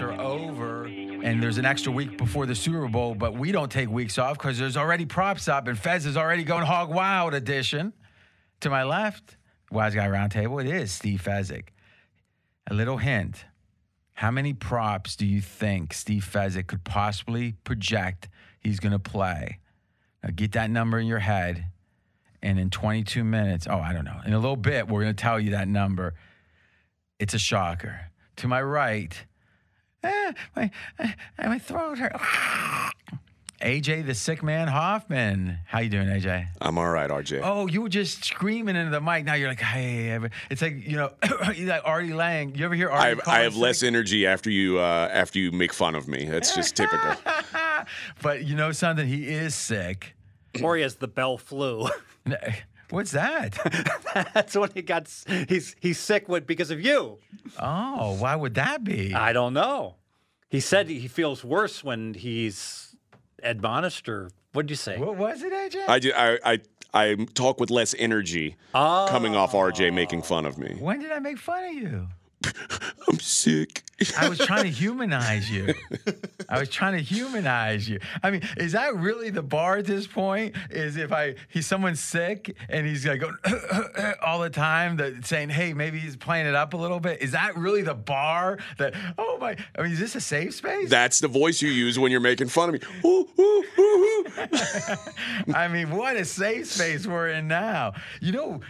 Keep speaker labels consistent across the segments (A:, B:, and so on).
A: are over and there's an extra week before the Super Bowl, but we don't take weeks off because there's already props up and Fez is already going hog wild edition. To my left, Wise Guy Roundtable, it is Steve Fezzik. A little hint. How many props do you think Steve Fezzik could possibly project he's going to play? Now get that number in your head. And in 22 minutes, oh, I don't know, in a little bit, we're going to tell you that number. It's a shocker. To my right, ah, my, ah, my throat hurt. AJ, the sick man Hoffman. How you doing, AJ?
B: I'm all right, RJ.
A: Oh, you were just screaming into the mic. Now you're like, hey, every-" it's like you know, you're like Artie Lang. You ever hear Artie?
B: I have,
A: call
B: I
A: him
B: have
A: sick?
B: less energy after you uh, after you make fun of me. That's just typical.
A: But you know something? He is sick.
C: Or he has the bell flu.
A: What's that?
C: That's when he got. s- He's he's sick with because of you.
A: oh, why would that be?
C: I don't know. He said he feels worse when he's admonished or what'd you say?
A: what was it, AJ?
B: I, ju- I I I talk with less energy
C: Ah.
B: coming off RJ making fun of me.
A: when did I make fun of you?
B: I'm sick.
A: I was trying to humanize you. I was trying to humanize you. I mean, is that really the bar at this point? Is if I he's someone's sick and he's like going all the time, that saying, "Hey, maybe he's playing it up a little bit." Is that really the bar? That oh my! I mean, is this a safe space?
B: That's the voice you use when you're making fun of me. Ooh, ooh, ooh, ooh.
A: I mean, what a safe space we're in now. You know,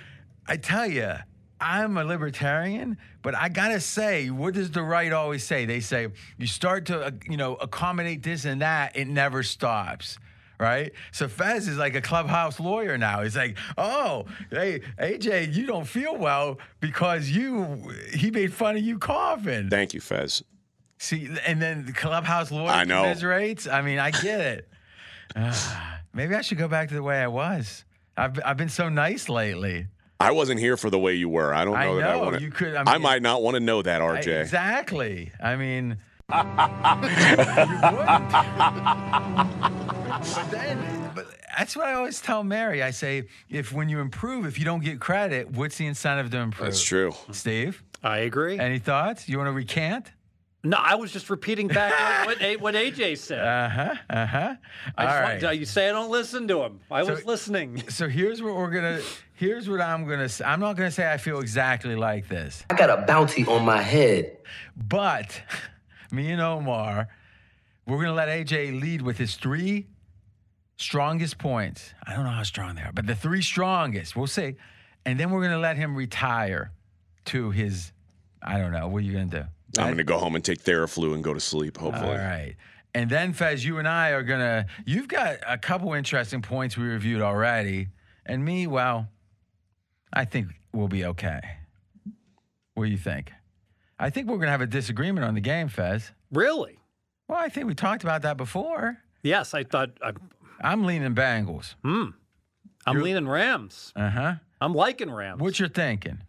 A: I tell you, I'm a libertarian, but I gotta say, what does the right always say? They say you start to, uh, you know, accommodate this and that, it never stops. Right, so Fez is like a clubhouse lawyer now. He's like, "Oh, hey AJ, you don't feel well because you he made fun of you coughing."
B: Thank you, Fez.
A: See, and then the clubhouse lawyer
B: I know.
A: commiserates. I mean, I get it. Ah, maybe I should go back to the way I was. I've I've been so nice lately.
B: I wasn't here for the way you were. I don't know,
A: I
B: that I
A: know,
B: want
A: you could- I
B: I,
A: mean-
B: might not want to know that,
A: I-
B: RJ.
A: exactly. I mean, you would. but then, but that's what I always tell Mary. I say, if when you improve, if you don't get credit, what's the incentive to improve?
B: That's true.
A: Steve,
C: I agree.
A: any thoughts? You want to recant?
C: no, I was just repeating back what, A- what AJ said.
A: Uh huh. Uh huh.
C: I
A: All
C: just
A: right.
C: want- you say I don't listen to him. I was listening.
A: so here's what we're gonna here's what i'm gonna say i'm not gonna say i feel exactly like this
D: I got a bounty on my head.
A: but me and omar we're gonna let aj lead with his three strongest points i don't know how strong they are but the three strongest we'll see and then we're gonna let him retire to his i don't know what are you gonna do
B: I'm going to go home and take Theraflu and go to sleep, hopefully.
A: all right and then fez you and i are gonna you've got a couple interesting points we reviewed already and me well I think we'll be okay. What do you think? I think we're going to have a disagreement on the game, Fez.
C: Really?
A: Well, I think we talked about that before.
C: Yes, I thought I'm,
A: I'm leaning Bengals.
C: I'm leaning Rams.
A: Uh huh.
C: I'm liking Rams.
A: What you're thinking?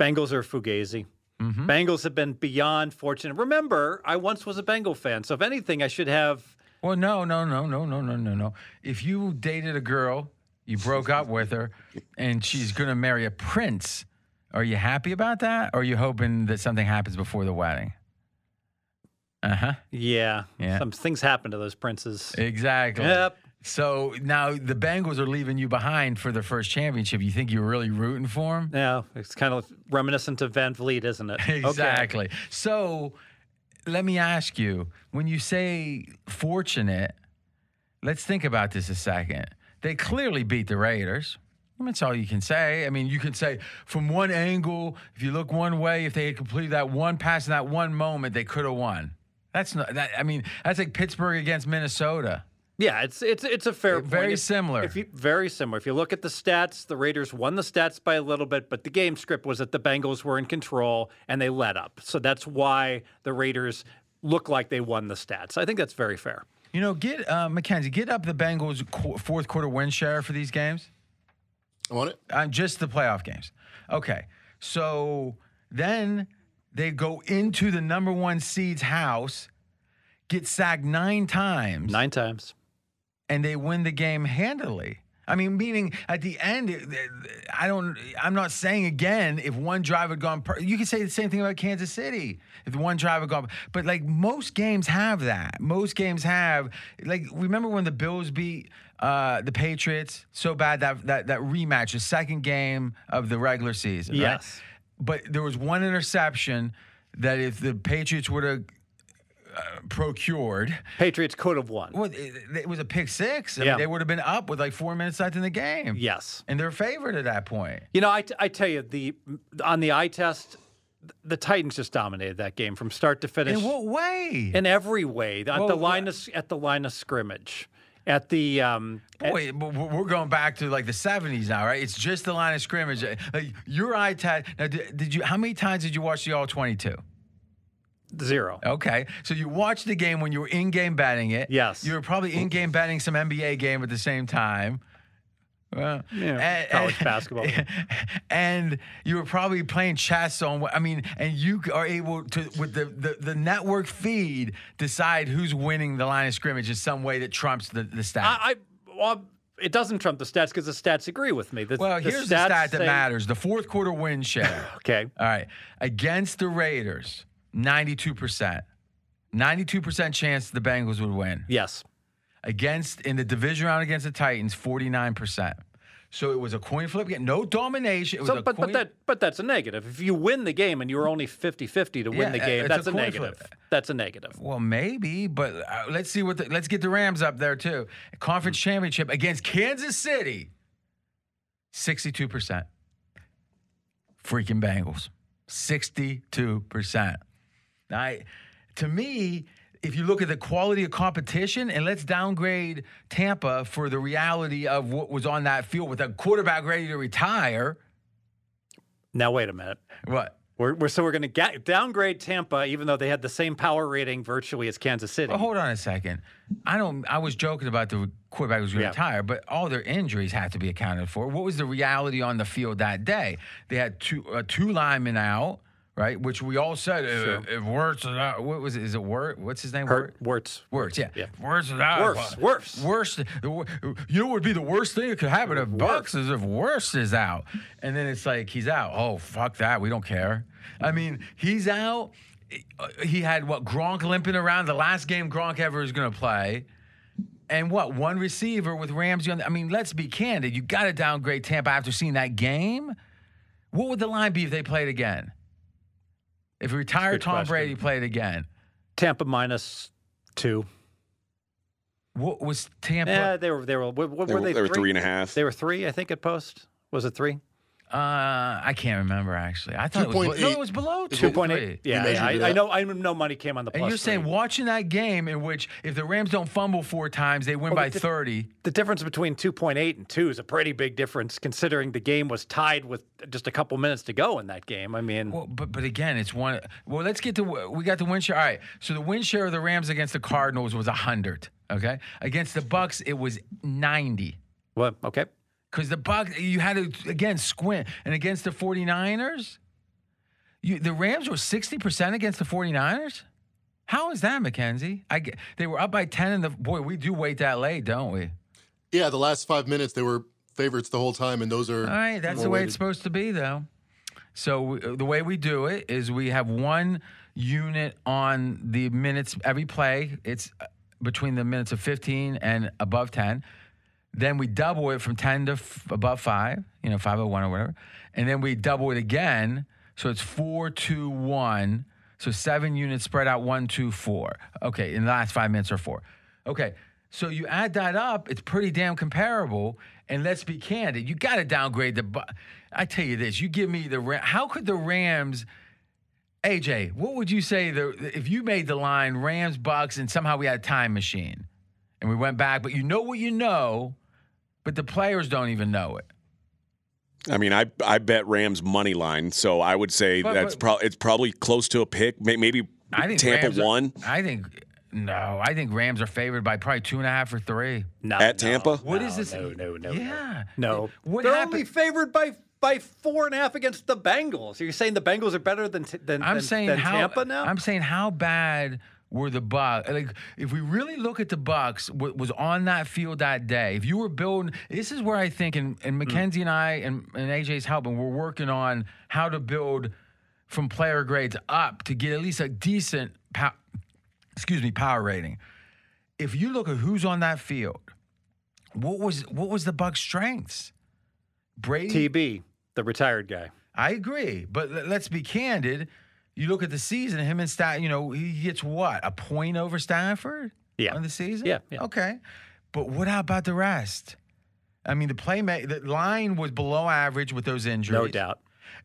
C: Bengals are fugazi.
A: Mm-hmm.
C: Bengals have been beyond fortunate. Remember, I once was a Bengal fan, so if anything, I should have.
A: Well, no, no, no, no, no, no, no, no. If you dated a girl, you broke up with her, and she's going to marry a prince, are you happy about that? Or are you hoping that something happens before the wedding? Uh huh.
C: Yeah,
A: Yeah.
C: some things happen to those princes.
A: Exactly.
C: Yep.
A: So now the Bengals are leaving you behind for their first championship. You think you're really rooting for them?
C: Yeah, it's kind of reminiscent of Van Vliet, isn't it? Okay.
A: Exactly. So let me ask you when you say fortunate, let's think about this a second. They clearly beat the Raiders. I mean, That's all you can say. I mean, you can say from one angle, if you look one way, if they had completed that one pass in that one moment, they could have won. That's not. That, I mean, that's like Pittsburgh against Minnesota.
C: Yeah, it's it's it's a fair. point.
A: Very
C: If-
A: similar.
C: If you, very similar. If you look at the stats, the Raiders won the stats by a little bit, but the game script was that the Bengals were in control and they let up. So that's why the Raiders look like they won the stats. I think that's very fair.
A: You know, get uh, Mackenzie, get up the Bengals' qu- fourth quarter win share for these games.
E: I want it.
A: Uh, just the playoff games. Okay, so then they go into the number one seed's house, get sacked nine times,
C: Nine times.
A: and they win the game handily. I mean, meaning at the end, it- it- I don't. I'm not saying again if one drive had gone. Per, you could say the same thing about Kansas City if one drive had gone. But like most games have that. Most games have like remember when the Bills beat uh, the Patriots so bad that that that rematch, the second game of the regular season. right?
C: Yes.
A: but there was one interception that if the Patriots would have uh, procured,
C: Patriots could have won.
A: well, it, it was a pick six. I mean,
C: Yeah.
A: they would have been up with like four minutes left in the game.
C: Yes.
A: and they're favored at that point.
C: You know, I, t- I tell you, the on the eye test, th- the Titans just dominated that game from start to finish.
A: In what way?
C: in every way at the
A: Well,
C: line of, at the line of scrimmage at the um at-
A: Boy, but we're we're going back to like the '70s now, right? It's just the line of scrimmage. Uh, Like your eye test. Now, did, did you? How many times did you watch the All 22?
C: zero
A: Okay, so you watched the game when you were in-game betting it.
C: Yes.
A: you were probably in-game betting some NBA game at the same time. Well, and-
C: college
A: and-
C: basketball.
A: and you were probably playing chess on. I mean, and you are able to with the, the the network feed decide who's winning the line of scrimmage in some way that trumps the the stat.
C: i, I well, it doesn't trump the stats because the stats agree with me the,
A: well,
C: the
A: here's the stat that
C: say-
A: matters: the fourth quarter win share.
C: okay
A: All right. Against the Raiders, 92%. 92% chance the Bengals would win.
C: yes
A: Against in the division round against the Titans, 49%. So it was a coin flip game. No domination. It was
C: so
A: a
C: but
A: coin,
C: but that but that's a negative if you win the game and you're only 50-50 to win
A: Yeah,
C: the
A: uh,
C: game
A: it's
C: that's
A: a
C: a,
A: coin
C: negative
A: flip.
C: that's a negative
A: Well, maybe, but uh, let's see what the, let's get the Rams up there too. Conference championship against Kansas City, 62%. Freaking Bengals. 62%. I, to me, if you look at the quality of competition, and let's downgrade Tampa for the reality of what was on that field with a quarterback ready to retire.
C: now wait a minute
A: What?
C: we're, we're so we're going to downgrade tampa even though they had the same power rating virtually as kansas city
A: But hold on a second. I don't. I was joking about the quarterback was going to
C: Yeah.
A: retire, but all their injuries have to be accounted for. What was the reality on the field that day? They had two uh, two linemen out, right? Which we all said if, if Wirtz is out, what was it? Is it Wirt? What's his name?
C: Hurt,
A: Wirt?
C: Wirtz.
A: Wirtz, yeah.
C: Yeah.
A: Wirtz is out.
C: Worse, worse.
A: Worst. the wor- You know what would be the worst thing that could happen to Bucks is if worst is out, and then it's like he's out. Oh fuck that. We don't care. I mean, he's out. He had what Gronk limping around the last game Gronk ever is going to play. And what one receiver with Ramsey on? The, I mean, let's be candid. You got to downgrade Tampa after seeing that game. What would the line be if they played again? If retired
C: Good
A: Tom
C: question.
A: Brady played again,
C: tampa minus two
A: what was Tampa?
C: Yeah, they were. They were. What, what
B: They
C: were
B: were-
C: they?
B: they were three and a half.
C: They were three, I think, at post. Was it three?
A: Uh, I can't remember actually. I thought it was, no,
E: 2.8.
A: it was below
C: Two point eight. Yeah,
E: measured it
C: I, I
E: up.
C: know. I know. Money came on the.
A: And
C: plus
A: you're saying
C: three.
A: watching that game in which if the Rams don't fumble four times, they win by
C: they did-
A: 30.
C: the difference between two point eight and two is a pretty big difference, considering the game was tied with just a couple minutes to go in that game. I mean,
A: Well, but but again, it's one. Well, let's get to we got the win share. All right, so the win share of the Rams against the Cardinals was hundred. Okay, against the Bucks it was ninety.
C: well, okay.
A: Because the Bucks, you had to again squint, and against the 49ers, you, the Rams were 60% against the 49ers. How is that, McKenzie? I get, they were up by 10 in the boy, we do wait that late, don't we?
E: Yeah, the last five minutes they were favorites the whole time, and those are
A: All right, that's the
E: more
A: way
E: weighted.
A: it's supposed to be though. So we, the way we do it is we have one unit on the minutes every play. It's uh, between the minutes of 15 and above 10. Then we double it from 10 to f- above 5, you know, 501 or whatever. And then we double it again. So it's 421. So seven units spread out one, two, four. Okay, in the last five minutes or four. Okay, so you add that up, it's pretty damn comparable. And let's be candid, you got to downgrade the. Bu- I tell you this, you give me the. Ra- How could the Rams. AJ, what would you say the, if you made the line Rams, Bucks, and somehow we had a time machine? and we went back. But you know what you know, but the players don't even know it.
B: I mean, I I bet Rams money line, so I would say
A: But-
B: that's
A: but-
B: probably it's probably close to a pick. May- Maybe
A: I think
B: Tampa
A: Rams are-
B: won
A: I think no. I think Rams are favored by probably two and a half or three.
C: No,
B: at
C: no,
B: Tampa.
A: What
C: no,
A: is this?
C: No, no, no.
A: Yeah.
C: No. no.
A: What
C: They're
A: happened?
C: only favored by by four and a half against the Bengals. Are you saying the Bengals are better than t- than,
A: I'm
C: than-
A: saying
C: than
A: how
C: Tampa now?
A: I'm saying how bad were the Bucks. Like, if we really look at the Bucks, what was on that field that day, if you were building, this is where I think, and,
C: Mm.
A: and Mackenzie and I and, and AJ's helping, we're working on how to build from player grades up to get at least a decent, pow, excuse me, power rating. If you look at who's on that field, what was what was the Bucks' strengths? Brady,
C: TB, the retired guy.
A: I agree, but le- let's be candid. You look at the season, him and Stafford, you know, he gets what? A point over Stafford?
C: Yeah.
A: On the season?
C: Yeah, yeah.
A: Okay. But what about the rest? I mean, the playmate, the line was below average with those injuries.
C: No doubt.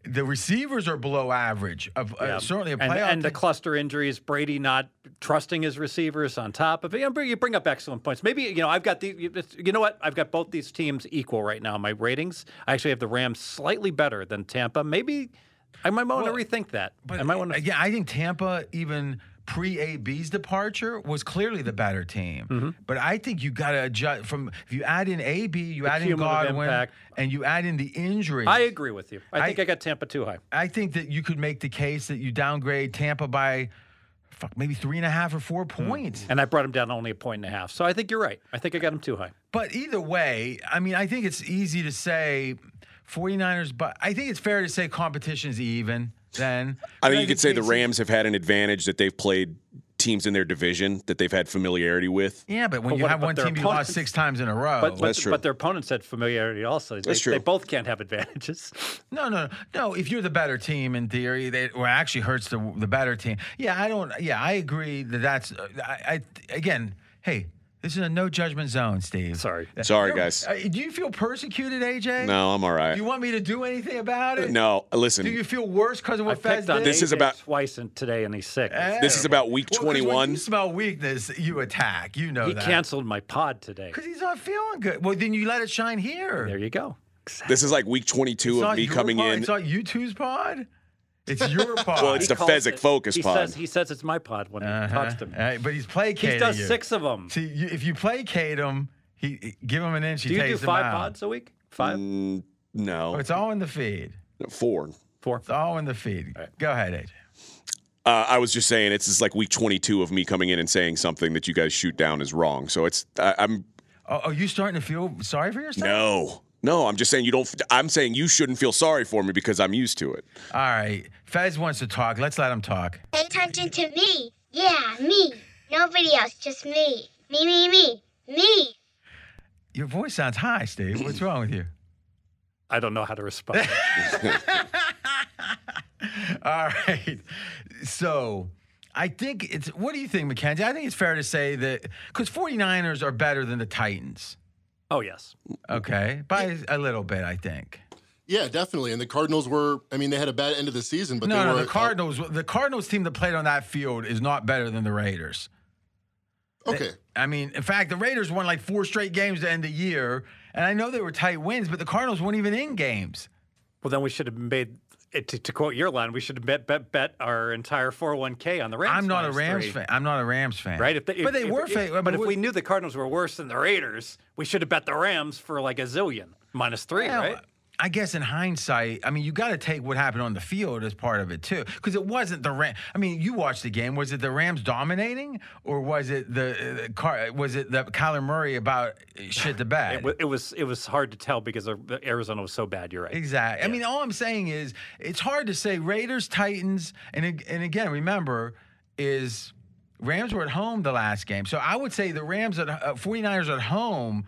A: The receivers are below average of uh,
C: Yeah.
A: certainly a
C: and,
A: playoff.
C: and the
A: team.
C: cluster injuries, Brady not trusting his receivers on top of it. You, know, you bring up excellent points. Maybe, you know, I've got the, you know what? I've got both these teams equal right now. in My ratings, I actually have the Rams slightly better than Tampa. Maybe I might want to rethink that. I might want to.
A: yeah, I think Tampa even pre AB's departure was clearly the better team.
C: Mm-hmm.
A: But I think you got to adjust from if you add in AB, you add in
C: cumulative
A: Godwin,
C: impact.
A: and you add in the injuries.
C: I agree with you. I,
A: I-
C: think I got Tampa too high.
A: I think that you could make the case that you downgrade Tampa by fuck maybe three and a half or four points.
C: And I brought him down only a point and a half. So I think you're right. I think I got him too high.
B: Oh,
A: But either way, I mean, I think it's easy to say 49ers, but I think it's fair to say competition's even then.
B: I mean,
A: But
B: you could say the
A: it's-
B: Rams have had an advantage that they've played teams in their division that they've had familiarity with.
A: Yeah, but when
C: But
A: you
C: what-
A: have
C: but
A: one
C: their
A: team you lost
C: opponents-
A: six times in a row.
C: But, but,
B: That's true.
C: but their opponents had familiarity also. They,
B: That's true.
C: they both can't have advantages.
A: No, no, no. If you're the better team in theory, they well, it actually hurts the the better team. Yeah, I don't. Yeah, I agree that that's. uh, I, I again, hey, this is a no judgment zone, Steve.
C: Sorry.
B: Sorry,
A: You're-
B: guys.
A: uh, Do you feel persecuted, AJ?
B: No, I'm all
A: Do you
B: right.
A: want me to do anything about it?
B: No, uh,
A: Do you
B: listen.
A: feel worse because of
C: I
A: what Fez
C: picked on
A: did?
B: This is
C: AJ
B: about-
C: twice and today, and he's sick.
B: This is about week
A: Well, 'cause When you
B: 21.
A: smell weakness, you attack. You know
C: He
A: that.
C: canceled my pod today.
A: Because he's not feeling good. Well, then you let it shine here.
C: There you go.
B: This is like week 22
A: It's
B: of
A: not
B: me
A: your
B: coming
A: pod.
B: in.
A: It's not you two's pod. It's your pod.
B: Well, it's the
C: He calls
B: Fezzik
C: it-
B: Focus
C: he
B: pod.
C: Says, he says it's my pod when he talks to me.
A: All right, but he's placating
C: He does
A: Uh-huh. you.
C: six of them.
A: See, you, if you placate him, he, he- give him an inch. He
C: Do you do
A: takes him
C: five
A: out.
C: pods a week? Five?
A: Oh,
B: Mm, no,
A: it's all in the feed.
B: four.
C: Four?
A: It's all in the feed. Go ahead, AJ.
B: Uh, I was just saying, it's just like week 22 of me coming in and saying something that you guys shoot down is wrong. So it's, I, I'm,
A: Oh, are you starting to feel sorry for yourself?
B: no, no, I'm just saying you don't, I'm saying you shouldn't feel sorry for me because I'm used to it.
A: All right. Fez wants to talk. Let's let him talk.
F: Pay attention to me. Yeah, me. Nobody else, just me. Me, me, me. Me.
A: Your voice sounds high, Steve. What's wrong with you?
C: I don't know how to respond.
A: All right. So I think it's, what do you think, Mackenzie? I think it's fair to say that, because 49ers are better than the Titans.
C: oh, yes.
A: Okay. By a little bit, I think.
E: Yeah, definitely. And the Cardinals were, I mean, they had a bad end of the season, but
A: no,
E: they
A: no,
E: were.
A: the Cardinals. The Cardinals team that played on that field is not better than the Raiders.
E: Okay.
A: I mean, in fact, the Raiders won like four straight games to end the year, and I know they were tight wins, but the Cardinals weren't even in games.
C: Well, then we should have made, it, to, to quote your line, we should have bet, bet, bet our entire 401k on the Rams.
A: I'm not a
C: minus
A: Rams
C: three.
A: fan. I'm not a Rams fan.
C: Right? If they,
A: but
C: if-
A: they
C: if-
A: were.
C: if-
A: fa- I
C: but
A: mean,
C: if
A: we-
C: we knew the Cardinals were worse than the Raiders, we should have bet the Rams for like a zillion minus three,
A: Well,
C: right?
A: I guess in hindsight, I mean, you got to take what happened on the field as part of it too, because it wasn't the Ram. I mean, you watched the game. Was it the Rams dominating, or was it the uh, car? Was it the Kyler Murray about uh, shit the bad?
C: It, wa- it was it was hard to tell because of- Arizona was so bad. You're right.
A: Exactly. I mean, all I'm saying is it's hard to say Raiders, Titans, and ag- and again, remember, is Rams were at home the last game. So I would say the Rams at uh, 49ers at home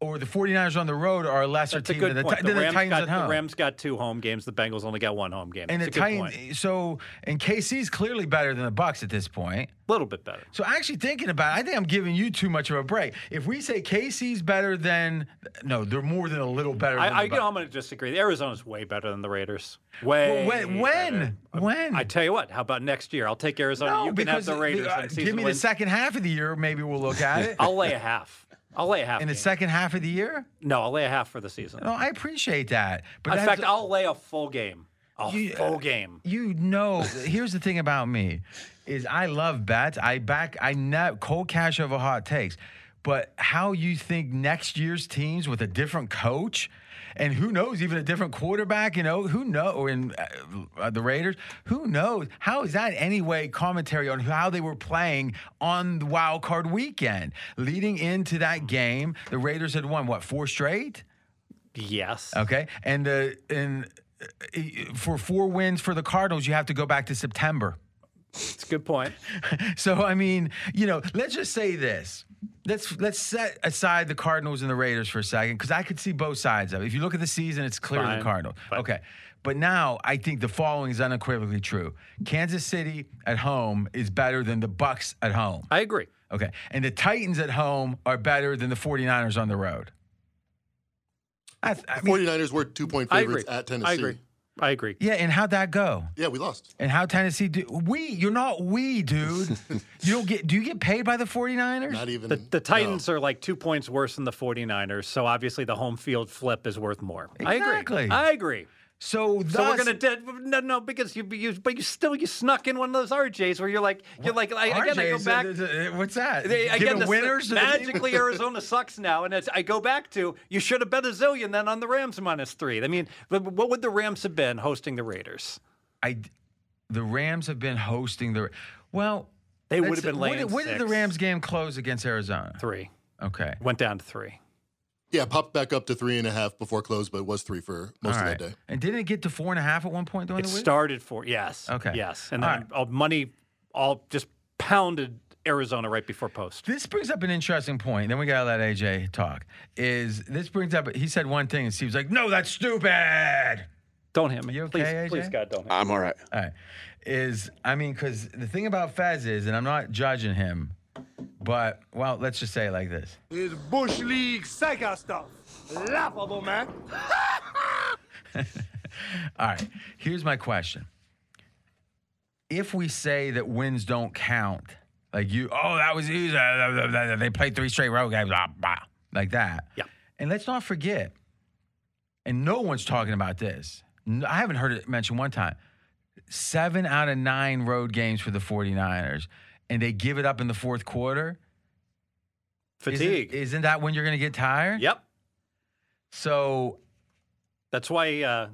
A: or the 49ers on the road are a lesser
C: That's a
A: team
C: good
A: than, the,
C: point.
A: Ti- than the
C: Rams
A: Titans
C: got,
A: at home.
C: The Rams got two home games. The Bengals only got one home game.
A: and the
C: That's a good point.
A: Titans, so and KC's clearly better than the Bucks at this point.
C: A little bit better.
A: So actually thinking about it, I think I'm giving you too much of a break. If we say KC's better than no, they're more than a little better
C: I,
A: than
C: I,
A: the
C: you
A: Bucs.
C: know, I'm going to disagree. Arizona's way better than the Raiders. Way.
A: Well, when- when?
C: better. Um,
A: When?
C: I tell you what. How about next year? I'll take Arizona. you can have the
A: uh,
C: Raiders.
A: uh,
C: when
A: give
C: season
A: me
C: wins.
A: the second half of the year. Maybe we'll look at it.
C: I'll lay a half. I'll lay a half.
A: In the
C: game.
A: second half of the year,
C: no, I'll lay a half for the season.
A: no, I appreciate that. But
C: In
A: that's-
C: fact, I'll lay a full game. A
A: You- uh,
C: full game.
A: you know, here's the thing about me, is I love bets. I back. I know cold cash over hot takes. But how you think next year's teams with a different coach and who knows, even a different quarterback, you know, who know, and uh, uh, the Raiders, who knows? How is that anyway commentary on how they were playing on the wild card weekend? Leading into that game, the Raiders had won, what, four straight?
C: Yes.
A: Okay, and uh, and uh, for four wins for the Cardinals, you have to go back to September.
C: That's a good point.
A: So I mean, you know, let's just say this. Let's let's set aside the Cardinals and the Raiders for a second because I could see both sides of it. If you look at the season, it's clearly
C: Fine.
A: the Cardinals.
C: Fine.
A: Okay, but now I think the following is unequivocally true: Kansas City at home is better than the Bucks at home.
C: I agree.
A: Okay, and the Titans at home are better than the 49ers on the road. I, I mean,
E: 49ers were two point
C: I agree.
E: favorites at Tennessee.
C: I agree. I agree.
A: yeah, and how'd that go?
E: Yeah, we lost.
A: And how Tennessee do we? You're not we, dude. you don't get. Do you get paid by the 49ers?
E: Not even
C: The, the Titans are like two points worse than the 49ers, so obviously the home field flip is worth more.
A: Exactly.
C: I agree. I agree.
A: so thus,
C: So we're gonna di- no no because you, you but you still you snuck in one of those RJs where you're like you're like I, again I
A: RJ
C: go
A: said
C: back
A: there's a- what's that?
C: They, again,
A: Giving
C: the,
A: winners to the team?
C: magically Arizona sucks now, and it's, I go back to you should have bet a zillion then on the Rams minus three. I mean, but what would the Rams have been hosting the Raiders?
A: I, the Rams have been hosting the. Well,
C: They would
A: let's-
C: have been
A: When,
C: laying
A: did- when did the
C: six.
A: Rams game close against Arizona?
C: Three
A: Okay.
C: went down to three.
E: Yeah, popped back up to three and a half before close, but it was three for most
A: All
E: of
A: right.
E: that day.
A: And didn't it get to four and a half at one point during
C: It
A: the week?
C: started for yes,
A: Okay.
C: yes, and
A: All
C: then all money all just pounded Arizona right before post.
A: This brings up an interesting point. Then we gotta let AJ talk. Is this brings up? He said one thing, and Steve's like, "No, that's stupid."
C: Don't hit me,
A: You
C: please,
A: okay,
C: please,
A: AJ?
C: God, don't. Hit me.
B: I'm all right.
A: All right. Is I mean, because the thing about Fez is, and I'm not judging him, but well, let's just say it like this.
G: It's Bush League psycho stuff. Laughable, man.
A: All right. Here's my question. If we say that wins don't count, like you, oh, that was easy. blah, blah, blah, blah, They played three straight road games, blah, blah, like that.
C: Yeah.
A: And let's not forget, and no one's talking about this. N- I haven't heard it mentioned one time. Seven out of nine road games for the 49ers, and they give it up in the fourth quarter. Isn't-
C: Fatigue.
A: Isn't, that when you're going to get tired?
C: yep,
A: So
C: that's why. Uh,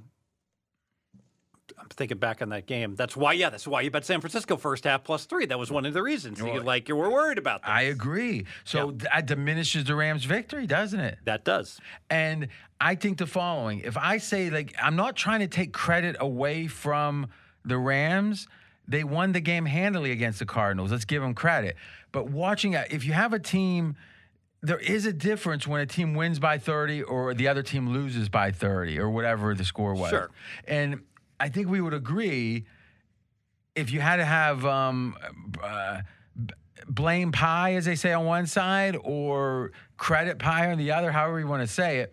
C: I'm thinking back on that game. That's why, yeah, that's why you bet San Francisco first half plus three. That was one of the reasons. You
A: Well,
C: like you were worried about that.
A: I agree. So that diminishes the Rams' victory, doesn't it?
C: That does.
A: And I think the following if I say, like, I'm not trying to take credit away from the Rams, they won the game handily against the Cardinals. Let's give them credit. But watching, a- if you have a team, there is a difference when a team wins by 30 or the other team loses by 30 or whatever the score was.
C: Sure.
A: And I think we would agree if you had to have um, uh, b- blame pie, as they say on one side, or credit pie on the other, however you want to say it.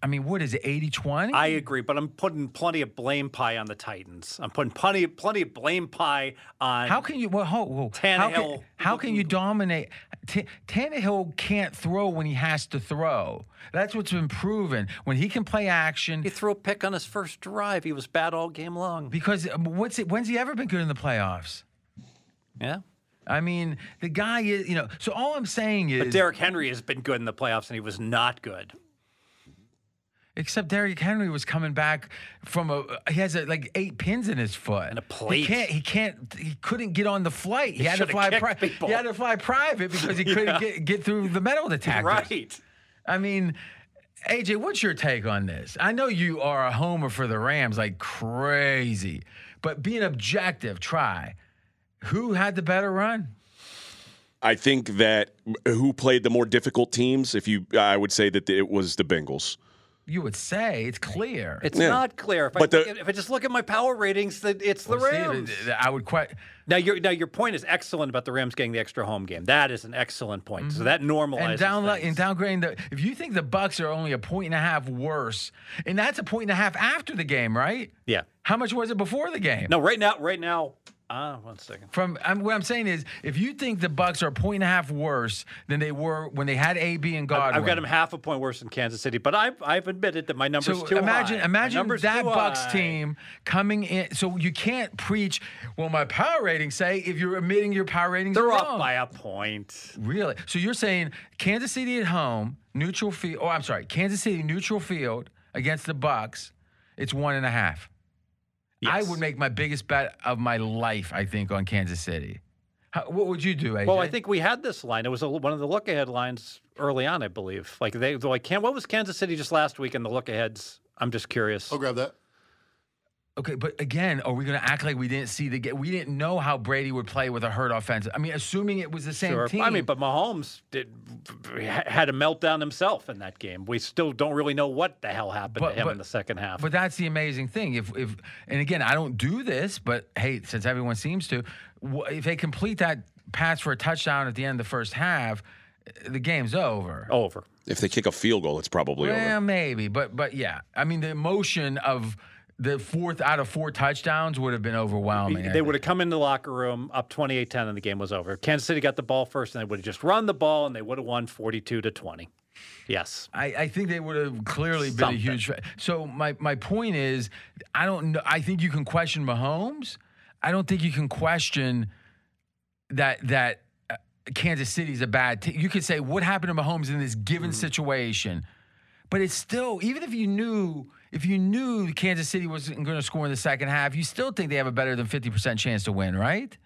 A: I mean, what is it, 80 20?
C: I agree, but I'm putting plenty of blame pie on the Titans. I'm putting plenty plenty of blame pie on
A: How can you? Well, ho, ho, how can,
C: Tannehill-
A: how can you dominate? T- Tannehill can't throw when he has to throw. That's what's been proven. When he can play action,
C: he threw a pick on his first drive. He was bad all game long.
A: because um, what's it, when's he ever been good in the playoffs?
C: Yeah.
A: I mean, the guy is, you know. So all I'm saying is,
C: But Derrick Henry has been good in the playoffs and he was not good.
A: Except Derrick Henry was coming back from a he has a, like eight pins in his foot and
C: a plate.
A: He can't he can't he couldn't get on the flight. He, had to
C: should've
A: fly
C: kicked
A: private.
C: people.
A: He had to fly private because he couldn't get, get through the metal detector.
C: Right.
A: I mean, AJ, what's your take on this? I know you are a homer for the Rams like crazy, but being objective, try. Who had the better run?
B: I think that who played the more difficult teams. If you, I would say that it was the Bengals.
A: You would say it's clear.
C: It's
B: Yeah.
C: not clear. If,
B: But
C: I
B: the-
C: look at- if I just look at my power ratings, that it's the
A: See,
C: Rams.
A: th- th- I would quite.
C: now, your now your point is excellent about the Rams getting the extra home game. That is an excellent point. So that normalizes
A: Mm-hmm. and down
C: things.
A: and downgrading the if you think the bucks are only a point and a half worse and that's a point and a half after the game right
C: Yeah.
A: how much was it before the game
C: No, right now, right now, Ah, one second.
A: From I'm, what I'm saying is, if you think the Bucks are a point and a half worse than they were when they had AB and Godwin,
C: I've got them half a point worse than Kansas City, but I've, I've admitted that my numbers
A: So
C: too
A: imagine,
C: high. My
A: imagine
C: number's
A: that
C: too
A: Bucks
C: high.
A: team coming in. So you can't preach. Well, my power ratings say if you're admitting your power ratings,
C: They're
A: are
C: off
A: wrong.
C: by a point.
A: Really? So you're saying Kansas City at home, neutral field? Oh, I'm sorry, Kansas City neutral field against the Bucks. It's one and a half. I
C: Yes.
A: would make my biggest bet of my life. I think on Kansas City. How, what would you do, AJ?
C: Well, I think we had this line. It was a, one of the look ahead lines early on, I believe. Like they, they're like, can what was Kansas City just last week in the look aheads? I'm just curious.
E: I'll grab that.
A: Okay, but again, are we going to act like we didn't see the game? We didn't know how Brady would play with a hurt offense. I mean, assuming it was the same
C: Sure.
A: team.
C: I mean, but Mahomes did had a meltdown himself in that game. We still don't really know what the hell happened
A: But-
C: to him
A: but-
C: in the second half.
A: But that's the amazing thing. If if and again, I don't do this, but hey, since everyone seems to, wh- if they complete that pass for a touchdown at the end of the first half, the game's over.
C: Over.
B: If they kick a field goal, it's probably
A: well,
B: over.
A: maybe, but but yeah, I mean, the emotion of the fourth out of four touchdowns would have been overwhelming. I
C: they
A: think.
C: would have come in the locker room up 28-10 and the game was over. Kansas City got the ball first and they would have just run the ball and they would have won 42 to 20. Yes.
A: I, I think they would have clearly been
C: Something.
A: a huge. fa- So my my point is, I don't know. I think you can question Mahomes. I don't think you can question that that uh, Kansas City's a bad team. You could say what happened to Mahomes in this given situation, but it's still even if you knew if you knew Kansas City wasn't going to score in the second half, you still think they have a better than fifty percent chance to win, right?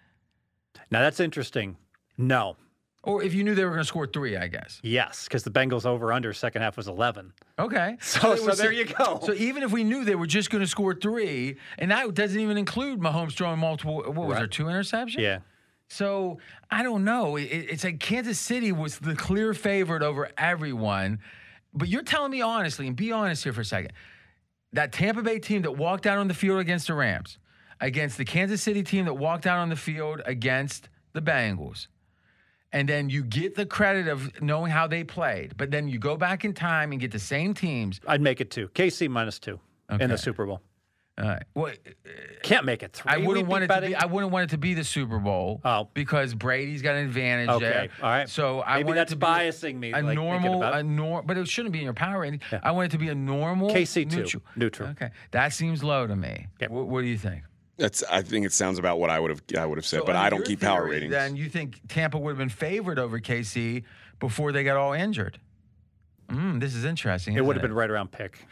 C: Now that's interesting. No.
A: Or if you knew they were going to score three, I guess.
C: Yes, because the Bengals over under second half was 11.
A: Okay.
C: So,
A: they
C: so
A: were
C: there
A: si-
C: you go.
A: So even if we knew they were just going to score three, and that doesn't even include Mahomes throwing multiple, what was there, two interceptions?
C: yeah.
A: So I don't know. It, it- it's like Kansas City was the clear favorite over everyone. But you're telling me honestly, and be honest here for a second, that Tampa Bay team that walked out on the field against the Rams, against the Kansas City team that walked out on the field against the Bengals, and then you get the credit of knowing how they played, but then you go back in time and get the same teams.
C: I'd make it two. KC minus two in
A: Okay.
C: the Super Bowl.
A: All right. Well,
C: Can't make it three.
A: I
C: We'd
A: wouldn't want it to
C: betting-
A: be. I wouldn't want it to be the Super Bowl.
C: Oh.
A: because Brady's got an advantage
C: Okay,
A: there.
C: all right.
A: So I
C: Maybe
A: want
C: that's
A: it to be
C: biasing me,
A: A
C: like, thinking
A: normal,
C: about it.
A: a norm, but it shouldn't be in your power rating. I want it to be a normal
C: KC two,
A: neutral.
C: neutral.
A: Okay, that seems low to me.
C: Yep.
A: Wh- What, do you think?
B: That's. I think it sounds about what I would have. I would have said,
A: So
B: but
A: under
B: I don't
A: your
B: keep power
A: theory,
B: ratings.
A: Then you think Tampa would have been favored over KC before they got all injured? Mm, this is interesting.
C: it
A: isn't
C: would have been right around pick.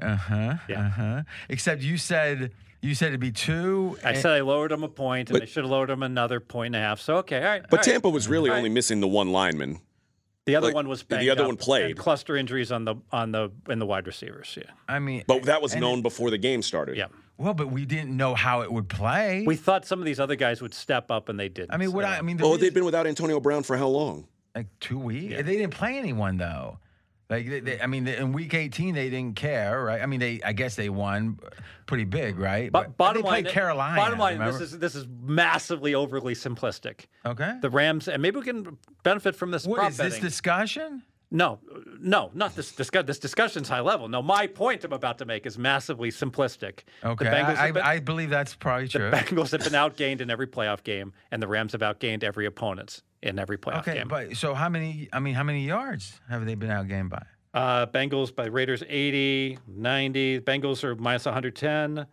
A: Uh huh.
C: Yeah.
A: Uh huh. Except you said you said it'd be two.
C: I
A: and-
C: said I lowered them a point, and I should have lowered them another point and a half. So okay, all right.
B: but
C: all right.
B: Tampa was really only missing the one lineman.
C: the other
B: like,
C: one was
B: the
C: banged
B: other
C: up
B: one
C: and
B: played.
C: cluster injuries on the on the in the wide receivers. Yeah,
A: I mean,
B: But that was
A: and-
B: known before the game started.
C: yeah.
A: Well, but we didn't know how it would play.
C: We thought some of these other guys would step up, and they didn't.
A: I mean, what
C: so-
A: I, I mean, the
B: Oh,
A: reason-
B: they've been without Antonio Brown for how long?
A: like two weeks. They didn't play anyone though. Like, they, they, I mean, in week 18 they didn't care, right? I mean, they, I guess they won pretty big, right?
C: Bo- bottom
A: they
C: line,
A: played Carolina.
C: Bottom line,
A: remember?
C: this is this is massively overly simplistic.
A: okay.
C: The Rams, and maybe we can benefit from this.
A: what
C: prop
A: is this
C: betting.
A: discussion?
C: No, no, not this discuss. This discussion's high level. No, my point I'm about to make is massively simplistic.
A: Okay,
C: the Bengals
A: I,
C: have been,
A: I, I believe that's probably true.
C: Bengals have been outgained in every playoff game, and the Rams have outgained every opponent in every playoff
A: okay,
C: game.
A: but so how many? I mean, how many yards have they been outgained by?
C: Uh, Bengals by Raiders 80, 90. Bengals are minus 110,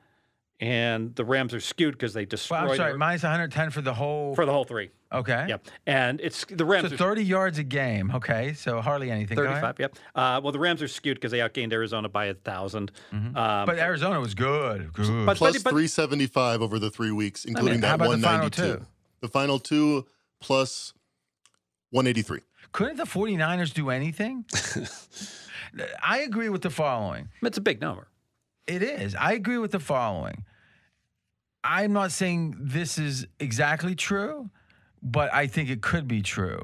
C: and the Rams are skewed because they destroyed
A: Well, I'm sorry,
C: the-
A: minus 110 for the whole.
C: for the whole three.
A: okay.
C: Yep, and it's the Rams
A: So
C: are
A: 30 yards a game. Okay, so hardly anything. Go ahead.
C: 35. Yep. Uh, well, the Rams are skewed because they outgained Arizona by a 1000
A: Mm-hmm.
C: Um,
A: But Arizona was good. Good.
C: but,
E: Plus
C: but, but
E: 375 over the three weeks, including
A: how
E: that
A: about the final
E: 192. The final,
A: two?
E: two plus 183.
A: Couldn't the 49ers do anything? I agree with the following.
C: it's a big number.
A: It is. I agree with the following. I'm not saying this is exactly true, but I think it could be true.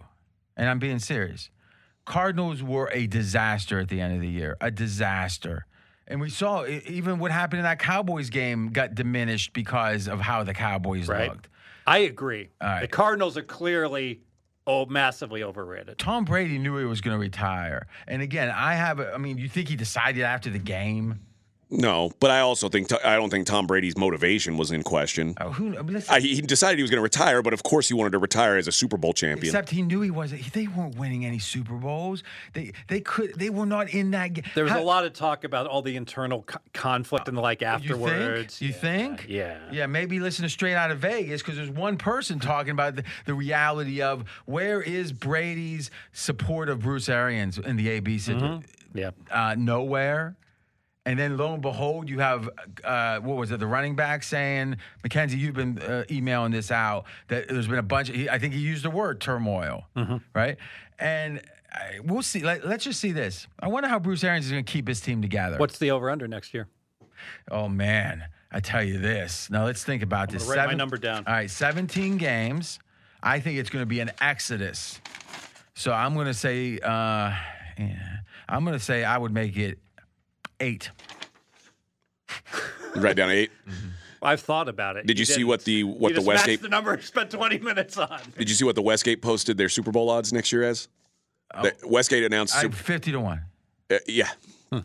A: And I'm being serious. Cardinals were a disaster at the end of the year, a disaster. And we saw e- even what happened in that Cowboys game got diminished because of how the Cowboys
C: Right.
A: looked.
C: I agree.
A: right.
C: The Cardinals are clearly oh massively overrated.
A: Tom Brady knew he was going to retire. And again, I have, a- I mean, you think he decided after the game?
B: No, but I also think I don't think Tom Brady's motivation was in question.
A: Oh, who? Listen,
B: I, he decided he was going to retire, but of course he wanted to retire as a Super Bowl champion.
A: except he knew he wasn't. he- They weren't winning any Super Bowls. They they could. They were not in that game.
C: There was a lot of talk about all the internal co- conflict and the like afterwards.
A: You think? You think?
C: Yeah.
A: Yeah, maybe listen to Straight Out of Vegas because there's one person talking about the, the reality of where is Brady's support of Bruce Arians in the AB situation?
C: Yeah.
A: Uh, nowhere. And then lo and behold, you have uh, what was it? The running back saying, "Mackenzie, you've been uh, emailing this out that there's been a bunch." Of, he, I think he used the word turmoil,
C: Mm-hmm.
A: right? And I, we'll see. Let, let's just see this. I wonder how Bruce Arians is going to keep his team together.
C: What's the over under next year?
A: Oh man, I tell you this. Now let's think about this.
C: write my number down.
A: All right, 17 games. I think it's going to be an exodus. So I'm going to say, uh, yeah, I'm going to say I would make it eight.
B: Right down eight.
C: I've thought about it.
B: Did you, see
C: didn't.
B: what the what the
C: you just matched
B: Westgate
C: the number I spent 20 minutes on.
B: Did you see what the Westgate posted their Super Bowl odds next year as?
C: Oh.
B: The- Westgate announced.
A: I'm
B: Sup-
A: 50 to one.
B: uh, yeah,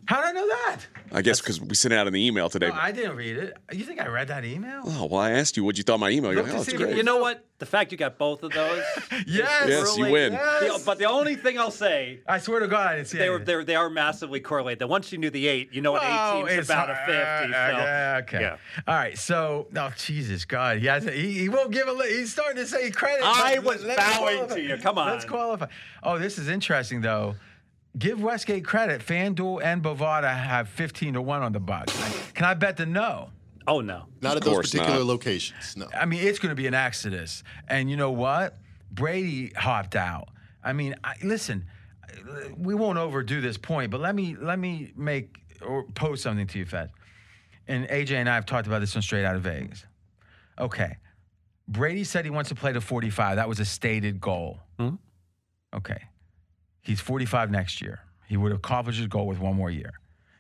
A: How did I know that?
B: I guess because we sent it out in the email today.
A: No, I didn't read it. You think I read that email?
B: oh well, I asked you what you thought of my email. You're
A: Look
B: like,
A: to
B: oh, it's
A: see if it-
B: great.
C: You know what? The fact you got both of those.
A: Yes.
B: Yes, you win.
C: The- but the only thing I'll say,
A: I swear to God, I didn't see
C: they were
A: anything.
C: they, were- they are massively correlated. That once you knew the eight, you know what
A: Oh,
C: eight teams
A: it's
C: about a
A: uh,
C: fifty. So
A: uh, okay.
C: Yeah.
A: All right. So, oh Jesus God, he has he, he won't give a. li- He's starting to say credit.
C: I
A: Let-
C: was
A: let me
C: bowing
A: qualify.
C: to you. Come on.
A: Let's qualify. Oh, this is interesting though. Give Westgate credit. FanDuel and Bovada have fifteen to one on the Bucks. Can I bet the no?
C: Oh no.
E: Not at those
B: course
E: particular
B: not.
E: locations. No.
A: I mean, it's going to be an exodus. And you know what? Brady hopped out. I mean, I, listen, we won't overdo this point, but let me let me make or pose something to you, Fed. And AJ and I have talked about this on Straight Out of Vegas. Okay, Brady said he wants to play to 45. That was a stated goal. Okay, he's 45 next year. He would accomplish his goal with one more year.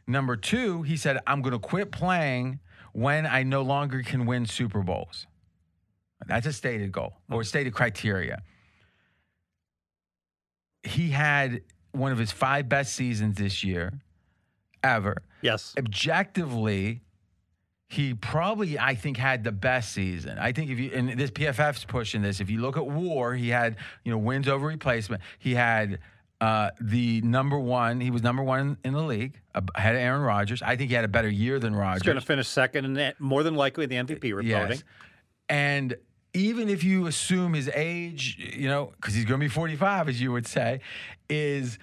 A: Number two, he said, I'm going to quit playing when I no longer can win Super Bowls. That's a stated goal or stated criteria. He had one of his five best seasons this year ever.
C: Yes.
A: Objectively, he probably, I think, had the best season. I think if you and this PFF's pushing this. If you look at WAR, he had you know wins over replacement. He had uh, the number one. He was number one in the league ab- ahead of Aaron Rodgers. I think he had a better year than Rodgers.
C: He's going to finish second, and that- more than likely in the MVP reporting.
A: Yes. And even if you assume his age, you know, because he's going to be 45, as you would say, is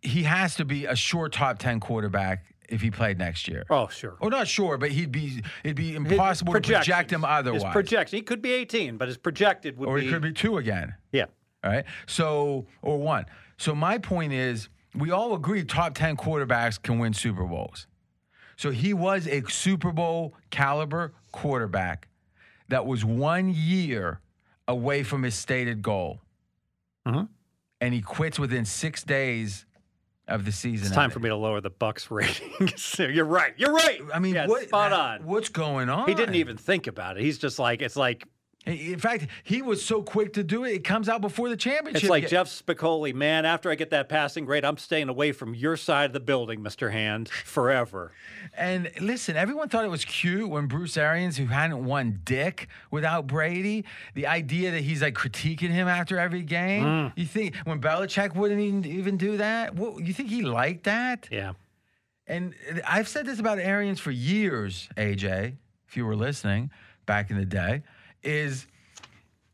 A: he has to be a sure top 10 quarterback if he played next year.
C: Oh sure.
A: Or not sure, but he'd be it'd be impossible to project him
C: His
A: otherwise.
C: projection. He could be 18, but his projected would
A: or
C: be.
A: it could be two again.
C: Yeah.
A: All right. So, or one. So, my point is, we all agree top 10 quarterbacks can win Super Bowls. So, he was a Super Bowl caliber quarterback that was one year away from his stated goal.
C: Mhm.
A: And he quits within six days of the season.
C: It's time for me to lower the Bucks rating. So you're right. You're right.
A: I mean,
C: yeah,
A: what,
C: spot
A: that-
C: on.
A: what's going on?
C: He didn't even think about it. He's just like it's like
A: In fact, he was so quick to do it, it comes out before the championship.
C: It's like
A: game.
C: Jeff Spicoli, man. After I get that passing grade, I'm staying away from your side of the building, Mr. Hand, forever.
A: And listen, everyone thought it was cute when Bruce Arians, who hadn't won dick without Brady, the idea that he's like critiquing him after every game. You think when Belichick wouldn't even, even do that? What, you think he liked that?
C: Yeah,
A: And I've said this about Arians for years, AJ, if you were listening back in the day, is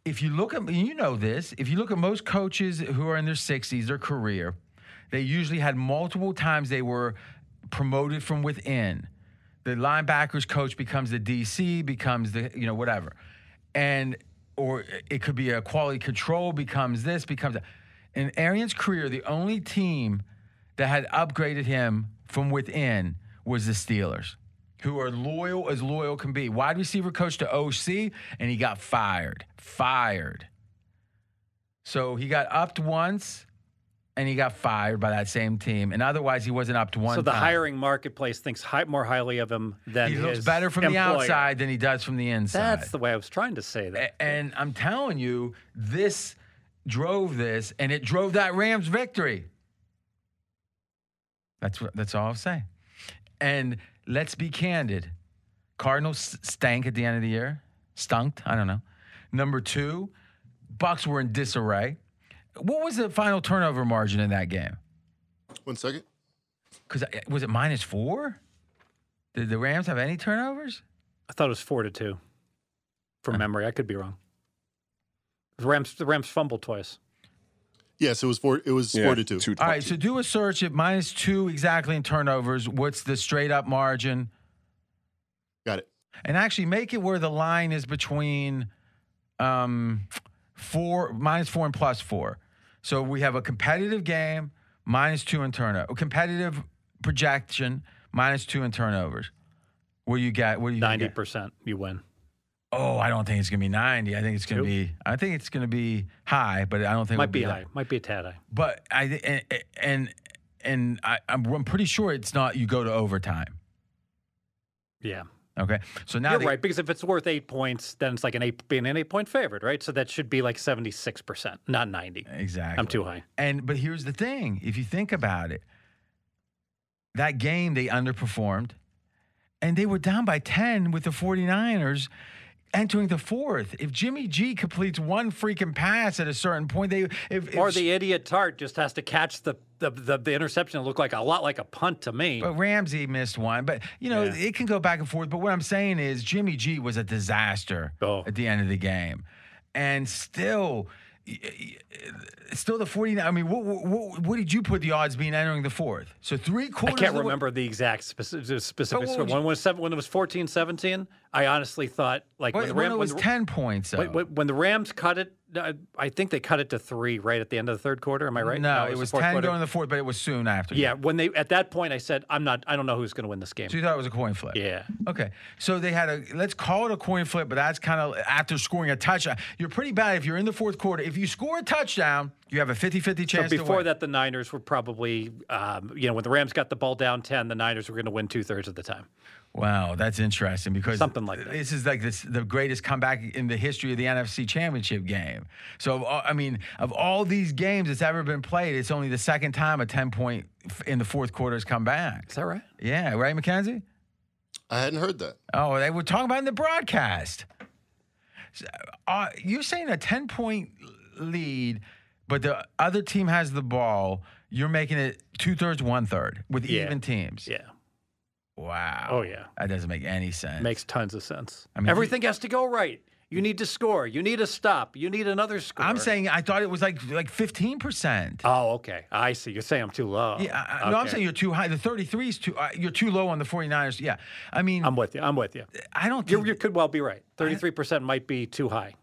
A: if you look at, you know this, if you look at most coaches who are in their 60s, their career, they usually had multiple times they were promoted from within. The linebackers coach becomes the DC, becomes the, you know, whatever. And, or it could be a quality control becomes this, becomes that. In Arians' career, the only team that had upgraded him from within was the Steelers, who are loyal as loyal can be. Wide receiver coach to OC, and he got fired. Fired. So he got upped once, and he got fired by that same team. And otherwise, he wasn't upped one.
C: so the
A: time.
C: hiring marketplace thinks hi- more highly of him than
A: he looks
C: his
A: better from the
C: employer.
A: outside than he does from the inside.
C: That's the way I was trying to say that.
A: A- and I'm telling you, this drove this, and it drove that Rams victory. That's what. That's all I'll say. And Let's be candid. Cardinals stank at the end of the year. Stunk. I don't know. Number two, Bucks were in disarray. What was the final turnover margin in that game?
E: One second.
A: Because was it minus four? Did the Rams have any turnovers?
C: I thought it was four to two
A: Uh-huh.
C: from memory. I could be wrong. The Rams, the Rams fumbled twice.
E: Yes, it was four. It was
B: Yeah,
E: four to two.
A: All right, so do a search at minus two exactly in turnovers. What's the straight up margin?
E: Got it.
A: And actually make it where the line is between um, four, minus four and plus four. So we have a competitive game, minus two in turnover. Competitive projection, minus two in turnovers. What do you got? What do you think?
C: Ninety percent, you win.
A: Oh, I don't think it's gonna be ninety. I think it's gonna
C: Two?
A: be. I think it's gonna be high, but I don't think
C: Might
A: it'll be,
C: be
A: that.
C: high. Might be a tad high.
A: But I thi- and and and I, I'm I'm pretty sure it's not. You go to overtime.
C: Yeah,
A: Okay, so now
C: you're
A: the-
C: right. Because if it's worth eight points, then it's like an eight being an eight point favorite, right? So that should be like seventy six percent, not ninety.
A: Exactly.
C: I'm too high.
A: And but here's the thing: if you think about it, that game they underperformed, and they were down by ten with the 49ers. Entering the fourth, if Jimmy G completes one freaking pass at a certain point, they if, if
C: Or the idiot tart just has to catch the the, the, the interception. It looked like a lot like a punt to me.
A: But Ramsey missed one. But you know, it can go back and forth. But what I'm saying is Jimmy G was a disaster
C: Oh.
A: at the end of the game. And still y- y- still the 49 I mean, what, what, what did you put the odds being entering the fourth? So three
C: I
A: quarters
C: can't
A: of the way-
C: remember the exact specific, specific
A: what
C: score.
A: would you-
C: When it was seven, when it was 14, 17, I honestly thought like
A: Wait,
C: when, the
A: when
C: Ram-
A: it was
C: when the-
A: 10 points. Though.
C: Wait, wait, when the Rams cut it, I- I think they cut it to three right at the end of the third quarter. Am I right?
A: No,
C: the
A: it was
C: fourth
A: 10
C: quarter.
A: going to the fourth, but it was soon after.
C: yeah, when they at that point, I said, I'm not. I don't know who's going to win this game.
A: So you thought it was a coin flip.
C: Yeah,
A: Okay, so they had a let's call it a coin flip, but that's kind of after scoring a touchdown. You're pretty bad if you're in the fourth quarter. If you score a touchdown, you have a 50-50
C: So
A: chance. to
C: before
A: win.
C: that, the Niners were probably, um, you know, when the Rams got the ball down ten, the Niners were going to win two thirds of the time.
A: Wow, that's interesting because
C: Something like that.
A: This is like this, the greatest comeback in the history of the NFC Championship game. So, of all- I mean, of all these games that's ever been played, it's only the second time a ten point f- in the fourth quarter has come back.
C: Is that right?
A: Yeah, right, Mackenzie.
E: I hadn't heard that.
A: Oh, they were talking about it in the broadcast. So, Uh, you're saying a ten point lead, but the other team has the ball. You're making it two thirds, one third with
C: Yeah.
A: even teams.
C: Yeah.
A: Wow.
C: Oh yeah.
A: That doesn't make any sense.
C: Makes tons of sense.
A: I mean,
C: everything has to go right. You need to score. You need a stop. You need another score.
A: I'm saying I thought it was like like 15 percent.
C: Oh, okay. I see. You're saying I'm too low.
A: yeah, I, I- no, I'm
C: Okay.
A: saying you're too high. The 33 is too. Uh, you're too low on the 49ers. Yeah, I mean,
C: I'm with you. I'm with you.
A: I don't.
C: You
A: Think,
C: you could well be right. Thirty-three percent might be too high.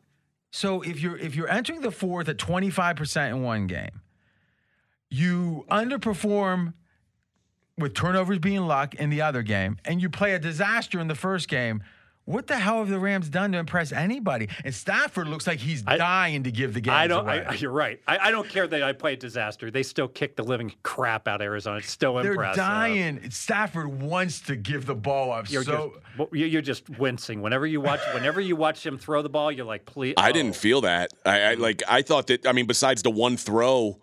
A: so if you're if you're entering the fourth at 25 percent in one game, you underperform with turnovers being luck in the other game, and you play a disaster in the first game. What the hell have the Rams done to impress anybody? And Stafford looks like he's
C: I-
A: dying to give the game.
C: I don't.
A: Away.
C: I, you're right. I, I don't care that I play disaster. They still kick the living crap out of Arizona. It's still
A: They're
C: impressive.
A: dying. Stafford wants to give the ball up.
C: You're
A: so
C: just well, you- you're just wincing whenever you watch whenever you watch him throw the ball. You're like, please.
B: I
C: oh.
B: didn't feel that. I, I like. I thought that. I mean, besides the one throw,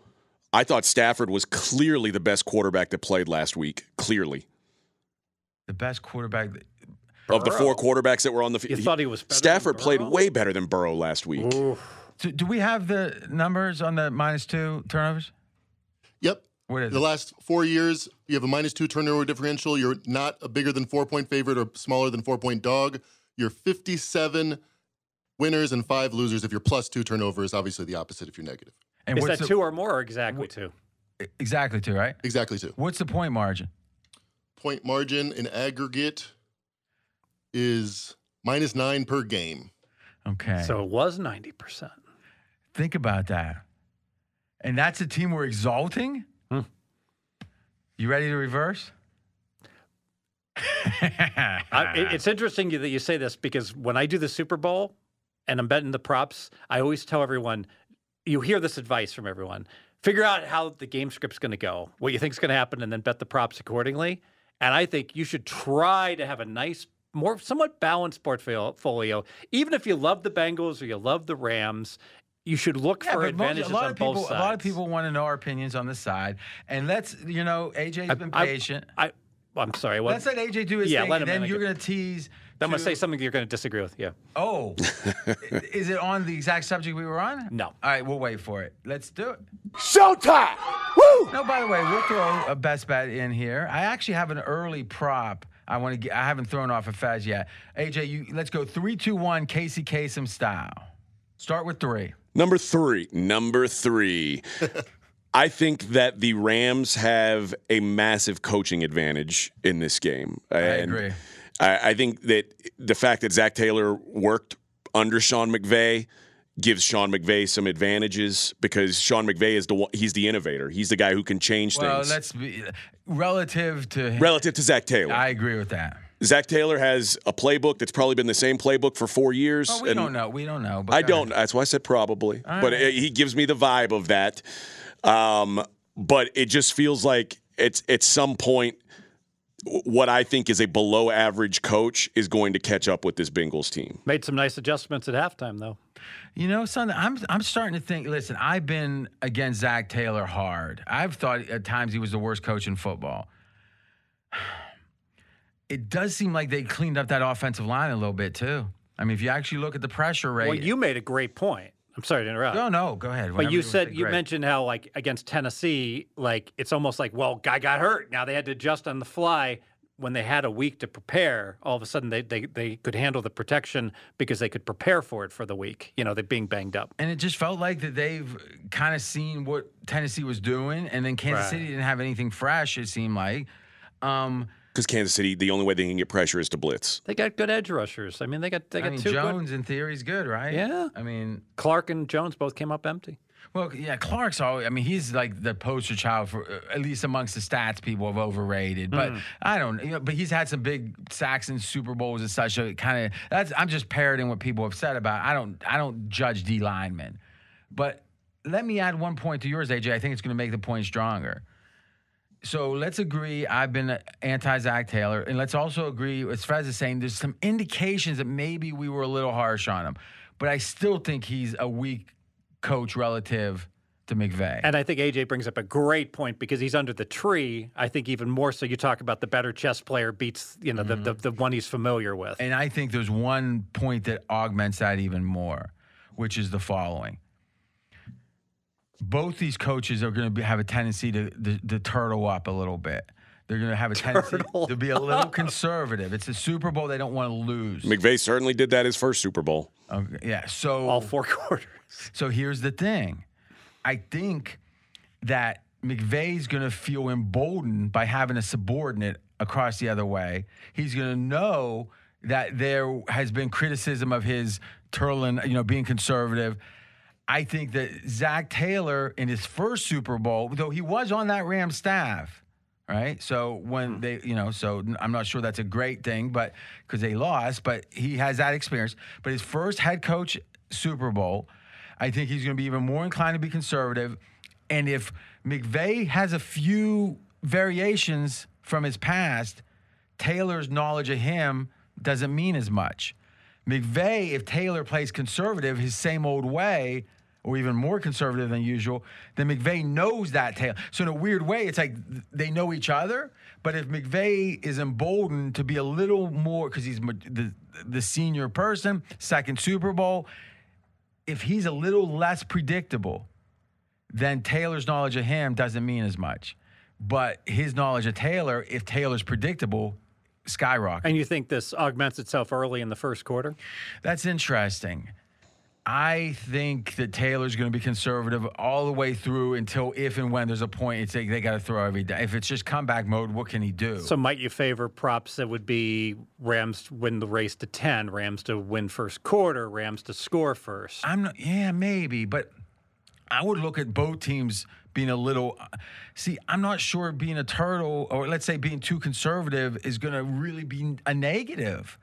B: I thought Stafford was clearly the best quarterback that played last week. Clearly,
A: the best quarterback.
B: of the four quarterbacks that were on the
C: You
B: field,
C: thought he was better than
B: Stafford played
C: Burrow?
B: way better than Burrow last week.
A: So do we have the numbers on the minus two turnovers?
E: Yep.
A: What is
E: The
A: it?
E: last four years, you have a minus two turnover differential. You're not a bigger than four point favorite or smaller than four point dog. You're 57 winners and five losers. If you're plus two turnovers, obviously the opposite if you're negative.
A: And
C: Is
A: what's
C: that
A: the- e,
C: two or more or exactly two?
A: Exactly two, right?
E: Exactly two.
A: What's the point margin?
E: Point margin in aggregate is minus nine per game.
A: Okay. So
C: So it was ninety percent.
A: think about that. And that's a team we're exalting.
C: Hmm.
A: You ready to reverse?
C: I,
A: Ah.
C: it- it's interesting that you say this because when I do the Super Bowl and I'm betting the props, I always tell everyone, you hear this advice from everyone figure out how the game script's going to go, what you think's going to happen, and then bet the props accordingly. And I think you should try to have a nice, more somewhat balanced portfolio. Even if you love the Bengals or you love the Rams, you should look
A: Yeah,
C: for
A: but most-
C: advantages
A: a lot
C: on
A: of people,
C: both sides.
A: a lot of people want to know our opinions on the side, and let's you know, AJ's been
C: I-
A: patient.
C: I I'm sorry. What?
A: Let's let AJ do his
C: Yeah,
A: thing,
C: let
A: and
C: him
A: then
C: in
A: you're
C: again.
A: going to tease.
C: I'm gonna
A: to-
C: say something you're gonna disagree with. Yeah.
A: Oh, I- is it on the exact subject we were on?
C: No.
A: All right, we'll wait for it. Let's do it.
G: Showtime! Woo!
A: No, by the way, we'll throw a best bet in here. I actually have an early prop. I want to. get I haven't thrown off a Fez yet. AJ, you let's go three, two, one. Casey Kasem style. Start with three.
B: Number three. Number three. I think that the Rams have a massive coaching advantage in this game. I
A: agree.
B: I, I think that the fact that Zach Taylor worked under Sean McVay gives Sean McVay some advantages because Sean McVay is the one, he's the innovator. He's the guy who can change
A: Well,
B: things.
A: let's be relative to.
B: Relative to Zach Taylor,
A: I agree with that.
B: Zach Taylor has a playbook that's probably been the same playbook for four years.
A: Well, we
B: and-
A: don't know. We don't know. But
B: I
A: go
B: don't.
A: ahead.
B: That's why I said probably. but it, he gives me the vibe of that. Um, but it just feels like it's at some point w- what I think is a below average coach is going to catch up with this Bengals team.
C: Made some nice adjustments at halftime though.
A: You know, son, I'm I'm starting to think. Listen, I've been against Zach Taylor hard. I've thought at times he was the worst coach in football. It does seem like they cleaned up that offensive line a little bit too. I mean, if you actually look at the pressure rate.
C: Well, you made a great point. I'm sorry to interrupt.
A: no, no, go ahead.
C: But
A: whenever
C: you
A: wanna
C: said
A: say
C: you
A: great.
C: mentioned how like against Tennessee, like it's almost like well, guy got hurt. Now they had to adjust on the fly. When they had a week to prepare, all of a sudden they they, they could handle the protection because they could prepare for it for the week. You know, they being banged up.
A: And it just felt like that they've kind of seen what Tennessee was doing, and then Kansas
C: Right.
A: City didn't have anything fresh. It seemed like. Um,
B: Because Kansas City, the only way they can get pressure is to blitz.
C: They got good edge rushers. I mean, they got they got
A: I mean,
C: two good.
A: Jones in theory is good, right?
C: Yeah.
A: I mean,
C: Clark and Jones both came up empty.
A: Well, yeah, Clark's always. I mean, he's like the poster child for uh, at least amongst the stats people have overrated. But I don't. You know, but he's had some big sacks in Super Bowls and such. So it kind of that's. I'm just parroting what people have said about. I don't. I don't judge D linemen, but let me add one point to yours, AJ. I think it's going to make the point stronger. So let's agree. I've been anti Zach Taylor, and let's also agree, as Fez is saying, there's some indications that maybe we were a little harsh on him, but I still think he's a weak coach relative to McVay.
C: And I think AJ brings up a great point because he's under the tree. I think even more so, you talk about the better chess player beats you know the, the the one he's familiar with.
A: Mm-hmm. And I think there's one point that augments that even more, which is the following. Both these coaches are going to have a tendency to, to, to turtle up a little bit. They're going to have a tendency
C: Turtle
A: to be a little conservative. It's a Super Bowl; they don't want to lose.
B: McVay certainly did that his first Super Bowl.
A: Okay, yeah. So
C: All four quarters.
A: So here's the thing. I think that McVay's going to feel emboldened by having a subordinate across the other way. He's going to know that there has been criticism of his turlin, you know, being conservative. I think that Zach Taylor in his first Super Bowl, though he was on that Ram staff, right? So when they, you know, so n- I'm not sure that's a great thing, but because they lost, but he has that experience. But his first head coach Super Bowl, I think he's going to be even more inclined to be conservative. And if McVay has a few variations from his past, Taylor's knowledge of him doesn't mean as much. McVay, if Taylor plays conservative his same old way, or even more conservative than usual, then McVay knows that Taylor. So in a weird way, it's like th- they know each other. But if McVay is emboldened to be a little more, because he's ma- the, the senior person, second Super Bowl, if he's a little less predictable, then Taylor's knowledge of him doesn't mean as much. But his knowledge of Taylor, if Taylor's predictable, skyrockets.
C: And you think this augments itself early in the first quarter?
A: That's interesting. I think that Taylor's going to be conservative all the way through until if and when there's a point. It's like they got to throw every day. If it's just comeback mode, what can he do?
C: So might you favor props that would be Rams win the race to 10, Rams to win first quarter, Rams to score first?
A: I'm not. Yeah, maybe, but I would look at both teams being a little. uh, See, I'm not sure being a turtle or let's say being too conservative is going to really be a negative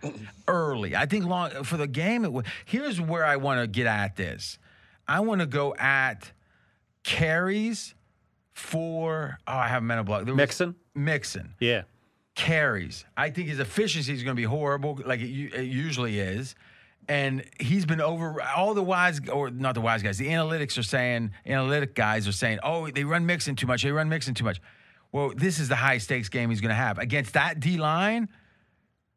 A: early. I think long for the game. It would. Here's where I want to get at this. I want to go at carries for. Oh, I have men in block. There was-
C: Mixon?
A: Mixon
C: Yeah.
A: carries. I think his efficiency is going to be horrible, like it, u- it usually is. And he's been over all the wise, or not the wise guys. The analytics are saying, analytic guys are saying, oh, they run mixing too much. They run mixing too much. well, this is the high stakes game he's going to have against that D line.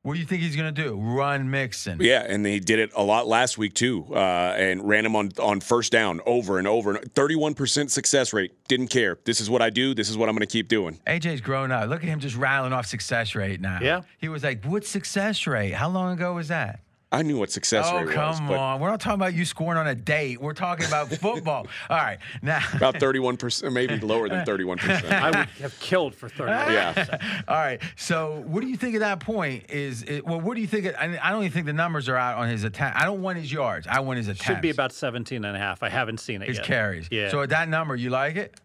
A: What do you think he's going to do? Run Mixon.
B: Yeah, and they did it a lot last week too, uh, and ran him on on first down over and over. Thirty-one percent success rate. Didn't care. This is what I do. This is what I'm going to keep doing.
A: AJ's grown up. Look at him just rattling off success rate now.
C: Yeah.
A: He was like, "What success rate? How long ago was that?"
B: I knew what success
A: oh,
B: rate was.
A: come
B: but
A: on. We're not talking about you scoring on a date. We're talking about football. All right. Now,
B: About thirty-one percent, maybe lower than thirty-one percent.
C: I would have killed for 30.
A: Ah.
B: Yeah.
A: all right. So, what do you think at that point? Is it, well, what do you think? I, I don't even think the numbers are out on his attack. I don't want his yards. I want his attempts.
C: Should be about 17 and a half. I haven't seen it
A: his
C: yet.
A: carries.
C: Yeah.
A: So at that number, you like it?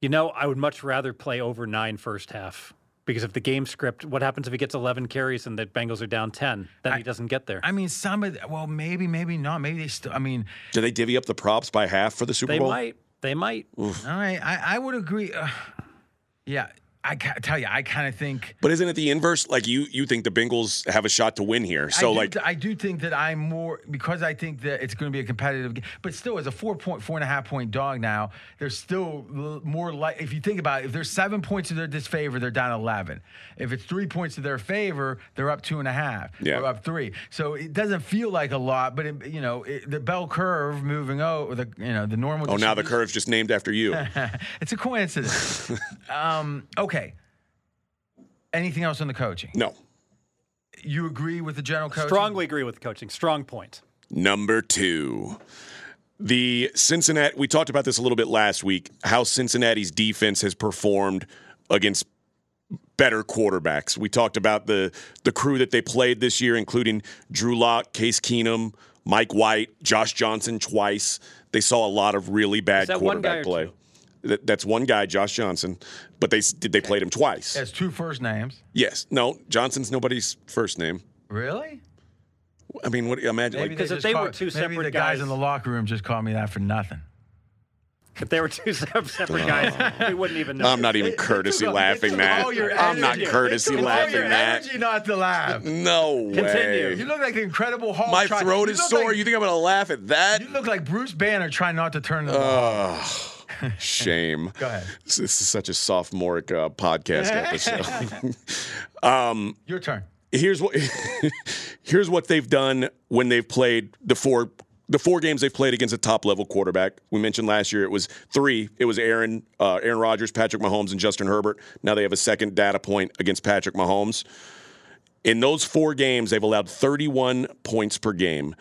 C: You know, I would much rather play over nine first half because if the game script, what happens if he gets 11 carries and the Bengals are down 10? Then he doesn't get there.
A: I mean, some of the, well, maybe, maybe not. Maybe they still. I mean,
B: Do they divvy up the props by half for the Super
C: they
B: Bowl?
C: might. They might.
A: all right. I, I would agree. Uh, yeah, I ca- tell you, I kind of think.
B: But isn't it the inverse? Like you, you think the Bengals have a shot to win here? So
A: I do,
B: like,
A: I do think that I'm more because I think that it's going to be a competitive game. But still, as a four point, four and a half point dog now, there's still l- more like if you think about it, if there's seven points to their disfavor, they're down eleven. If it's three points to their favor, they're up two and a half.
B: Yeah.
A: Or up three. So it doesn't feel like a lot, but it, you know it, the bell curve moving out, the you know the normal.
B: oh, now the
A: distribution-
B: curve's just named after you.
A: it's a coincidence. um, okay. Anything else on the coaching?
B: No,
A: You agree with the general coach?
C: Strongly agree with coaching. Strong point.
B: Number two, the Cincinnati. We talked about this a little bit last week. How Cincinnati's defense has performed against better quarterbacks. We talked about the the crew that they played this year, including Drew Lock, Case Keenum, Mike White, Josh Johnson twice. They saw a lot of really bad
C: that one guy
B: quarterback
C: or
B: play. That- That's one guy, Josh Johnson, but they s- did they played him twice.
A: Has two first names.
B: Yes, no, Johnson's nobody's first name.
A: Really?
B: I mean, what imagine like
A: Maybe
C: Because if
A: just
C: they were
A: call-
C: two
A: maybe
C: separate
A: the guys,
C: guys-
A: in the locker room just called me that for nothing.
C: If they were two se- separate guys, we wouldn't even know.
B: I'm not even courtesy laughing that.
A: all your
B: I'm not
A: energy.
B: courtesy
A: It's all your
B: laughing that.
A: energy not to laugh.
B: No
A: You
B: way.
A: look like the Incredible Hulk.
B: My
A: try-
B: throat
A: you
B: is
A: look
B: sore.
A: like-
B: You think I'm gonna laugh at that?
A: you look like Bruce Banner trying not to
B: Uh,
A: turn the ball.
B: Ugh, shame.
A: Go ahead.
B: This is such a sophomoric uh, podcast episode. um,
A: Your turn.
B: here's what here's what they've done when they've played the four the four games they've played against a top level quarterback. We mentioned last year it was three. It was Aaron uh, Aaron Rodgers, Patrick Mahomes, and Justin Herbert. Now they have a second data point against Patrick Mahomes. In those four games, they've allowed 31 points per game.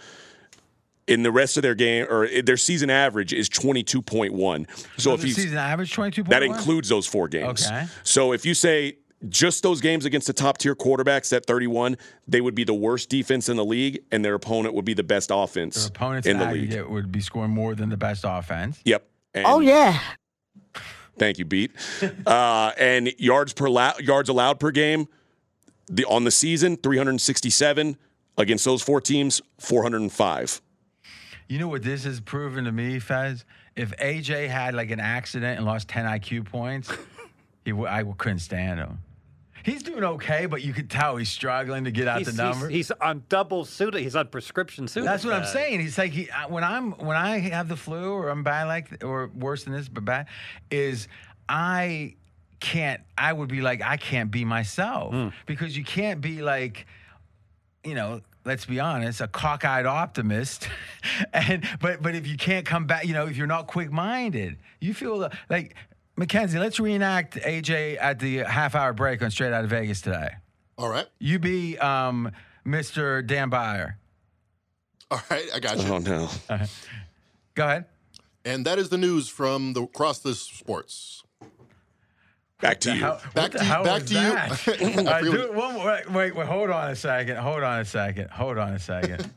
B: In the rest of their game, or i- their season average is 22.1. So if
A: the
B: you
A: season average twenty-two point
B: that includes those four games.
A: Okay.
B: So if you say just those games against the top tier quarterbacks at 31, they would be the worst defense in the league, and their opponent would be the best offense
A: opponents
B: in
A: in
B: the league.
A: aggregate would be scoring more than the best offense.
B: Yep. oh yeah. Thank you, Beat. uh, and yards per la- yards allowed per game, the on the season 367 against those four teams 405.
A: You know what this has proven to me, Fez? If AJ had like an accident and lost 10 IQ points, he w- I w- couldn't stand him. He's doing okay, but you could tell he's struggling to get out
C: He's,
A: the numbers.
C: he's, he's on double Suda. He's on prescription Suda.
A: That's what I'm saying. He's like he, I- when I'm when I have the flu or I'm bad like th- or worse than this, but bad is I can't. I would be like I can't be myself because you can't be like you know. Let's be honest, a cockeyed optimist, and but but if you can't come back, you know, if you're not quick-minded, you feel the- like Mackenzie. Let's reenact AJ at the half-hour break on Straight Out of Vegas today.
E: All right.
A: You be um, Mr. Dan Byer.
E: All right. I got you.
B: Oh no.
A: Go ahead.
E: And that is the news from the across the sports.
B: Back to you.
A: How-
E: Back
A: what the
E: to you-
A: hell
E: back
A: was
E: to you.
A: that?
E: I
A: Uh,
E: feel
A: do
E: it.
A: it one more- wait, wait, wait, hold on a second. Hold on a second. Hold on a second.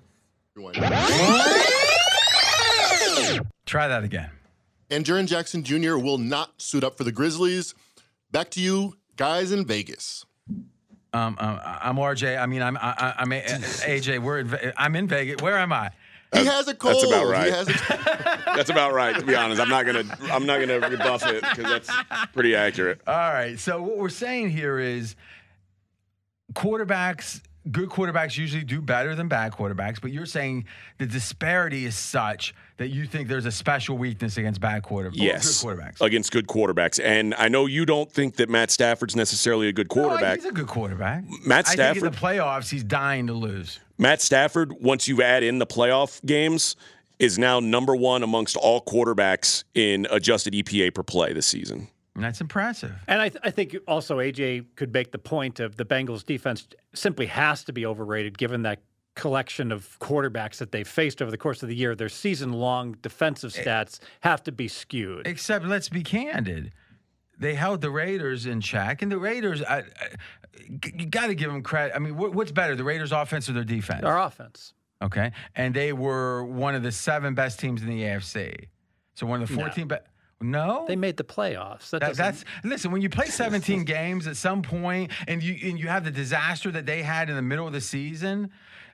A: Try that again.
E: And Jaron Jackson Jr. will not suit up for the Grizzlies. Back to you, guys in Vegas.
A: Um, um, I- I'm RJ. I mean, I'm I, I- I'm A- AJ. We're in, Ve- I'm in Vegas. Where am I?
E: He has a cold.
B: that's about
E: He
B: right.
E: has a,
B: That's about right. To be honest, I'm not gonna I'm not gonna rebuff it because that's pretty accurate.
A: All right. So what we're saying here is quarterbacks good quarterbacks usually do better than bad quarterbacks, but you're saying the disparity is such that you think there's a special weakness against bad quarterbacks.
B: yes,
A: Good quarterbacks.
B: against good quarterbacks. And I know you don't think that Matt Stafford's necessarily a good
A: No,
B: quarterback.
A: he's a good quarterback.
B: Matt
A: I think in
B: Stafford-
A: the playoffs, he's dying to lose.
B: Matt Stafford, once you add in the playoff games, is now number one amongst all quarterbacks in adjusted EPA per play this season.
A: And that's impressive.
C: And I, th- I think also AJ could make the point of the Bengals defense simply has to be overrated given that collection of quarterbacks that they've faced over the course of the year. Their season long defensive stats have to be skewed.
A: Except, let's be candid. They held the Raiders in check, and the Raiders, I, I, you got to give them credit. I mean, what, what's better, the Raiders' offense or their defense?
C: Our offense.
A: Okay. And they were one of the seven best teams in the AFC. So one of the 14 best. No?
C: They made the playoffs. That
A: That-
C: doesn't-
A: that's listen. When you play 17 games at some point, and you and you have the disaster that they had in the middle of the season.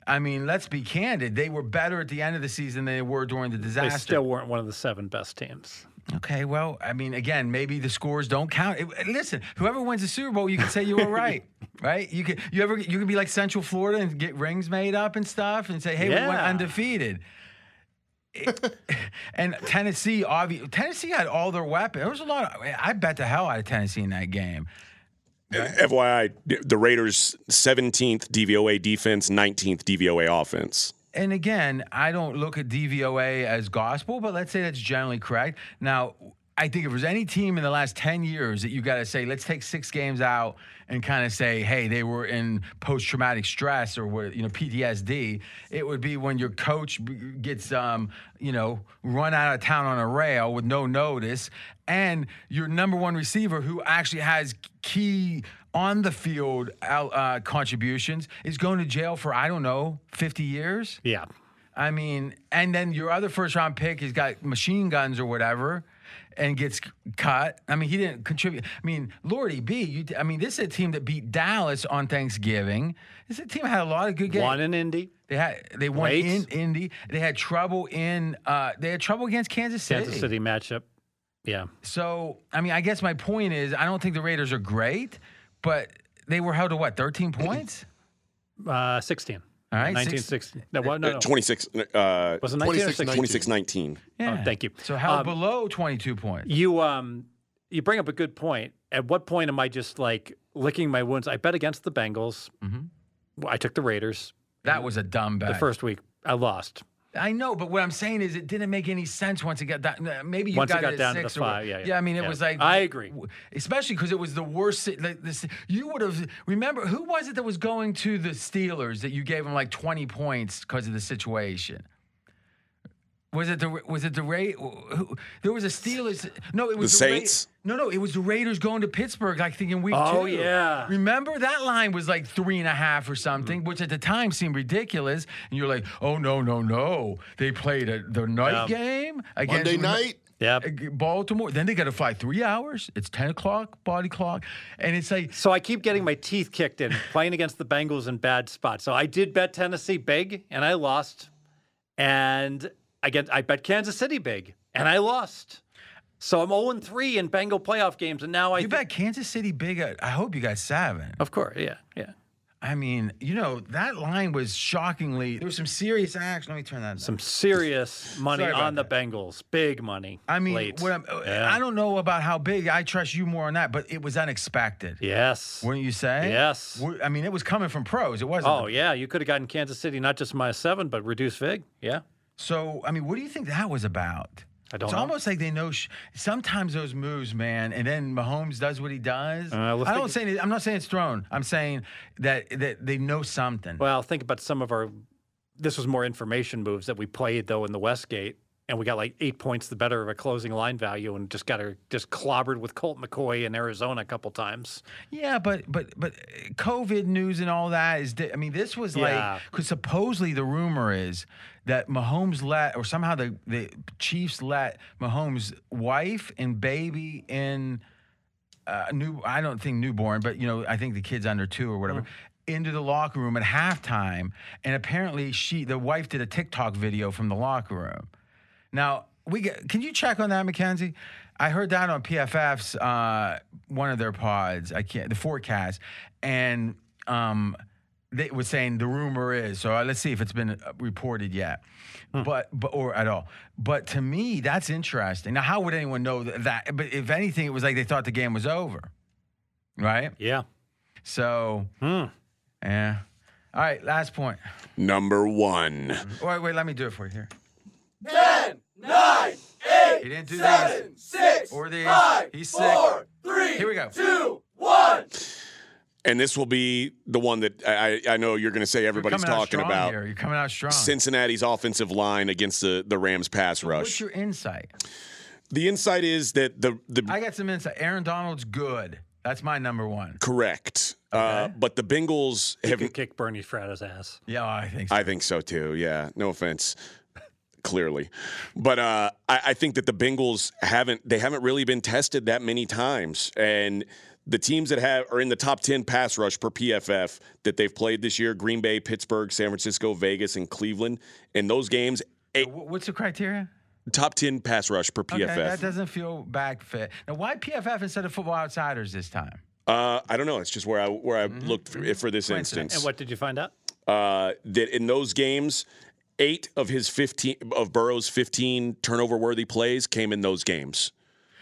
A: I mean, let's be candid. They were better at the end of the season than they were during the
C: they
A: disaster.
C: still weren't one of the seven best teams.
A: okay. Well, I mean, again, maybe the scores don't count. It- listen, whoever wins the Super Bowl, you can say you were right, right? You can you ever you can be like Central Florida and get rings made up and stuff, and say, hey, we went
C: Yeah.
A: undefeated. It- and Tennessee, obvi- Tennessee had all their weapons. There was a lot. Of, I bet the hell out of Tennessee in that game.
B: Uh, FYI, the Raiders' 17th DVOA defense, 19th DVOA offense.
A: and again, I don't look at DVOA as gospel, but let's say that's generally correct. Now, I think if there's any team in the last 10 years that you got to say, let's take six games out and kind of say, hey, they were in post traumatic stress or were, you know, PTSD, it would be when your coach b- gets, um, you know, run out of town on a rail with no notice and your number one receiver who actually has key on the field uh, contributions is going to jail for, I don't know, 50 years.
C: Yeah.
A: I mean, and then your other first round pick has got machine guns or whatever and gets c- cut. I mean, he didn't contribute. I mean, Lordy B, you, I mean, this is a team that beat Dallas on Thanksgiving. This is a team that had a lot of good games.
C: One in Indy.
A: They had they won
C: Late.
A: in Indy. They had trouble in uh, they had trouble against Kansas City.
C: Kansas City matchup. Yeah.
A: So, I mean, I guess my point is I don't think the Raiders are great, but they were held to what, 13 points?
C: Uh, 16.
A: All right,
C: 1916. No, well, no, no.
B: 26, uh,
C: Was it 19 or
E: 26,
C: 16?
B: 26 19.
A: Yeah.
C: Oh, thank you.
A: So held
C: Um,
A: below 22 points.
C: You um you bring up a good point. At what point am I just like licking my wounds? I bet against the Bengals.
A: Mhm.
C: Well, I took the Raiders
A: That was a dumb bet.
C: the first week. I lost.
A: I know, but what I'm saying is it didn't make any sense once it got down. Maybe you
C: Once it
A: got,
C: got
A: at
C: down to
A: six
C: the
A: or-
C: five, yeah, yeah.
A: I mean, it
C: Yeah.
A: was like
C: I agree.
A: w- especially because it was the worst. si- Like this, you would have remember who was it that was going to the Steelers that you gave them like 20 points because of the situation. Was it the was it the Ray? who- There was a Steelers. No, it was
B: The
A: Ra-
B: Saints?
A: no, no, it was the Raiders going to Pittsburgh. Like thinking week two.
C: Oh, yeah.
A: Remember that line was like three and a half or something,
C: Mm-hmm.
A: which at the time seemed ridiculous. And you're like, oh no, no, no! They played a, the night game against
E: Monday night.
C: Yeah.
A: ag- Baltimore. Then they got to fly three hours. It's ten o'clock body clock, and it's like
C: So I keep getting my teeth kicked in playing against the Bengals in bad spots. So I did bet Tennessee big and I lost. And I get I bet Kansas City big and I lost. So I'm 0 3 in Bengal playoff games. And now I
A: you
C: thi-
A: bet Kansas City big. uh, I hope you got seven.
C: Of course. Yeah. Yeah.
A: I mean, you know that line was shockingly. There was some serious action. Let me turn that.
C: Some serious money
A: Sorry about
C: on the Bengals. Big money.
A: I mean,
C: late.
A: what I'm,
C: Yeah.
A: I don't know about how big. I trust you more on that, but it was unexpected.
C: Yes.
A: Wouldn't you say?
C: Yes.
A: Wou- I mean, it was coming from pros. It wasn't.
C: Oh yeah, you could have gotten Kansas City not just minus seven, but reduced vig. Yeah,
A: So, I mean, what do you think that was about?
C: I don't
A: It's
C: know.
A: almost like they know. Sh- sometimes those moves, man, and then Mahomes does what he does.
C: Uh, let's
A: I
C: think-
A: don't say. it- I'm not saying it's thrown. I'm saying that that they know something.
C: Well, think about some of our. This was more information moves that we played though in the Westgate, and we got like eight points the better of a closing line value, and just got her just clobbered with Colt McCoy in Arizona a couple times.
A: yeah, but but but uh, COVID news and all that is. Di- I mean, this was
C: Yeah.
A: like because supposedly the rumor is that Mahomes let or somehow the the Chiefs let Mahomes' wife and baby in. uh, new I don't think newborn, but you know, I think the kid's under two or whatever. Into the locker room at halftime, and apparently she, the wife, did a TikTok video from the locker room. Now we get, can you check on that, Mackenzie? I heard that on PFF's uh, one of their pods. I can't the forecast, and um, they were saying the rumor is. So uh, let's see if it's been uh, reported yet, but but or at all. But to me, that's interesting. Now, how would anyone know th- that? But if anything, it was like they thought the game was over, right?
C: Yeah.
A: So, yeah. All right, last point.
B: Number one.
A: Wait, wait, let me do it for you here. He didn't do these or these. He's sick. Here we go.
B: And this will be the one that I, I I know you're going to say everybody's
A: Coming out
B: talking
A: strong
B: about.
A: Here. You're coming out strong.
B: Cincinnati's offensive line against the, the Rams
A: What's
B: pass rush.
A: your insight?
B: the insight is that the the
A: I got some insight. Aaron Donald's good. That's my number one.
B: correct, uh, but the Bengals have.
C: Could kick Bernie Fratto's ass.
A: Yeah, I think so.
B: I think so too. Yeah, no offense. Clearly, but uh, I, I think that the Bengals haven't they haven't really been tested that many times, and the teams that have are in the top ten pass rush per PFF that they've played this year: Green Bay, Pittsburgh, San Francisco, Vegas, and Cleveland. In those games, a
A: Wh- What's the criteria?
B: top ten pass rush per PFF.
A: Okay, that doesn't feel back fit. Now, why PFF instead of Football Outsiders this time?
B: Uh, I don't know. It's just where I where I looked for, eh, for this
A: Mm-hmm. Coincidence.
B: instance.
C: And what did you find out?
B: uh, that in those games, eight of his fifteen of Burrow's fifteen turnover worthy plays came in those games.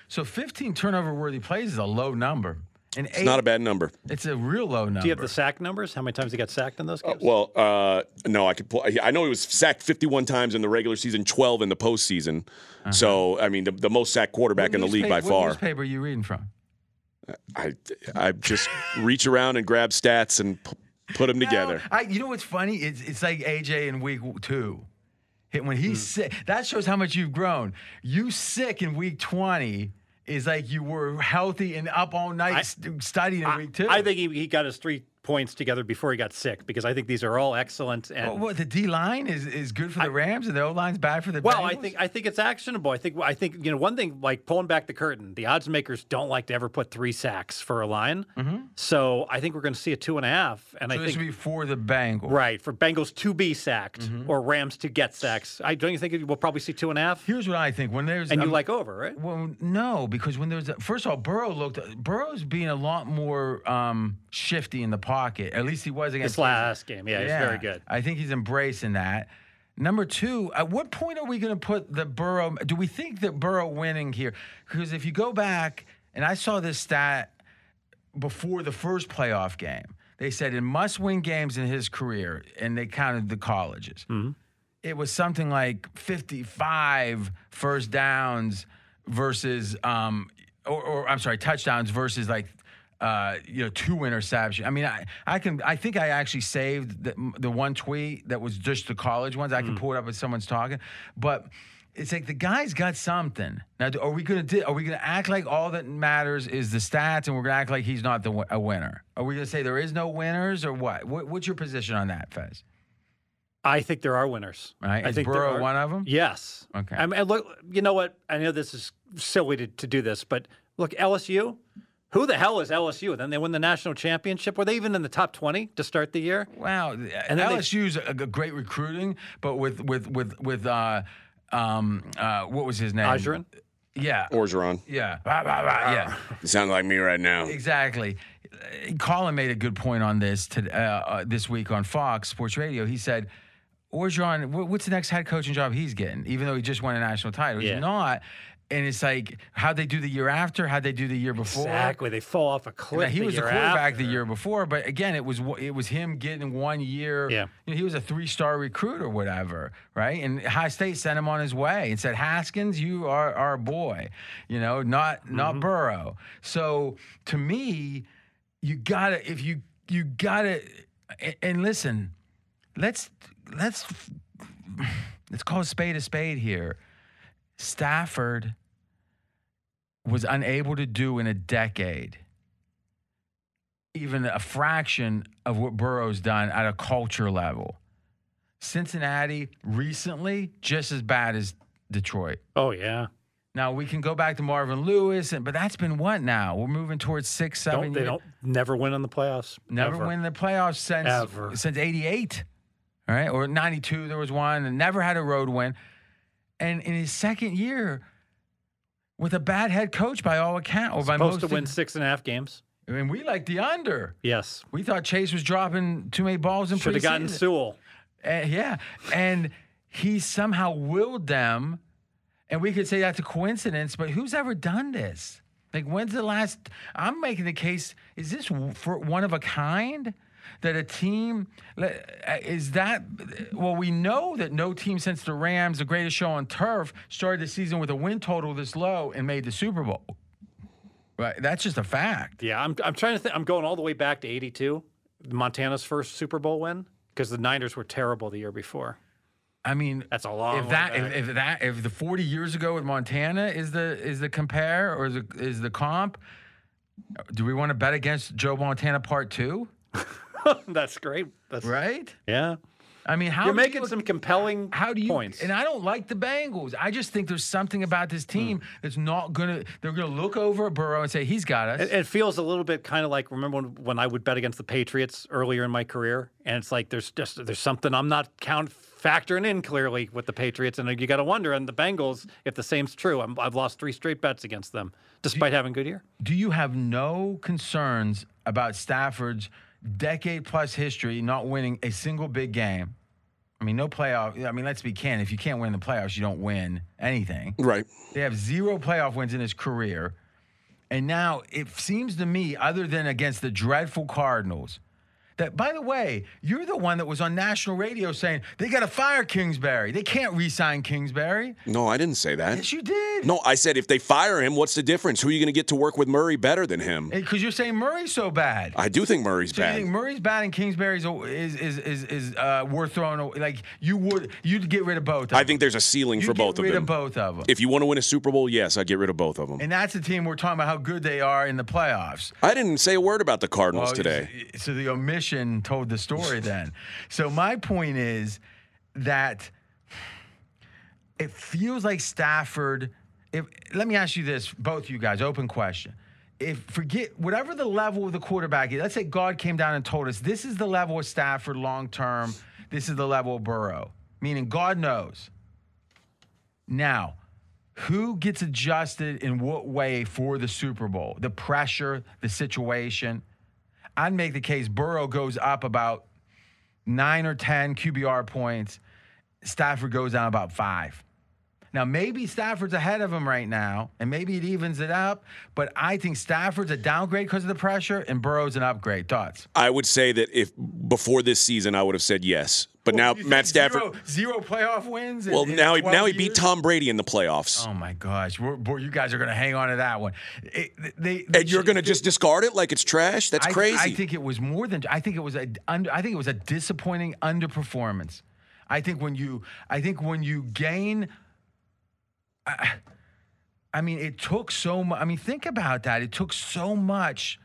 A: So 15 turnover worthy plays is a low number. And eight,
B: It's not a bad number.
A: it's a real low number.
C: Do you have the sack numbers? How many times he got sacked in those games?
B: Well, uh, no, I could pull. I know he was sacked fifty-one times in the regular season, twelve in the postseason. So I mean, the, the most sacked quarterback in the league by
A: Newspaper- Uh-huh. What
B: far.
A: newspaper are you reading from?
B: I I just reach around and grab stats and p- put them together.
A: No, I, you know what's funny? It's, it's like AJ in week two. Hit- When he's
C: Hmm.
A: sick, that shows how much you've grown. You sick in week 20 is like you were healthy and up all night
C: I-
A: st- studying in
C: I,
A: week two.
C: I think he, he got his three points together before he got sick because I think these are all excellent. And
A: Well, what, the D line is, is good for the Rams and the O line's bad for the
C: Well, I
A: Bengals?
C: think I think it's actionable. I think I think you know one thing like pulling back the curtain. The odds makers don't like to ever put three sacks for a line, so I think we're going to see a two and a half. And
A: Mm-hmm. so
C: I
A: this
C: think
A: would be Mm-hmm. for the Bengals.
C: right for Bengals to be sacked or Rams to get sacks. I don't you think we'll probably see two and a half.
A: Here's what I think. When there's
C: And
A: I'm-
C: you like over, right?
A: Well, no, because when there's a, first of all, Burrow looked Burrow's being a lot more um, shifty in the pocket. At least he was against
C: This last game, yeah, he's very good.
A: I think he's embracing that. Number two, at what point are we going to put the Burrow? Do we think that Burrow winning here? Because if you go back, and I saw this stat before the first playoff game, they said in must win games in his career, and they counted the colleges. It was something like 55 first downs versus, um, or, or I'm sorry, touchdowns versus like, uh, you know, two interceptions. I mean, I, I can, I think I actually saved the, the one tweet that was just the college ones. I
C: Mm.
A: can pull it up if someone's talking, but it's like the guy's got something. Now, do- are we gonna di- are we gonna act like all that matters is the stats, and we're gonna act like he's not the wi- a winner? Are we gonna say there is no winners, or what? what what's your position on that, Fez?
C: I think there are winners.
A: All right,
C: I
A: is
C: think
A: Burrow
C: there are.
A: one of them?
C: Yes.
A: Okay.
C: I mean, and look, you know what? I know this is silly to, to do this, but look, LSU. Who the hell is LSU? Then they win the national championship. Were they even in the top twenty to start the year?
A: Wow, and
C: then they-
A: LSU's a, a great recruiting, but with with with with uh, um, uh, what was his name?
C: Ajurin.
A: Yeah,
B: Orgeron,
A: yeah, Rah, rah, rah, yeah.
B: you sound like me right now.
A: Exactly. Uh, Colin made a good point on this to, uh, uh, this week on Fox Sports Radio. He said, Orgeron, wh- what's the next head coaching job he's getting, even though he just won a national title?
C: Yeah.
A: He's not. And it's like, how'd they do the year after? How'd they do the year before?
C: Exactly. They fall off a cliff.
A: Now, he
C: the
A: was a
C: year
A: quarterback
C: after.
A: the year before, but again, it was wh- it was him getting one year.
C: Yeah.
A: you know, he was a three star recruit or whatever, right? And High State sent him on his way and said, "Haskins, you are our boy," you know, not not Burrow. So to me, you gotta if you you gotta a- and listen, let's let's let's call a spade a spade here. Stafford was unable to do in a decade even a fraction of what Burrow's done at a culture level. Cincinnati recently just as bad as Detroit.
C: Oh yeah.
A: Now we can go back to Marvin Lewis, and but that's been what now? We're moving towards six,
C: Don't
A: seven.
C: they
A: years.
C: don't never win in the playoffs.
A: never
C: Ever.
A: win the playoffs since
C: Ever.
A: since '88, all right, or '92. There was one, and never had a road win. And in his second year, with a bad head coach by all accounts, or by
C: Supposed
A: most
C: to win
A: ac-
C: six and a half games.
A: I mean, we like the under.
C: Yes.
A: We thought Chase was dropping too many balls in
C: Should have gotten
A: preseason.
C: Sewell.
A: And- yeah, and he somehow willed them, and we could say that's a coincidence. But who's ever done this? Like, when's the last? I'm making the case: is this w- for one of a kind? That a team le- uh, is that? Well, we know that no team since the Rams, the greatest show on turf, started the season with a win total this low and made the Super Bowl. Right, that's just a fact.
C: Yeah, I'm, I'm trying to think. I'm going all the way back to 82, Montana's first Super Bowl win, because the Niners were terrible the year before.
A: I mean,
C: That's a long
A: if
C: way
A: that
C: back.
A: if, if that if the 40 years ago with Montana is the is the compare or is the, is the comp do we want to bet against Joe Montana part 2
C: That's great. That's
A: right
C: Yeah.
A: I mean how
C: You're
A: do
C: making
A: you,
C: some compelling
A: how do you
C: points.
A: and I don't like the Bengals I just think there's something about this team
C: Hmm.
A: that's not going to they're going to look over at Burrow and say he's got us
C: It, it feels a little bit kind of like remember when, when I would bet against the Patriots earlier in my career, and it's like there's just there's something I'm not count factoring in clearly with the Patriots, and you got to wonder. And the Bengals, if the same's true, I'm, I've lost three straight bets against them, despite having a good year.
A: do you have no concerns about Stafford's decade plus history not winning a single big game? I mean, no playoff. I mean, let's be candid. If you can't win the playoffs, you don't win anything.
B: Right.
A: They have zero playoff wins in his career. And now it seems to me, other than against the dreadful Cardinals, that by the way, you're the one that was on national radio saying they got to fire Kingsbury. They can't re sign Kingsbury.
B: No, I didn't say that.
A: Yes, you did.
B: No, I said if they fire him, what's the difference? Who are you going to get to work with Murray better than him?
A: Because you're saying Murray's so bad.
B: I do think Murray's
A: So you
B: bad.
A: think Murray's bad and Kingsbury's a- is is is is uh, worth throwing away? Like you would, you'd get rid of both. Of
B: I
A: them.
B: think there's a ceiling
A: you'd
B: for
A: get
B: both of
A: rid
B: them.
A: of both of them.
B: If you want to win a Super Bowl, yes, I'd get rid of both of them.
A: and that's the team we're talking about how good they are in the playoffs.
B: I didn't say a word about the Cardinals today.
A: So the omission told the story then. so my point is that it feels like Stafford. If let me ask you this, both you guys, open question. If forget whatever the level of the quarterback is, let's say God came down and told us this is the level of Stafford long term, this is the level of Burrow, meaning God knows. Now, who gets adjusted in what way for the Super Bowl? The pressure, the situation. I'd make the case Burrow goes up about nine or 10 QBR points, Stafford goes down about five. Now, maybe Stafford's ahead of him right now, and maybe it evens it up, but I think Stafford's a downgrade because of the pressure, and Burrow's an upgrade. Thoughts?
B: I would say that if before this season, I would have said yes. But now
A: You think
B: Matt Stafford.
A: Zero, zero playoff wins? in-
B: well,
A: in
B: now he
A: 12
B: now he beat
A: years?
B: Tom Brady in the playoffs,
A: Oh my gosh, We're, boy, you guys are going to hang on to that one. It- they, they-
B: and you're going to just discard it like it's trash. That's
A: I-
B: crazy.
A: I think it was more than. I think it was a. Under, I think it was a disappointing underperformance. I think when you. I think when you gain. I, I mean, it took so much. I mean, think about that. It took so much.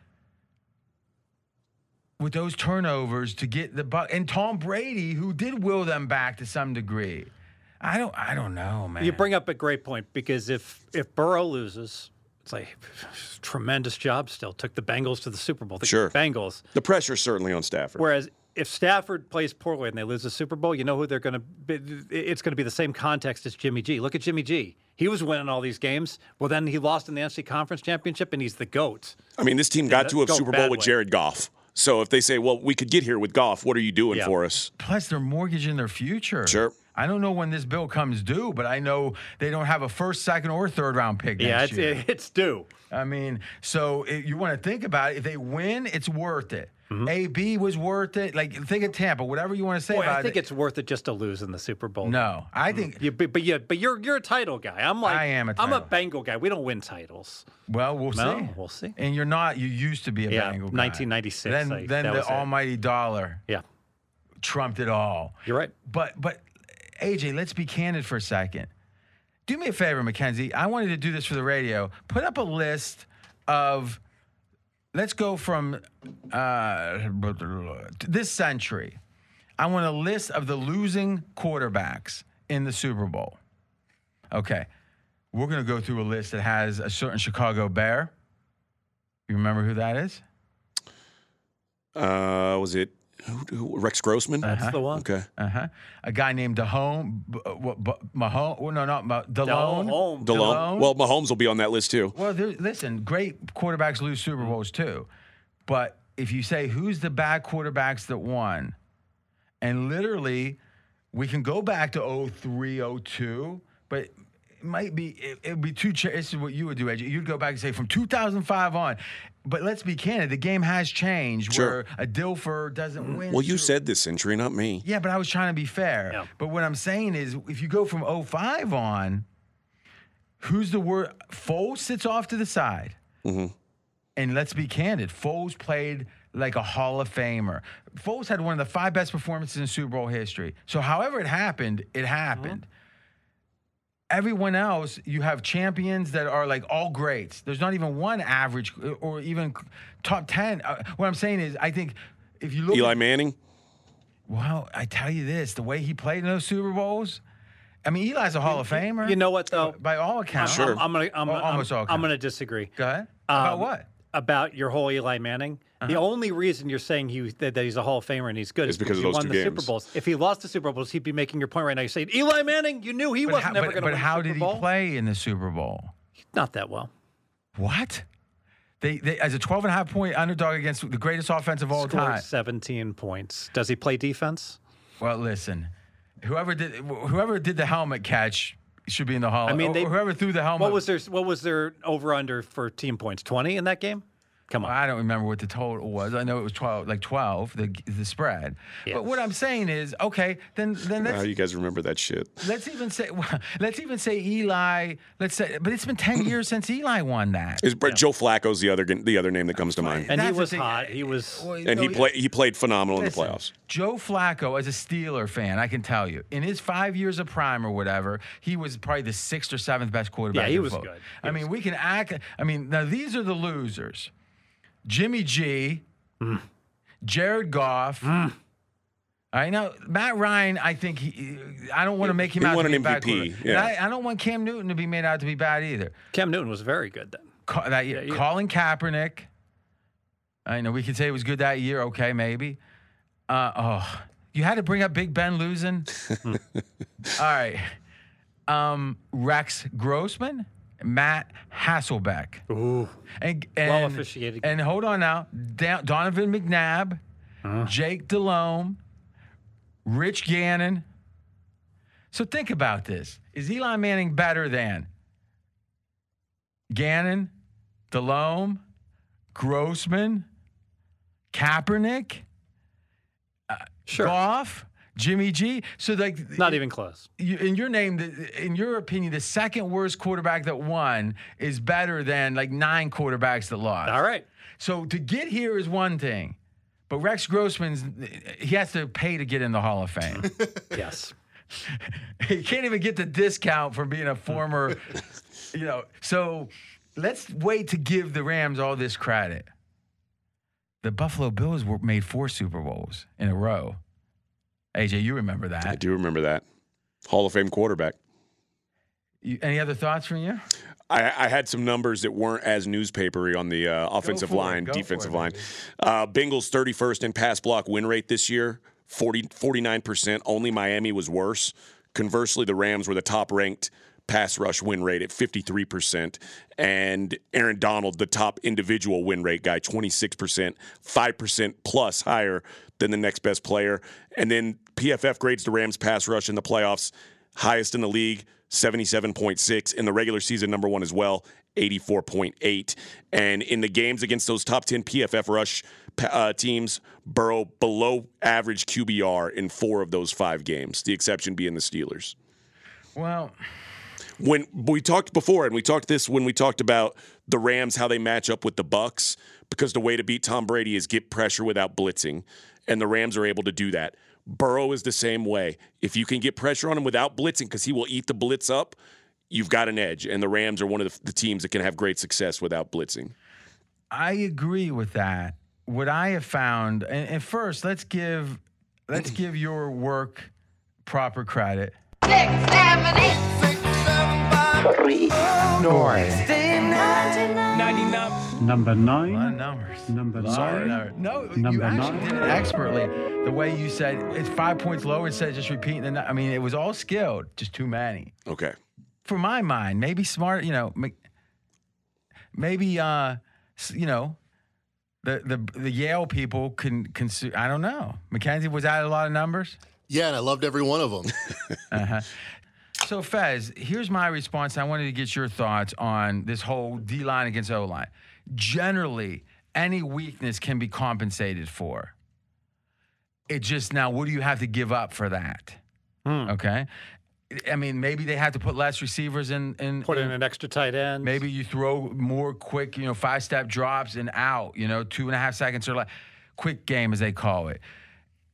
A: With those turnovers to get the buck and Tom Brady, who did will them back to some degree. I don't. I don't know, man.
C: You bring up a great point because if if Burrow loses, it's like tremendous job still. Took the Bengals to the Super Bowl. The
B: Sure.
C: Bengals.
B: the pressure's certainly on Stafford.
C: Whereas if Stafford plays poorly and they lose the Super Bowl, you know who they're going to be. It's going to be the same context as Jimmy G. Look at Jimmy G. He was winning all these games. Well, then he lost in the NFC Conference Championship, and he's the goat.
B: I mean, this team got to a
C: go
B: Super Bowl
C: bad
B: with
C: way.
B: Jared Goff. So if they say, "Well, we could get here with Goff," what are you doing
C: Yeah.
B: for us?
A: Plus, they're mortgaging their future.
B: Sure.
A: I don't know when this bill comes due, but I know they don't have a first, second, or third round pick
C: yeah,
A: next
C: it's,
A: year.
C: it's due.
A: I mean, so it, you want to think about it. If they win, it's worth it. AB was worth it. Like, think of Tampa, whatever you want to say
C: Mm-hmm. Boy,
A: about
C: I think
A: it.
C: it's worth it Mm-hmm. just to lose in the Super Bowl.
A: no, I think,
C: You, but, but yeah, but you're you're a title guy. I'm like
A: I am a
C: I'm a
A: title.
C: Bengal guy. We don't win titles.
A: well, we'll
C: No,
A: see.
C: we'll see.
A: And you're not, you used to be a
C: Yeah,
A: Bengal guy.
C: 1996,
A: Then,
C: like,
A: then
C: that
A: the
C: was it.
A: almighty dollar
C: Yeah,
A: trumped it all.
C: you're right.
A: But but AJ, let's be candid for a second. Do me a favor, Mackenzie. I wanted to do this for the radio. Put up a list of let's go from uh, this century. I want a list of the losing quarterbacks in the Super Bowl. Okay. We're going to go through a list that has a certain Chicago Bear. You remember who that is?
B: Uh, was it who, who, Rex Grossman?
C: That's the one.
B: Okay.
A: Uh-huh. A guy named Dahome, B- uh, what, B- Mahone, well, no, not Ma, Delone.
B: Delone.
C: Home.
A: Delone?
B: Well, Mahomes will be on that list too.
A: Well, there, listen, great quarterbacks lose Super Bowls too. But if you say who's the bad quarterbacks that won, and literally we can go back to 03, 02, but it might be it, it'd be two. Cha- this is what you would do, Edge. You'd go back and say from 2005 on. But let's be candid. The game has changed.
B: Sure.
A: Where a Dilfer doesn't win.
B: Well, you
A: Super-
B: said this entry, not me.
A: yeah, but I was trying to be fair.
C: Yeah.
A: But what I'm saying is, if you go from 05 on, who's the word? Foles sits off to the side. And let's be candid, Foles played like a Hall of Famer. Foles had one of the five best performances in Super Bowl history. So, however it happened, it happened. Everyone else, you have champions that are like all greats. There's not even one average or even top 10. Uh, what I'm saying is, I think if you look at
B: Eli Manning.
A: well, I tell you this, the way he played in those Super Bowls, I mean, Eli's a Hall of Famer.
C: You know what though?
A: by all accounts.
B: Sure.
C: I'm, I'm gonna I'm,
A: Oh,
C: I'm-
A: almost all
C: I'm,
A: kinds.
C: gonna disagree.
A: Go ahead. About
C: Um,
A: what?
C: About your whole Eli Manning. The
A: Uh-huh.
C: only reason you're saying he that, that he's a Hall of Famer and he's good
B: Is
C: is,
B: because of
C: he
B: those
C: won
B: two
C: the Super
B: games.
C: Bowls. If he lost the Super Bowls, he'd be making your point right now. You're saying Eli Manning, you knew he
A: But
C: wasn't
A: how,
C: ever
A: but,
C: going to
A: but
C: win
A: how
C: the
A: did
C: Super
A: he
C: Bowl.
A: play in the Super Bowl?
C: Not that well.
A: What? They, they as a 12 and a half point underdog against the greatest offense of all
C: Scored
A: time.
C: 17 points. Does he play defense?
A: Well, listen, whoever did whoever did the helmet catch should be in the Hall.
C: I mean,
A: or
C: they-
A: whoever threw the helmet.
C: What was their what was their over under for team points? 20 in that game? Come on.
A: I don't remember what the total was. I know it was 12, like 12, the the spread. But what I'm saying is, okay, then then
B: How
A: let's
B: Ah, you guys remember that shit?
A: Let's even say let's even say Eli. Let's say, but it's been ten years since Eli won that.
B: Is Brett Joe Flacco's the other the other name that comes to mind?
C: and he
A: that's the
C: was
A: thing.
C: hot. He was
A: Well,
B: And
A: no,
B: he played he played phenomenal in the
A: Oh, listen,
B: playoffs.
A: Joe Flacco, as a Steeler fan, I can tell you, in his five years of prime or whatever, he was probably the sixth or seventh best quarterback.
C: Yeah, he
A: in
C: was
A: football.
C: good. He
A: I mean, we can act. I mean, now these are the losers: Jimmy G, Mm. Jared Goff. All right, now Matt Ryan, I think he, I don't want to make him
B: He
A: out
B: won
A: to be
B: an
A: a bad
B: MVP,
A: quarterback.
B: yeah.
A: And I, I don't want Cam Newton to be made out to be bad either.
C: Cam Newton was very good then.
A: Ca- that year.
C: yeah.
A: Colin Kaepernick. I know we could say it was good that year. Okay, maybe. Uh, oh, you had to bring up Big Ben losing. All right. Um, Rex Grossman, Matt Hasselbeck,
C: Ooh.
A: and, and
C: Well officiated.
A: And hold on now, Da- Donovan McNabb,
C: Uh-huh.
A: Jake Delhomme, Rich Gannon. So think about this: Is Eli Manning better than Gannon, Delhomme, Grossman, Kaepernick,
C: Sure.
A: Goff, Jimmy G? So like,
C: Not even close.
A: you, in your name, the, in your opinion, the second worst quarterback that won is better than like nine quarterbacks that lost.
C: All right.
A: So to get here is one thing, but Rex Grossman's he has to pay to get in the Hall of Fame.
C: Yes.
A: he can't even get the discount for being a former, you know. So let's wait to give the Rams all this credit. The Buffalo Bills were made four Super Bowls in a row. AJ, you remember
B: I
A: that.
B: do remember that Hall of Fame quarterback.
A: You, any other thoughts from you?
B: I, I had some numbers that weren't as newspapery on the uh, offensive
A: for it.
B: line,
A: Go for
B: defensive
A: it,
B: line. Uh, Bengals 31st in pass block win rate this year, 40, 49%. Only Miami was worse. Conversely, the Rams were the top ranked pass rush win rate at 53%. And Aaron Donald, the top individual win rate guy, 26%, 5% plus higher than the next best player. And then PFF grades the Rams pass rush in the playoffs highest in the league, 77.6. In the regular season, number one as well, 84.8. And in the games against those top 10 PFF rush uh, teams, Burrow below average QBR in four of those five games, the exception being the Steelers.
A: Well,
B: When we talked before, and we talked this when we talked about the Rams, how they match up with the Bucks, because the way to beat Tom Brady is get pressure without blitzing, and the Rams are able to do that. Burrow is the same way. If you can get pressure on him without blitzing, because he will eat the blitz up, you've got an edge. And the Rams are one of the, the teams that can have great success without blitzing.
A: I agree with that. What I have found, and, and first, let's give let's give your work proper credit.
H: Six, seven, eight.
D: Three.
I: Number
A: A lot of
I: nine.
A: numbers.
I: Number
A: A lot of
I: sorry.
A: numbers. No, you
I: Number
A: actually
I: nine.
A: did it expertly. The way you said it's five points lower instead of just repeating the. nu- I mean, it was all skilled, just too many.
B: Okay.
A: For my mind, maybe smart. You know, m- maybe uh, s- you know, the the, the Yale people can consume. I don't know. Mackenzie was out a lot of numbers.
E: Yeah, and I loved every one of them.
A: Uh-huh. So Fez, here's my response. I wanted to get your thoughts on this whole D line against O line. Generally, any weakness can be compensated for. It just now, what do you have to give up for that?
C: Hmm.
A: Okay. I mean, maybe they have to put less receivers in. in
C: Put in an extra tight end.
A: Maybe you throw more quick, you know, five step drops and out, you know, two and a half seconds or like quick game as they call it.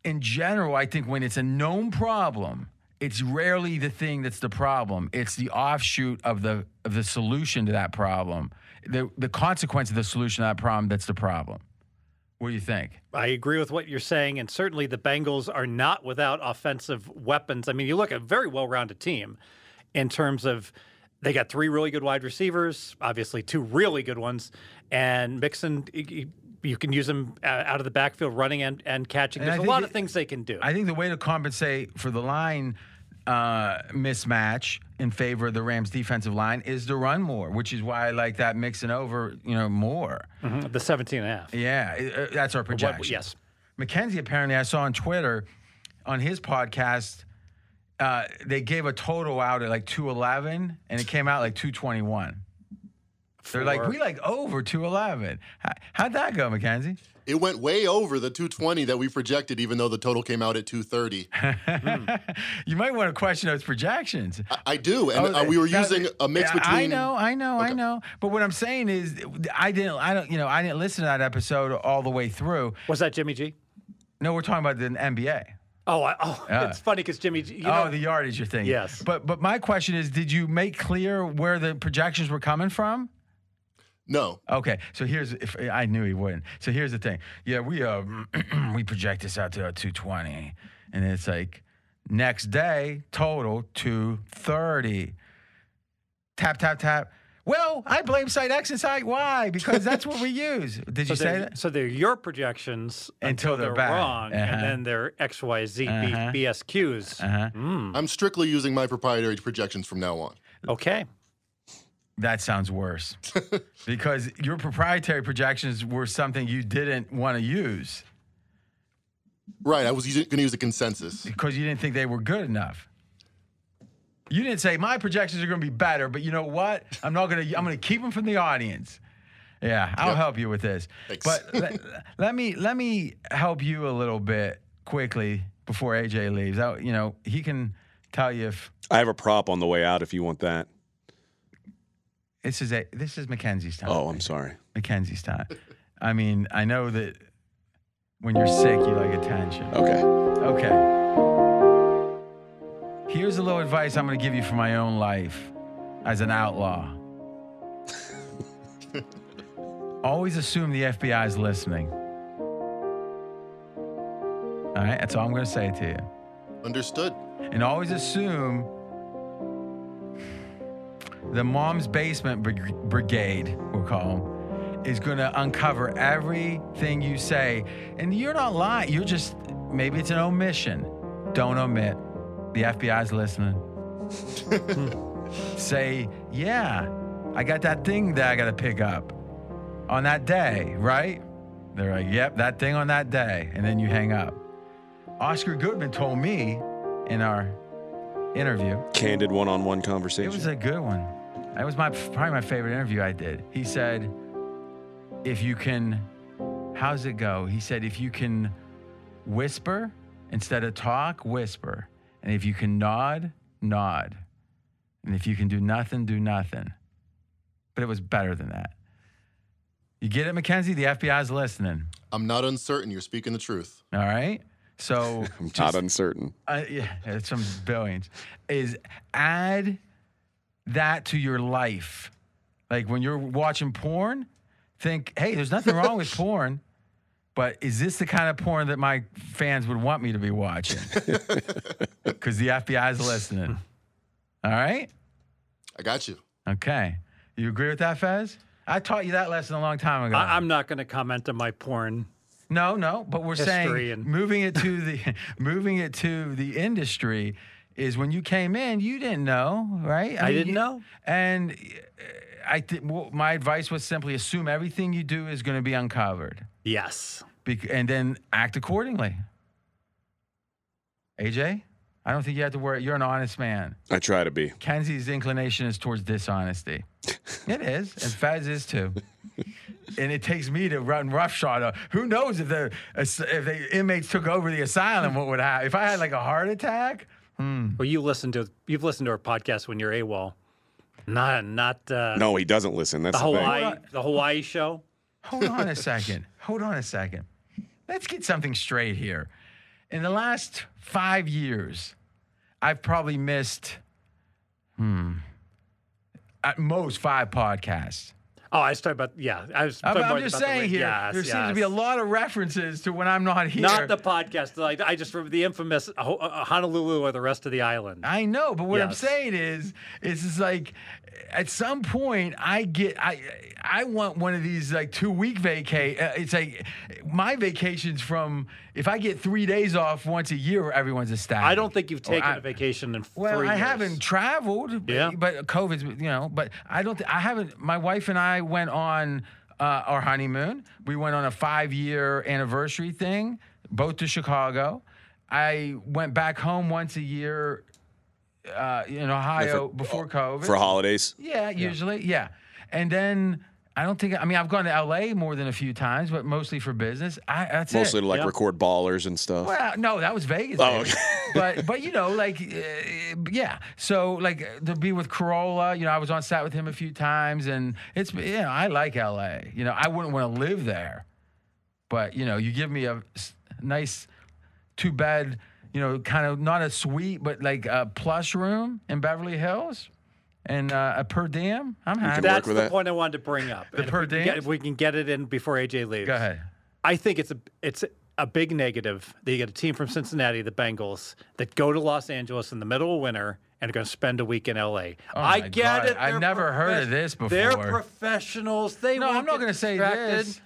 A: In general, I think when it's a known problem, it's rarely the thing that's the problem. It's the offshoot of the of the solution to that problem. The the consequence of the solution to that problem that's the problem. What do you think?
C: I agree with what you're saying, and certainly the Bengals are not without offensive weapons. I mean, you look at a very well-rounded team in terms of they got three really good wide receivers, obviously two really good ones, and Mixon. y- y- You can use him uh, out of the backfield, running and, and catching.
A: And I
C: There's a
A: think
C: lot
A: the-
C: of things they can do.
A: I think the way to compensate for the line uh, mismatch in favor of the Rams' defensive line is to run more, which is why I like that mixing over, you know, more.
C: Mhm. The 17 and a half.
A: Yeah, it- uh, that's our
C: What-
A: projection.
C: yes.
A: McKenzie apparently I saw on Twitter on his podcast uh, they gave a total out at like 211 and it came out like 221. they They're like
C: For-
A: we like over 211. How, how'd that go, McKenzie?
E: It went way over the 220 that we projected, even though the total came out at 230.
A: you might want to question those projections.
E: I, I do, and
A: Oh,
E: uh, we were
A: that-
E: using a mix
A: yeah,
E: between.
A: I know, I know, I know. But what I'm saying is, I didn't, I don't, you know, I didn't listen to that episode all the way through.
C: Was that Jimmy G?
A: No, we're talking about the NBA.
C: Oh, I, oh
A: Yeah.
C: it's funny because Jimmy G. You
A: oh,
C: know,
A: the yardage you're thinking.
C: Yes.
A: But but my question is, did you make clear where the projections were coming from?
E: No,
A: Okay, so here's if I knew he wouldn't. So here's the thing. Yeah, we uh we project this out to uh, 220, and it's like next day total 230. Tap tap tap. Well, I blame site X and site Y because that's what we use. Did you
C: so
A: say
C: they're,
A: that?
C: so they're your projections
A: Until
C: until,
A: they're
C: they're,
A: bad.
C: wrong,
A: Uh-huh.
C: and then they're X, Y, Z, B-
A: Uh-huh.
C: BSQs.
A: Uh-huh.
E: I'm strictly using my proprietary projections from now on.
C: Okay.
A: That sounds worse because your proprietary projections were something you didn't want to use.
E: Right, I was going to use a consensus.
A: because you didn't think they were good enough. You didn't say my projections are going to be better, but you know what? I'm not going to. I'm going to keep them from the audience. Yeah, I'll
E: Yep.
A: help you with this.
E: Thanks.
A: But let, let me let me help you a little bit quickly before AJ leaves. I, you know he can tell you if
B: I have a prop on the way out if you want that.
A: this is a this is Mackenzie's time.
B: Oh, I'm sorry.
A: Mackenzie's time. I mean, I know that when you're sick, you like attention.
B: Okay.
A: Okay. Here's a little advice I'm going to give you for my own life as an outlaw. Always assume the FBI is listening. All right, that's all I'm going to say to you.
E: Understood.
A: And always assume the mom's basement brig- brigade, we'll call them, is going to uncover everything you say. And you're not lying. You're just, maybe it's an omission. Don't omit. The FBI's listening. Say, yeah, I got that thing that I got to pick up on that day, right? They're like, yep, that thing on that day. And then you hang up. Oscar Goodman told me in our interview
B: Candid one-on-one
A: it
B: conversation.
A: was a good one. That was my probably my favorite interview I did. He said, "If you can, how's it go?" He said, "If you can whisper instead of talk, whisper, and if you can nod, nod, and if you can do nothing, do nothing." But it was better than that. You get it, Mackenzie? The FBI's listening.
E: I'm not uncertain. You're speaking the truth.
A: All right. So
B: I'm not uncertain.
A: uh, yeah, it's some billions. Is add that to your life. Like when you're watching porn, think, hey, there's nothing wrong with porn, but is this the kind of porn that my fans would want me to be watching? Because the FBI's listening. All right?
E: I got you.
A: Okay. You agree with that, Fez? I taught you that lesson a long time ago.
C: I, I'm not going to comment on my porn.
A: No, no, but we're saying
C: History and-
A: moving it to the moving it to the industry is when you came in, you didn't know, right?
C: I
A: mean,
C: didn't
A: you-
C: know.
A: And uh, I th- my advice was simply assume everything you do is going to be uncovered,
C: Yes.
A: Bec- and then act accordingly. AJ, I don't think you have to worry. You're an honest man.
B: I try to be.
A: Kenzie's inclination is towards dishonesty. It is, and Fez is too. And it takes me to run roughshod. Uh, Who knows if the if the inmates took over the asylum, what would happen? If I had like a heart attack,
C: Well, you listen to you've listened to our podcast when you're AWOL. Not not uh,
B: No, he doesn't listen. That's
C: the
B: the, thing.
C: Hawaii the Hawaii show.
A: hold on a second. Hold on a second. Let's get something straight here. In the last five years, I've probably missed, hmm, at most five podcasts.
C: Oh, I was talking about yeah. I was
A: I'm,
C: talking
A: I'm
C: more
A: just
C: about the
A: saying
C: ra-
A: here,
C: yes,
A: there seems to be a
C: yes.
A: lot of references to when I'm not here.
C: Not the podcast. Like I just remember the infamous uh, Ho- uh, Honolulu or the rest of the island.
A: I know, but what I'm
C: Yes.
A: saying is, is it's like, at some point, I get, I, I want one of these like two week vacay. Uh, it's like my vacations from if I get three days off once a year, everyone's a staff.
C: I don't think you've taken
A: Oh, I-
C: a vacation in
A: Well,
C: three
A: I
C: years.
A: haven't traveled, b-
C: Yeah.
A: but COVID's, you know, but I don't, thi- I haven't, my wife and I went on uh, our honeymoon. We went on a five year anniversary thing, both to Chicago. I went back home once a year uh, in Ohio before COVID.
B: for holidays.
A: yeah, usually. Yeah. And then I don't think, I mean, I've gone to LA more than a few times, but mostly for business. I, that's it.
B: Mostly to like
C: Yeah.
B: record ballers and stuff.
A: Well, no, that was Vegas.
B: Oh,
A: baby.
B: okay.
A: but but you know, like uh, yeah. So like uh, to be with Corolla, you know, I was on set with him a few times, and it's you know, I like LA. You know, I wouldn't want to live there, but you know, you give me a s- nice two bed, you know, kind of not a suite, but like a plush room in Beverly Hills, and uh, a per diem. I'm happy.
B: work
C: That's
B: with
C: the
B: that.
C: point I wanted to bring up. the
A: per
C: if we, can get,
A: diems?
C: if we can get it in before AJ leaves.
A: Go ahead.
C: I think it's a it's a big negative that you get a team from Cincinnati, the Bengals, that go to Los Angeles in the middle of winter and are going to spend a week in LA. I
A: Oh my
C: get
A: God.
C: it.
A: I've
C: they're
A: never heard of
C: profes-
A: this
C: They're
A: before.
C: professionals. They
A: No,
C: won't
A: I'm not
C: get
A: gonna say
C: distracted.
A: this.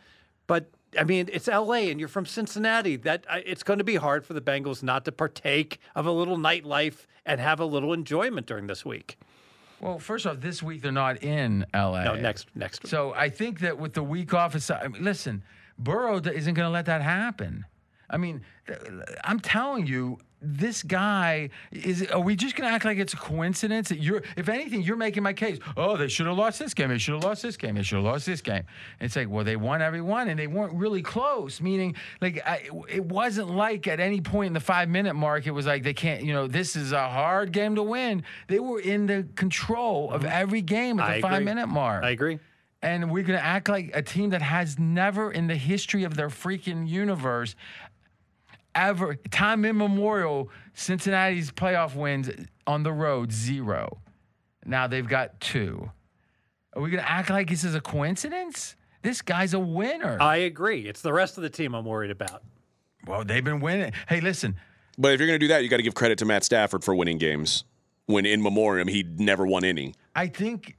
C: But I mean, it's LA, and you're from Cincinnati. That I, it's going to be hard for the Bengals not to partake of a little nightlife and have a little enjoyment during this week.
A: Well, first off, this week they're not in LA.
C: No, next next. week.
A: So I think that with the week off, aside, I mean, listen, Burrow d- isn't going to let that happen. I mean, th- I'm telling you, this guy is. Are we just going to act like it's a coincidence that you're? If anything, you're making my case. Oh, they should have lost this game. They should have lost this game. They should have lost this game. And it's like, well, they won every one, and they weren't really close. Meaning, like, I, it wasn't like at any point in the five minute mark, it was like they can't. You know, this is a hard game to win. They were in the control of every game at the
C: Mm-hmm. I agree.
A: five minute mark
C: I agree.
A: and we're going to act like a team that has never in the history of their freaking universe ever time immemorial cincinnati's playoff wins on the road zero now they've got two are we going to act like this is a coincidence this guy's a winner
C: I agree. It's the rest of the team I'm worried about.
A: Uh, well they've been winning hey listen
B: But if you're going to do that, you got to give credit to Matt Stafford for winning games. When in memoriam, he never won any.
A: I think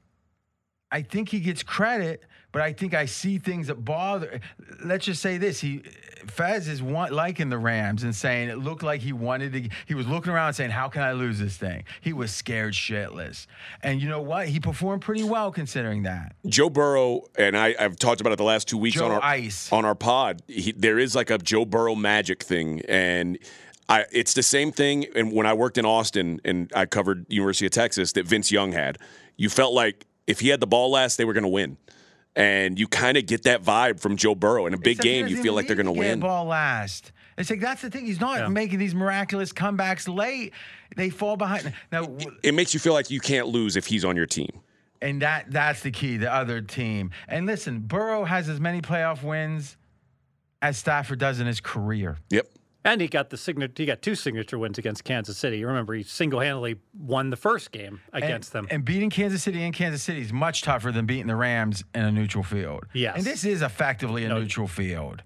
A: I think he gets credit, but I think I see things that bother. Let's just say this: he Fez is one, liking the Rams and saying it looked like he wanted to. He was looking around saying, "How can I lose this thing?" He was scared shitless, and you know what? He performed pretty well considering that.
B: Joe Burrow and I, I've talked about it the last two weeks
A: Joe
B: on our
A: Ice.
B: on our pod. He, there is like a Joe Burrow magic thing, and I, it's the same thing. And when I worked in Austin and I covered University of Texas, that Vince Young had, you felt like if he had the ball last, they were going to win, and you kind of get that vibe from Joe Burrow in a big
A: Except he
B: game. You
A: doesn't
B: feel
A: even
B: like they're
A: need
B: going to
A: get
B: win.
A: Ball last. It's like that's the thing. He's not making these miraculous comebacks late. They fall behind. Now, w-
B: It makes you feel like you can't lose if he's on your team.
A: And that that's the key, the other team. And listen, Burrow has as many playoff wins as Stafford does in his career.
B: Yep.
C: And he got the signature. He got two signature wins against Kansas City. You remember he single-handedly won the first game
A: And-
C: against them.
A: And beating Kansas City in Kansas City is much tougher than beating the Rams in a neutral field.
C: Yes.
A: And this is effectively a neutral field.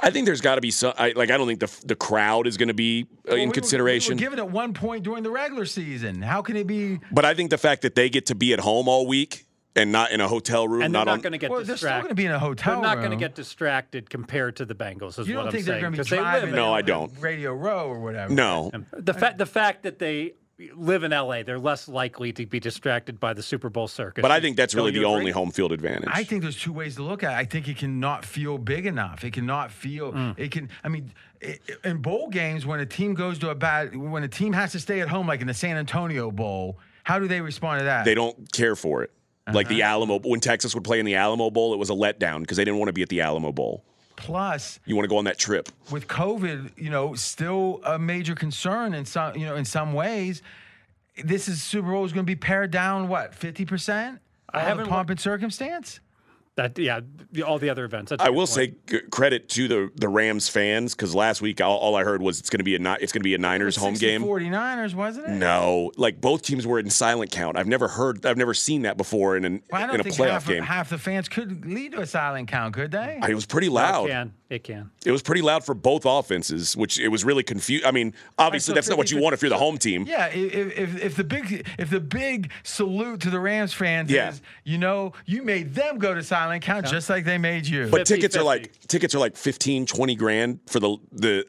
B: I think there's got to be some. I, like I don't think the the crowd is going to be uh,
A: We
B: in
A: were-
B: consideration.
A: We were given at one point during the regular season. How can it be
B: But I think the fact that they get to be at home all week and not in a hotel room,
C: and they're
B: not,
C: not,
B: on.
C: going to get
A: Well, they're still
C: distracted.
A: gonna be in a hotel
C: They're not going to
A: room.
C: get distracted compared to the Bengals. Is
A: you
C: what
A: don't
C: I'm
A: think they're
C: saying.
A: gonna be
C: 'cause they live
A: driving
C: in
B: No,
A: over
B: I
A: to
B: don't.
A: Radio Row or whatever.
B: no,
C: the fact the fact that they live in LA, they're less likely to be distracted by the Super Bowl circus.
B: But I think that's
C: Don't
B: really
C: you
B: the
C: agree?
B: only home field advantage.
A: I think there's two ways to look at it. I think it can not feel big enough. It can not feel.
B: Mm.
A: It can. I mean, i i- in bowl games, when a team goes to a bad, when a team has to stay at home, like in the San Antonio Bowl, how do they respond to that?
B: they don't care for it. Like the
C: Uh-huh.
B: Alamo, when Texas would play in the Alamo Bowl, it was a letdown because they didn't want to be at the Alamo Bowl.
A: Plus,
B: You want to go on that trip.
A: with COVID, you know, still a major concern in some, you know, in some ways. This is Super Bowl is going to be pared down. What fifty percent?
C: I haven't
A: the pomp and circumstance.
C: That yeah, the- all the other events. That's a
B: I
C: good
B: will
C: point.
B: say g- credit to the the Rams fans because last week all, all I heard was it's going to be a Ni- it's going to be a Niners home game.
A: 49ers, wasn't it?
B: No, like both teams were in silent count. I've never heard, I've never seen that before in an
A: Well, I don't
B: in a
A: think
B: playoff
A: half,
B: game.
A: half the fans could lead to a silent count, could they?
B: I- it was pretty
C: It
B: loud.
C: can it can.
B: It was pretty loud for both offenses, which it was really confused. I mean, obviously
A: so
B: that's not what you
A: 50
B: want if you're the home team.
A: Yeah, i- if, if if the big if the big salute to the Rams fans
B: Yeah.
A: is you know you made them go to silent count just like they made you.
B: But tickets are
C: 50-50.
B: like tickets are like 15, 20 grand for the the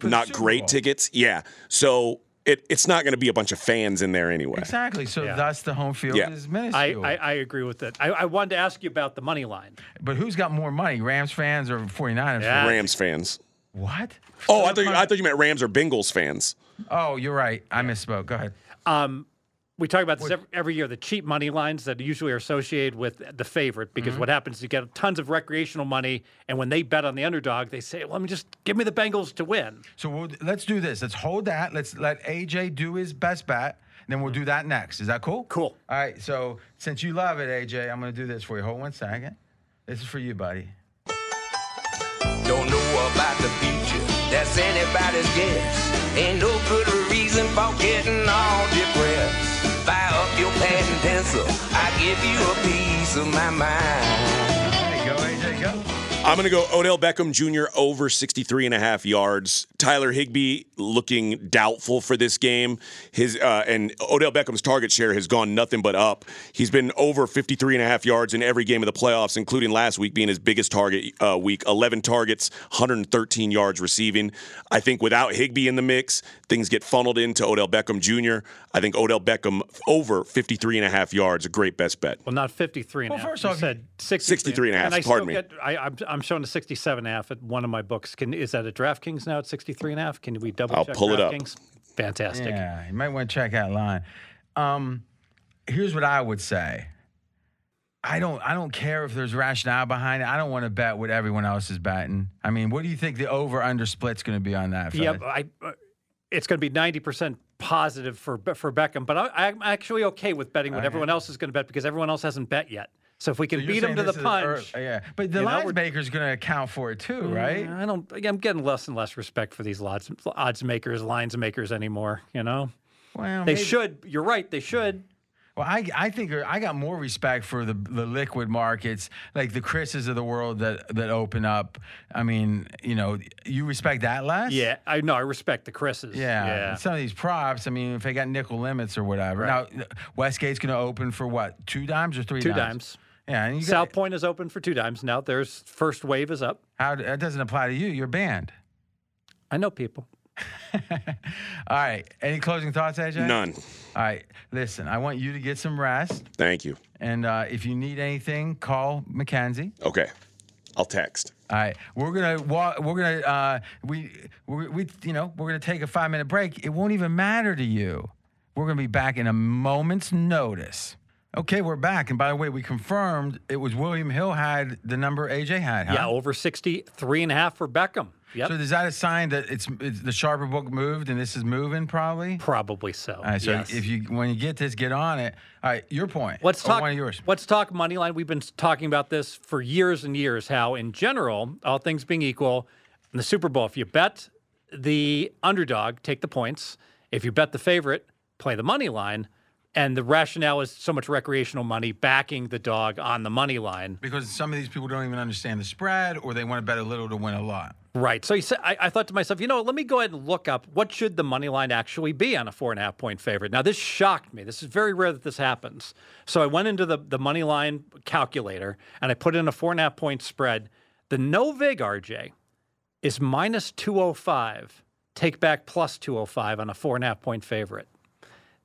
A: the
B: not
A: Super
B: great
A: Bowl.
B: tickets. Yeah. So it, it's not going to be a bunch of fans in there anyway.
A: exactly, so
C: Yeah.
A: thus the home field
B: Yeah.
A: is
C: I,
A: minuscule.
C: I, I agree with that. I, I wanted to ask you about the money line.
A: but who's got more money, Rams fans or 49ers?
C: Yeah.
A: fans?
B: Rams fans.
A: What?
B: Oh, I thought you, I thought you meant Rams or Bengals fans.
A: Oh, you're right. I misspoke. Go ahead.
C: Um, We talk about this every, every year. The cheap money lines that usually are associated with the favorite, because
A: Mm-hmm.
C: what happens is you get tons of recreational money, and when they bet on the underdog, they say, "Let me just give me the Bengals to win."
A: So we'll, let's do this. Let's hold that. Let's let AJ do his best bat. And then we'll
C: Mm-hmm.
A: do that next. Is that cool?
C: Cool.
A: All right. So since you love it, AJ, I'm going to do this for you. Hold one second. This is for you, buddy.
D: Don't know about the future, that's anybody's guess. Ain't no good reason for getting all depressed. Fire up your pad and pencil, I give you a piece of my mind.
A: There you go, AJ. Go.
B: I'm going to go Odell Beckham Jr. over 63 and a half yards. Tyler Higbee looking doubtful for this game. His uh, and Odell Beckham's target share has gone nothing but up. He's been over 53 and a half yards in every game of the playoffs, including last week being his biggest target uh, week. 11 targets, 113 yards receiving. I think without Higbee in the mix, things get funneled into Odell Beckham Jr. I think Odell Beckham over 53 and a half yards, a great best bet.
C: Well, not 53 and
A: Well,
C: a half.
A: first
C: You
A: off,
C: said 63,
B: 63 and a half,
C: I
B: pardon
C: still
B: me.
C: Get, I, I'm, I'm showing a 67 and a half at one of my books. Can Is that a DraftKings now at 63 and a half? Can we double
B: I'll
C: check
B: pull it up.
C: DraftKings? Fantastic.
A: Yeah, you might want to check that line. Um, here's what I would say. I don't. I don't care if there's rationale behind it. I don't want to bet what everyone else is betting. I mean, what do you think the over under split's going to be on that?
C: Yeah,
A: Fred?
C: I, uh, it's going to be 90% positive for Be- for Beckham, but I, I'm actually okay with betting what everyone else is going to bet because everyone else hasn't bet yet. So if we can
A: You're
C: beat them
A: saying
C: to the
A: this is an
C: punch.
A: ear- yeah, but the
C: You know,
A: lines
C: we're- Mm-hmm.
A: maker's going to account for it too, right?
C: I don't. I'm getting less and less respect for these odds, odds makers, lines makers anymore. You know,
A: Well,
C: they
A: maybe-
C: should. You're right. They should.
A: Well, I, I think I got more respect for the, the liquid markets, like the Chris's of the world that, that open up. I mean, you know, you respect that less?
C: Yeah, I know. I respect the Chris's.
A: Yeah. And Some of these props, I mean, if they got nickel limits or whatever. Now, Westgate's going to open for what, two dimes or three
C: Two
A: dimes?
C: dimes.
A: Yeah. And you
C: South
A: got,
C: Point is open for two dimes now. There's first wave is up.
A: how, that doesn't apply to you. You're banned.
C: I know people.
A: All right. Any closing thoughts, AJ?
B: None.
A: All right. Listen, I want you to get some rest.
B: Thank you.
A: And uh, if you need anything, call Mackenzie.
B: Okay. I'll text.
A: All right, we're gonna walk. We're gonna uh, we we we you know we're gonna take a five minute break. It won't even matter to you. We're gonna be back in a moment's notice. Okay, we're back. And by the way, we confirmed it was William Hill had the number AJ had. Huh?
C: Yeah, over 63 and a half for Beckham. Yep.
A: So is that a sign that it's, it's the sharper book moved and this is moving probably?
C: Probably so.
A: All right. So
C: yes.
A: if you when you get this, get on it. All right, your point.
C: Let's
A: Or
C: talk.
A: One of yours.
C: Let's talk money line. We've been talking about this for years and years. How, in general, all things being equal, in the Super Bowl, if you bet the underdog, take the points. If you bet the favorite, play the money line. And the rationale is so much recreational money backing the dog on the money line.
A: Because some of these people don't even understand the spread, or they want to bet a little to win a lot.
C: Right. So you said, I, I thought to myself, you know, let me go ahead and look up what should the money line actually be on a four and a half point favorite. Now this shocked me. This is very rare that this happens. So I went into the the money line calculator and I put in a four and a half point spread. The no vig RJ oh is minus two hundred five. Take back plus two hundred five on a four and a half point favorite.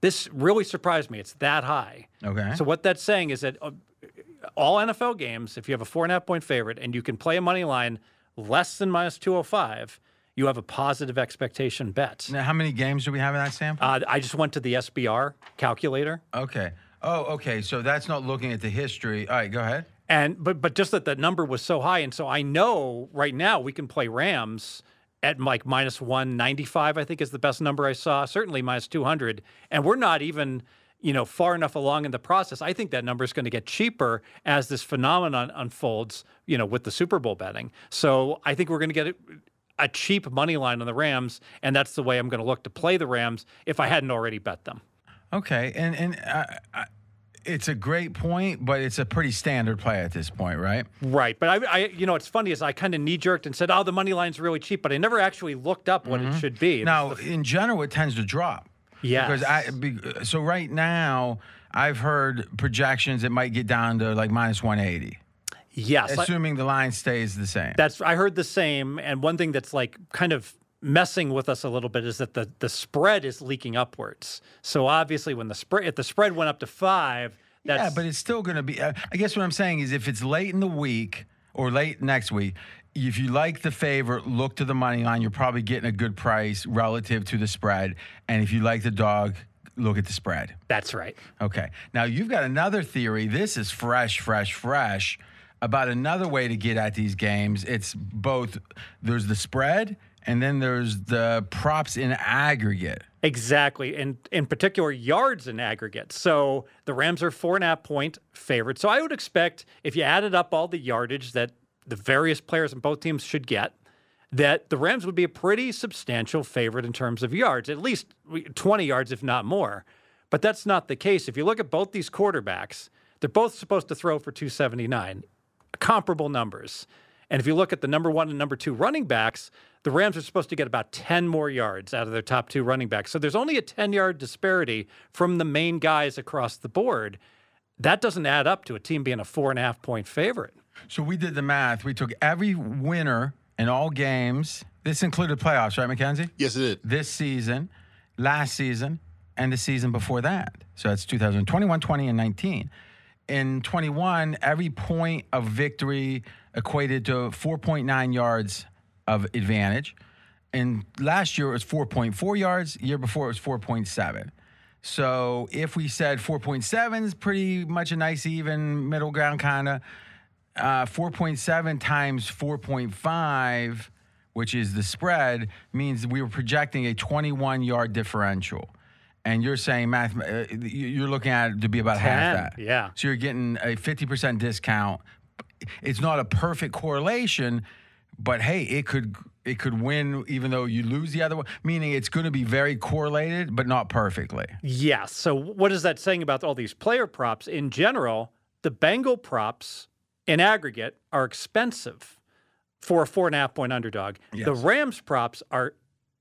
C: This really surprised me. It's that high.
A: Okay.
C: So what that's saying is that uh, all NFL games, if you have a four and a half point favorite and you can play a money line less than minus 205, you have a positive expectation bet.
A: Now, how many games do we have in that sample?
C: Uh, I just went to the SBR calculator.
A: okay. Oh, okay. So that's not looking at the history. All right, go ahead.
C: And but but just that that number was so high, and so I know right now we can play Rams at like minus one ninety five. I think is the best number I saw. Certainly minus two hundred, and we're not even you know far enough along in the process. I think that number is going to get cheaper as this phenomenon unfolds. You know, with the Super Bowl betting. So I think we're going to get a- a cheap money line on the Rams, and that's the way I'm going to look to play the Rams if I hadn't already bet them.
A: Okay. And and uh, I, it's a great point, but it's a pretty standard play at this point, right?
C: Right, but I, I, you know, it's funny is I kind of knee jerked and said, "Oh, the money line's really cheap," but I never actually looked up what
A: Mm-hmm.
C: it should be.
A: Now, in general, it tends to drop.
C: Yes.
A: Because I be, so right now I've heard projections it might get down to like minus 180,
C: yes, I-
A: assuming the line stays the same.
C: that's I heard the same. And one thing that's like kind of messing with us a little bit is that the the spread is leaking upwards. So obviously, when the spread if the spread went up to five, that's
A: yeah, but it's still going to be. uh, I I guess what I'm saying is if it's late in the week or late next week, if you like the favorite, look to the money line. You're probably getting a good price relative to the spread. And if you like the dog, look at the spread.
C: that's right.
A: Okay. Now you've got another theory. This is fresh, fresh, fresh about another way to get at these games. It's both there's the spread and then there's the props in aggregate.
C: Exactly. And in particular, yards in aggregate. So the Rams are four and a half point favorite. So I would expect if you added up all the yardage that the various players on both teams should get, that the Rams would be a pretty substantial favorite in terms of yards, at least 20 yards, if not more. But that's not the case. If you look at both these quarterbacks, they're both supposed to throw for 279, comparable numbers. And if you look at the number one and number two running backs, the Rams are supposed to get about 10 more yards out of their top two running backs. So there's only a 10 yard disparity from the main guys across the board. That doesn't add up to a team being a four and a half point favorite.
A: So we did the math. We took every winner in all games. This included playoffs, right, Mackenzie?
E: Yes, it is.
A: This season, last season, and the season before that. So that's 2021, 20, and 19. In 21, every point of victory equated to 4.9 yards of advantage. And last year it was 4.4 yards. Year before it was 4.7. So if we said 4.7 is pretty much a nice even middle ground kind of uh, 4.7 times 4.5, which is the spread, means we were projecting a 21 yard differential. And you're saying math, uh, you- you're looking at it to be about half
C: 10,
A: that.
C: yeah.
A: So you're getting a 50% discount. It's not a perfect correlation, but hey, it could it could win even though you lose the other one. Meaning it's going to be very correlated, but not perfectly.
C: Yes. So what is that saying about all these player props in general? The Bengal props in aggregate are expensive for a four and a half point underdog. The Rams props are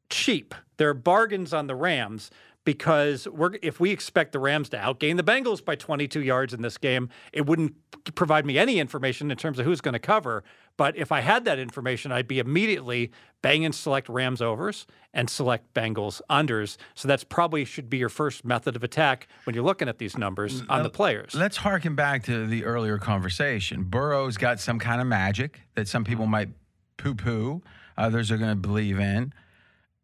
C: cheap. There are bargains on the Rams because we're if we expect the Rams to outgain the Bengals by 22 yards in this game, it wouldn't provide me any information in terms of who's going to cover. But if I had that information, I'd be immediately banging select Rams overs and select Bengals unders. So that's probably should be your first method of attack when you're looking at these numbers on the players.
A: Let's harken back to the earlier conversation. Burrow's got some kind of magic that some people might poo poo, others are going to believe in.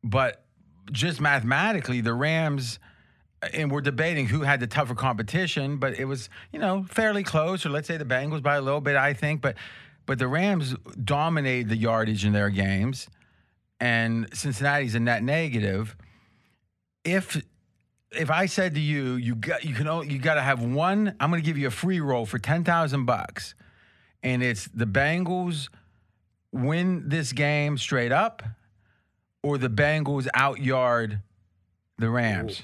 A: But just mathematically, the Rams, uh, and we're debating who had the tougher competition, but it was, you know, fairly close, or let's say the Bengals by a little bit, I think. But but the Rams dominated the yardage in their games, and Cincinnati's a net negative. If if I said to you, you got you can only, you got to have one. I'm going to give you a free roll for ten thousand bucks, and it's the Bengals win this game straight up, or the Bengals out yard the Rams.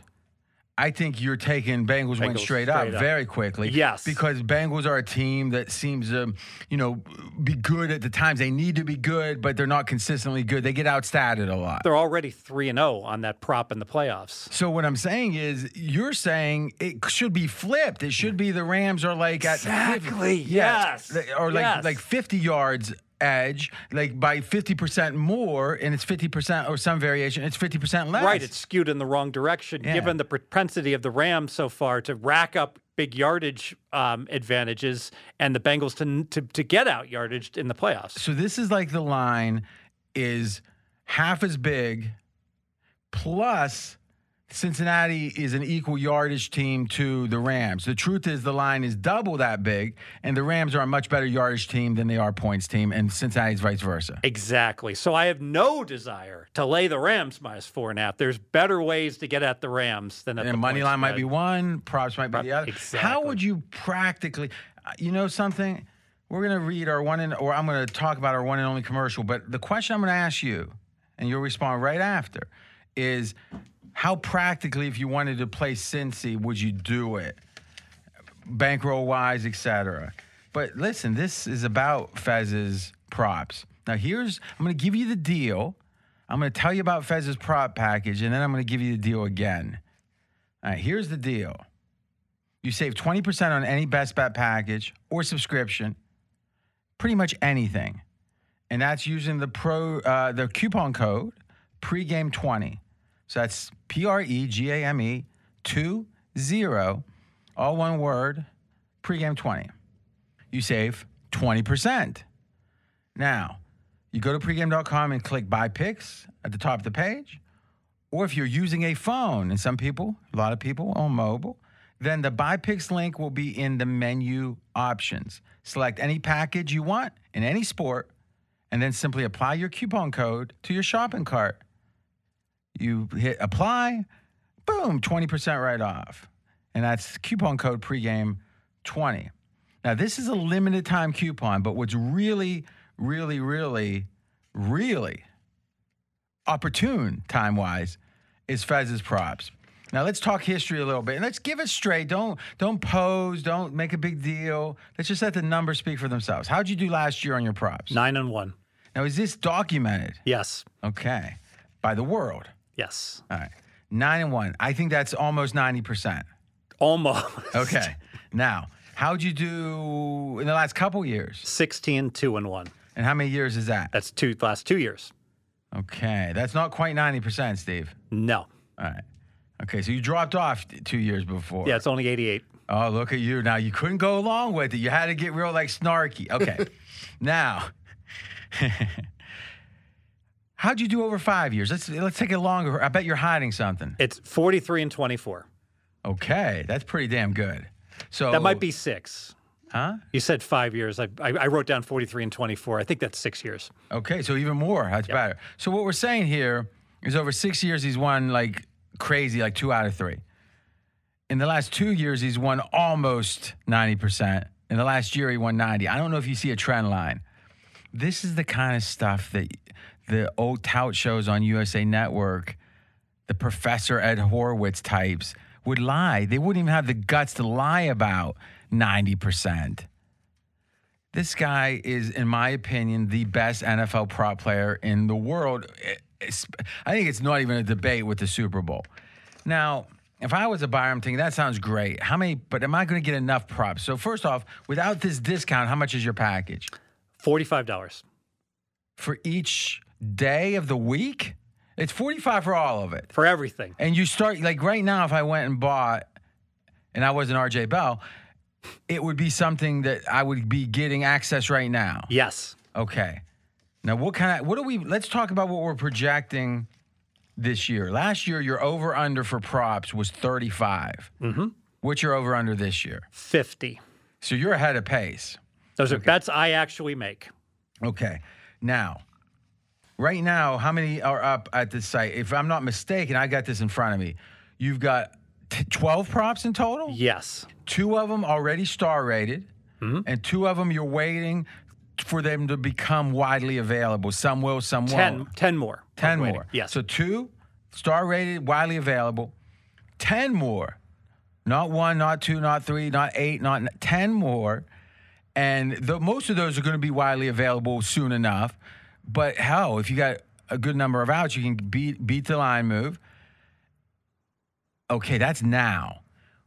A: I think you're taking Bengals, win
C: Bengals
A: straight, up,
C: straight up.
A: very quickly.
C: Yes.
A: because Bengals are a team that seems to, you know, be good at the times they need to be good, but they're not consistently good. They get outstated a lot.
C: They're already 3 and 0 on that prop in the playoffs.
A: So what I'm saying is, you're saying it should be flipped. It should be the Rams are like at 50
C: Exactly, yes,
A: or like
C: yes.
A: like 50 yards edge like by 50% more and it's 50% or some variation it's 50% less
C: Right, it's skewed in the wrong direction
A: Yeah.
C: given the propensity of the Rams so far to rack up big yardage um, advantages and the Bengals to, to to get out yardage in the playoffs.
A: so this is like the line is half as big plus Cincinnati is an equal yardage team to the Rams. The truth is the line is double that big and the Rams are a much better yardage team than they are points team and Cincinnati's vice versa.
C: Exactly. So I have no desire to lay the Rams minus four and a half. There's better ways to get at the Rams than at the
A: And money
C: point
A: line might
C: spread.
A: be one, props might be
C: Prop-
A: the other. How
C: exactly.
A: would you practically, uh, you know, something? We're gonna read our one and, or I'm gonna talk about our one and only commercial. But the question I'm gonna ask you, and you'll respond right after, is how practically, if you wanted to play Cincy, would you do it? bankroll wise, etc. But listen, this is about Fez's props. Now here's I'm going to give you the deal. I'm going to tell you about Fez's prop package, and then I'm going to give you the deal again. All right, here's the deal. You save 20% on any best bet package or subscription, pretty much anything. And that's using the pro uh, the coupon code E pregame20. So that's P R E G A M E 2 0 all one word, E pregame 20. You save 20%. Now, you go to E pregame.com and click buy picks at the top of the page. Or if you're using a phone, and some people, a lot of people on mobile, then the buy picks link will be in the menu options. Select any package you want in any sport, and then simply apply your coupon code to your shopping cart. You hit apply, boom, 20% right off. And that's coupon code pregame20. Now, this is a limited time coupon, but what's really, really, really, really opportune time wise is Fez's props. Now let's talk history a little bit and let's give it straight. Don't don't pose, don't make a big deal. Let's just let the numbers speak for themselves. How'd you do last year on your props?
C: nine and one.
A: Now is this documented?
C: Yes.
A: Okay. By the world.
C: Yes.
A: All right. Nine and one. I think that's almost 90%.
C: Almost.
A: Okay. now, how'd you do in the last couple years?
C: 16, 2 and 1.
A: And how many years is that?
C: That's two last two years.
A: Okay. That's not quite 90%, Steve.
C: No.
A: All right. Okay. So you dropped off t- two years before.
C: Yeah, it's only 88.
A: Oh, look at you. Now you couldn't go along with it. You had to get real like snarky. Okay. now, how'd you do over five years? Let's let's take it longer. I bet you're hiding something.
C: It's 43 and 24.
A: Okay. That's pretty damn good. So
C: That might be six.
A: Oh. Huh?
C: You said five years. I, I, I wrote down 43 and 24. I think that's six years.
A: Okay, so even more. That's better. So what we're saying here is over six years he's won like crazy, like two out of three. In the last two years, he's won almost 90%. In the last year, he won 90. I don't know if you see a trend line. This is the kind of stuff that the old tout shows on USA Network, the Professor Ed Horowitz types would lie. They wouldn't even have the guts to lie about 90%. This guy is, in my opinion, the best NFL prop player in the world. Eh, It's- I think it's not even a debate with the Super Bowl. Now, if I was a buyer, I'm thinking that sounds great. How many? But am I going to get enough props? So first off, without this discount, how much is your package
C: $45.
A: for each day of the week? It's 45 for all of it.
C: For everything.
A: And you start like right now, if I went and bought, and I wasn't RJ Bell, it would be something that I would be getting access right now.
C: Yes.
A: Okay. Now what kind of what do we? Let's talk about what we're projecting this year. Last year, your over under for props was thirty Mm-hmm. What's your over under this year?
C: 50.
A: So you're ahead of pace.
C: Those are bets I actually make.
A: Okay. Now, right now, how many are up at this site? If I'm not mistaken, I got this in front of me. You've got t- 12 props in total?
C: Yes.
A: Two of them already star rated, and two of them you're waiting for them to become widely available. Some will, some
C: 10,
A: won't.
C: 10 more.
A: 10
C: I'm waiting.
A: more.
C: Yes.
A: So two star rated, widely available. 10 more. Not one, not two, not three, not eight, not n- 10 more. And the, most of those are going to be widely available soon enough. But hell, if you got a good number of outs, you can beat, beat the line move. Okay, that's now.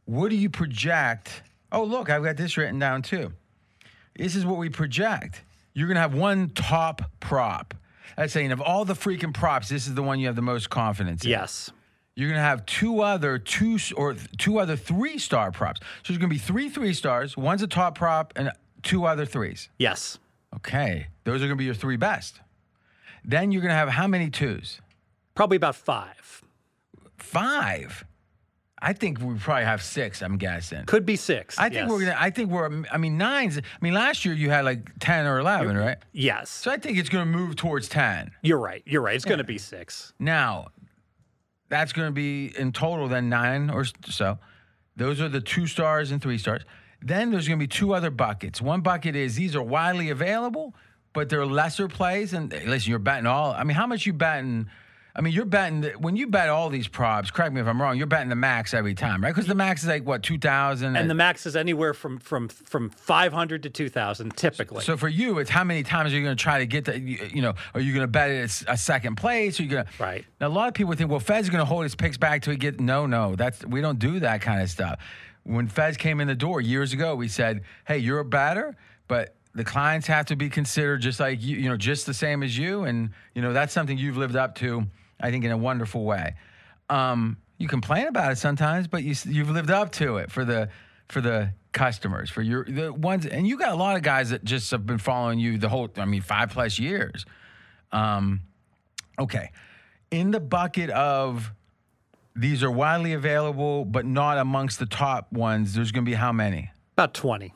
A: What do you project? Oh, look, I've got this written down too. This is what we project. you're going to have one top prop. That's saying of all the freaking props, this is the one you have the most confidence in.
C: Yes.
A: You're going to have two other two s- or th- two other three star props. So there's going to be three three stars. One's a top prop and two other threes.
C: Yes.
A: Okay, those are going to be your three best. Then you're going to have how many twos?
C: Probably about five.
A: Five. I think we probably have six. I'm guessing.
C: Could be six.
A: I think
C: yes.
A: we're gonna. I think we're. I mean, nines. I mean, last year you had like ten or 11 right?
C: Yes.
A: So I think it's gonna move towards ten.
C: You're right. You're right. It's going to be six.
A: Now, that's going to be in total then nine or s- so. Those are the two stars and three stars. Then there's going to be two other buckets. One bucket is these are widely available, but they're lesser plays. And hey, listen, you're batting all. I mean, how much you batting? I mean, you're batting the- when you bet all these props. Correct me if I'm wrong. You're batting the max every time, right? Because the max is like what two thousand.
C: And the max is anywhere from from from 500 to 2,000 typically.
A: So for you, it's how many times are you going to try to get the, you, you know, are you going to bet it a second place? Are you going to,
C: Right.
A: Now, a lot of people think, well, Fed's going to hold his picks back till he get, no, no, that's, we don't do that kind of stuff. When Feds came in the door years ago, we said, hey, you're a batter, but the clients have to be considered just like you, you know, just the same as you. And, you know, that's something you've lived up to, I think, in a wonderful way. Um, you complain about it sometimes, but you, s- you've lived up to it for the, for the customers, for your the ones, and you got a lot of guys that just have been following you the whole, I mean, five plus years. Um, okay, in the bucket of these are widely available, but not amongst the top ones. There's going to be how many?
C: about 20.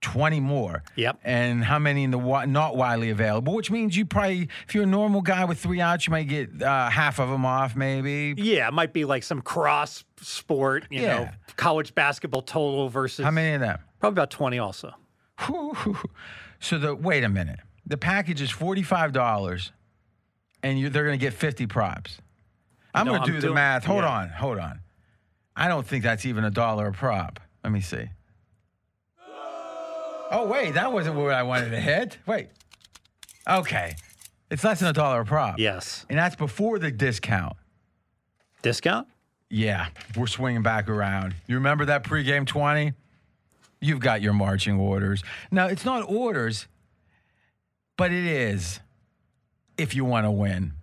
A: Twenty more.
C: Yep.
A: And how many in the wi- not widely available? Which means you probably, if you're a normal guy with three outs, you might get uh, half of them off, maybe.
C: Yeah, it might be like some cross sport, you know,
A: Yeah.
C: college basketball total versus
A: How many of them?
C: probably about 20 also.
A: Whew. So the wait a minute. The package is forty five dollars, and you they're gonna get fifty props. I'm
C: No,
A: gonna
C: I'm
A: do the
C: doing-
A: math. Hold
C: yeah.
A: on, hold on. I don't think that's even a dollar a prop. Let me see. Oh wait, that wasn't what I wanted to hit. Wait. Okay, it's less than a dollar a prop.
C: Yes.
A: and that's before the discount.
C: Discount?
A: Yeah, we're swinging back around. You remember that pregame 20? You've got your marching orders. Now, it's not orders, but it is if you want to win.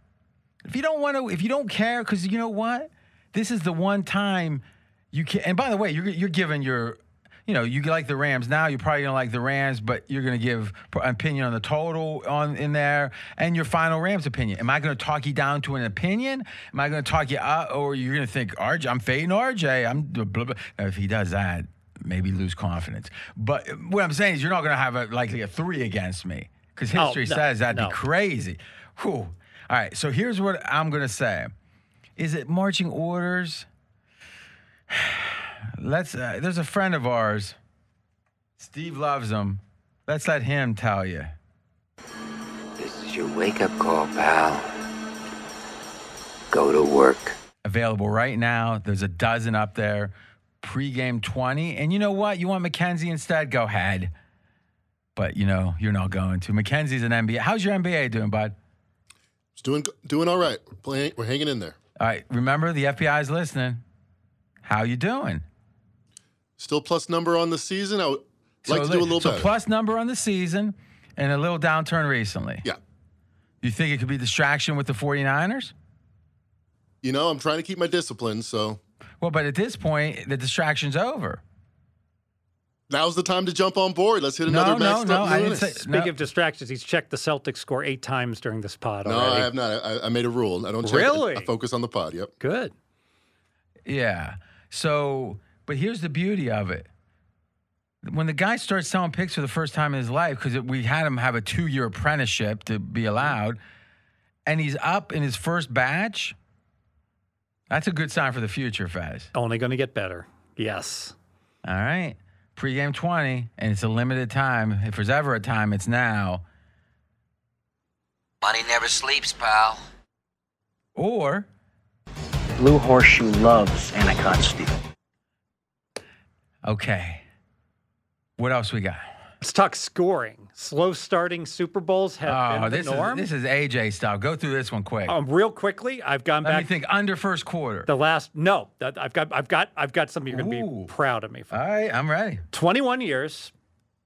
A: If you don't want to, if you don't care, because you know what? This is the one time you can. And by the way, you're, you're giving your, you know, you like the Rams now. You're probably going to like the Rams, but you're going to give p- opinion on the total on in there and your final Rams opinion. Am I going to talk you down to an opinion? Am I going to talk you up? Or you're going to think, RJ, I'm fading RJ. I'm blah, blah, blah. Now, If he does that, maybe lose confidence. But what I'm saying is you're not going to have a, likely a three against me because
C: Oh,
A: history
C: no,
A: says that'd
C: no.
A: be crazy. Whew. All right, so here's what I'm gonna say: Is it marching orders? Let's. Uh, there's a friend of ours. Steve loves him. Let's let him tell you.
D: This is your wake up call, pal. Go to work.
A: Available right now. There's a dozen up there. Pre-game 20. And you know what? You want McKenzie instead? Go ahead. But you know you're not going to. McKenzie's an NBA. How's your NBA doing, bud?
E: It's doing doing all right. We're Playing, we're hanging in there.
A: All right. Remember the FBI's listening. How you doing?
E: Still plus number on the season. I would like to
A: li-
E: do a little
A: so
E: better.
A: plus number on the season and a little downturn recently.
E: yeah.
A: You think it could be distraction with the 49ers?
E: You know, I'm trying to keep my discipline, so
A: Well, but at this point, the distraction's over.
E: now's the time to jump on board. Let's hit
A: No,
E: another
A: no,
E: maxed
A: no,
E: up
A: I didn't
E: Lewis.
A: say-
C: Speaking
A: No.
C: of distractions, he's checked the Celtics score eight times during this pod
E: No,
C: already.
E: I have not. I, I made a rule. I don't check. it.
C: Really?
E: I focus on the pod. Yep.
C: Good.
A: Yeah. So, but here's the beauty of it. When the guy starts selling picks for the first time in his life, because we had him have a two year apprenticeship to
C: Mm-hmm.
A: be allowed, and he's up in his first batch, that's a good sign for the future, Faz.
C: Only going to get better. Yes.
A: All right. Pre-game 20, and it's a limited time. If there's ever a time, it's now.
D: Money never sleeps, pal.
A: Or
J: Blue Horseshoe loves Anacott steel.
A: okay. What else we got?
C: Let's talk scoring. Slow starting Super Bowls have
A: Oh,
C: been
A: this
C: the norm.
A: is this is AJ style. Go through this one quick.
C: um, real quickly, I've gone
A: Let me
C: back
A: think. Under first quarter.
C: the last no, that- I've got I've got I've got something you're going to
A: Ooh.
C: be proud of me for.
A: All right, I'm ready.
C: 21 years,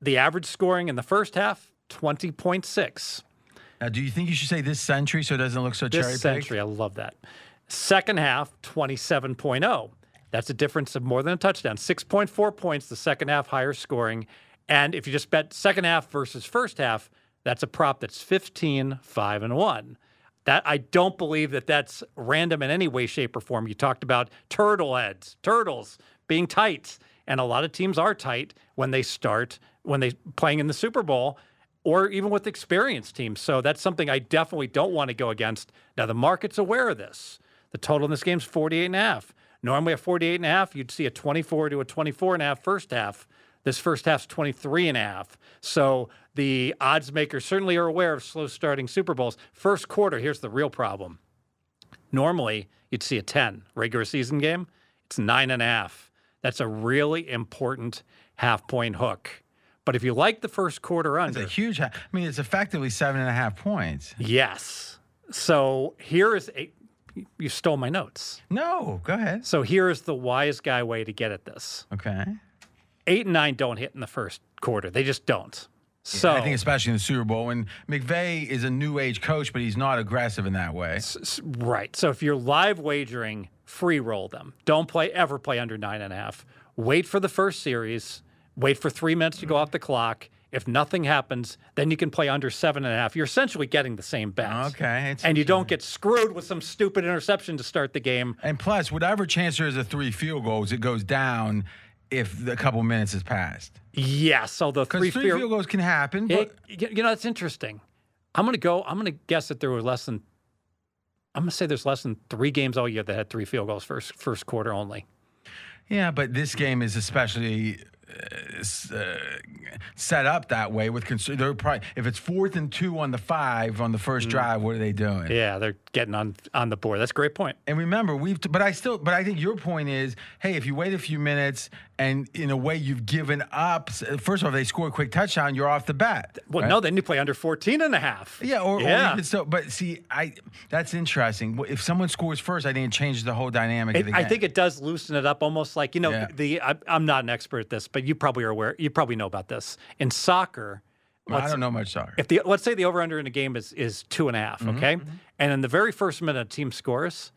C: the average scoring in the first half 20.6.
A: Now, do you think you should say this century so it doesn't look so
C: This
A: cherry
C: century,
A: picked?
C: I love that. Second half, 27.0. That's a difference of more than a touchdown. 6.4 points, the second half higher scoring. And if you just bet second half versus first half, that's a prop that's 15, 5, and 1. That I don't believe that that's random in any way, shape, or form. You talked about turtle heads, turtles being tight. And a lot of teams are tight when they start, when they playing in the Super Bowl or even with experienced teams. So that's something I definitely don't want to go against. Now the market's aware of this. The total in this game is 48 and a half. Normally at 48 and a half, you'd see a 24 to a 24 and a half first half. This first half's 23 and a half. So the odds makers certainly are aware of slow starting Super Bowls. First quarter, here's the real problem. Normally, you'd see a 10 regular season game. It's nine and a half. That's a really important half point hook. But if you like the first quarter
A: It's
C: under,
A: a huge. ha- I mean, it's effectively seven and a half points.
C: Yes. So here is a. You stole my notes.
A: No, go ahead.
C: So here is the wise guy way to get at this.
A: Okay.
C: Eight and nine don't hit in the first quarter. They just don't. So
A: I think especially in the Super Bowl, and McVay is a new age coach, but he's not aggressive in that way.
C: S- Right. So if you're live wagering, free roll them. Don't play ever play under nine and a half. Wait for the first series. Wait for three minutes to go off the clock. If nothing happens, then you can play under seven and a half. You're essentially getting the same bet.
A: Okay, it's-
C: and you don't get screwed with some stupid interception to start the game.
A: And plus, whatever chance there is of three field goals, it goes down if the couple minutes has passed.
C: Yes, although
A: Because
C: three,
A: three
C: fear-
A: field goals can happen, but
C: It- y- you know, that's interesting. I'm going to go, I'm going to guess that there were less than, I'm going to say there's less than three games all year that had three field goals first, first quarter only.
A: yeah, but this game is especially uh, s- uh, set up that way. With cons- they're probably if it's fourth and two on the five on the first drive, what are they doing?
C: Mm. Yeah, they're getting on on the board. That's a great point.
A: And remember, we've. T- but I still. But I think your point is, hey, if you wait a few minutes and in a way you've given up. s- First off, they score a quick touchdown, you're off the bat.
C: Well,
A: right?
C: no, they need to play under 14 and a half.
A: Yeah, or, or
C: yeah.
A: you could still. But see, I that's interesting. Well, If someone scores first, I think it changes the whole dynamic of
C: It-
A: the game.
C: I think it does loosen it up almost like, you know,
A: Yeah.
C: the I, I'm not an expert at this, but you probably are aware, you probably know about this. In soccer,
A: I
C: let's-
A: don't know much soccer.
C: If the let's say the over under in a game is is two and a half,
A: Mm-hmm,
C: okay, and in the very first minute a team scores,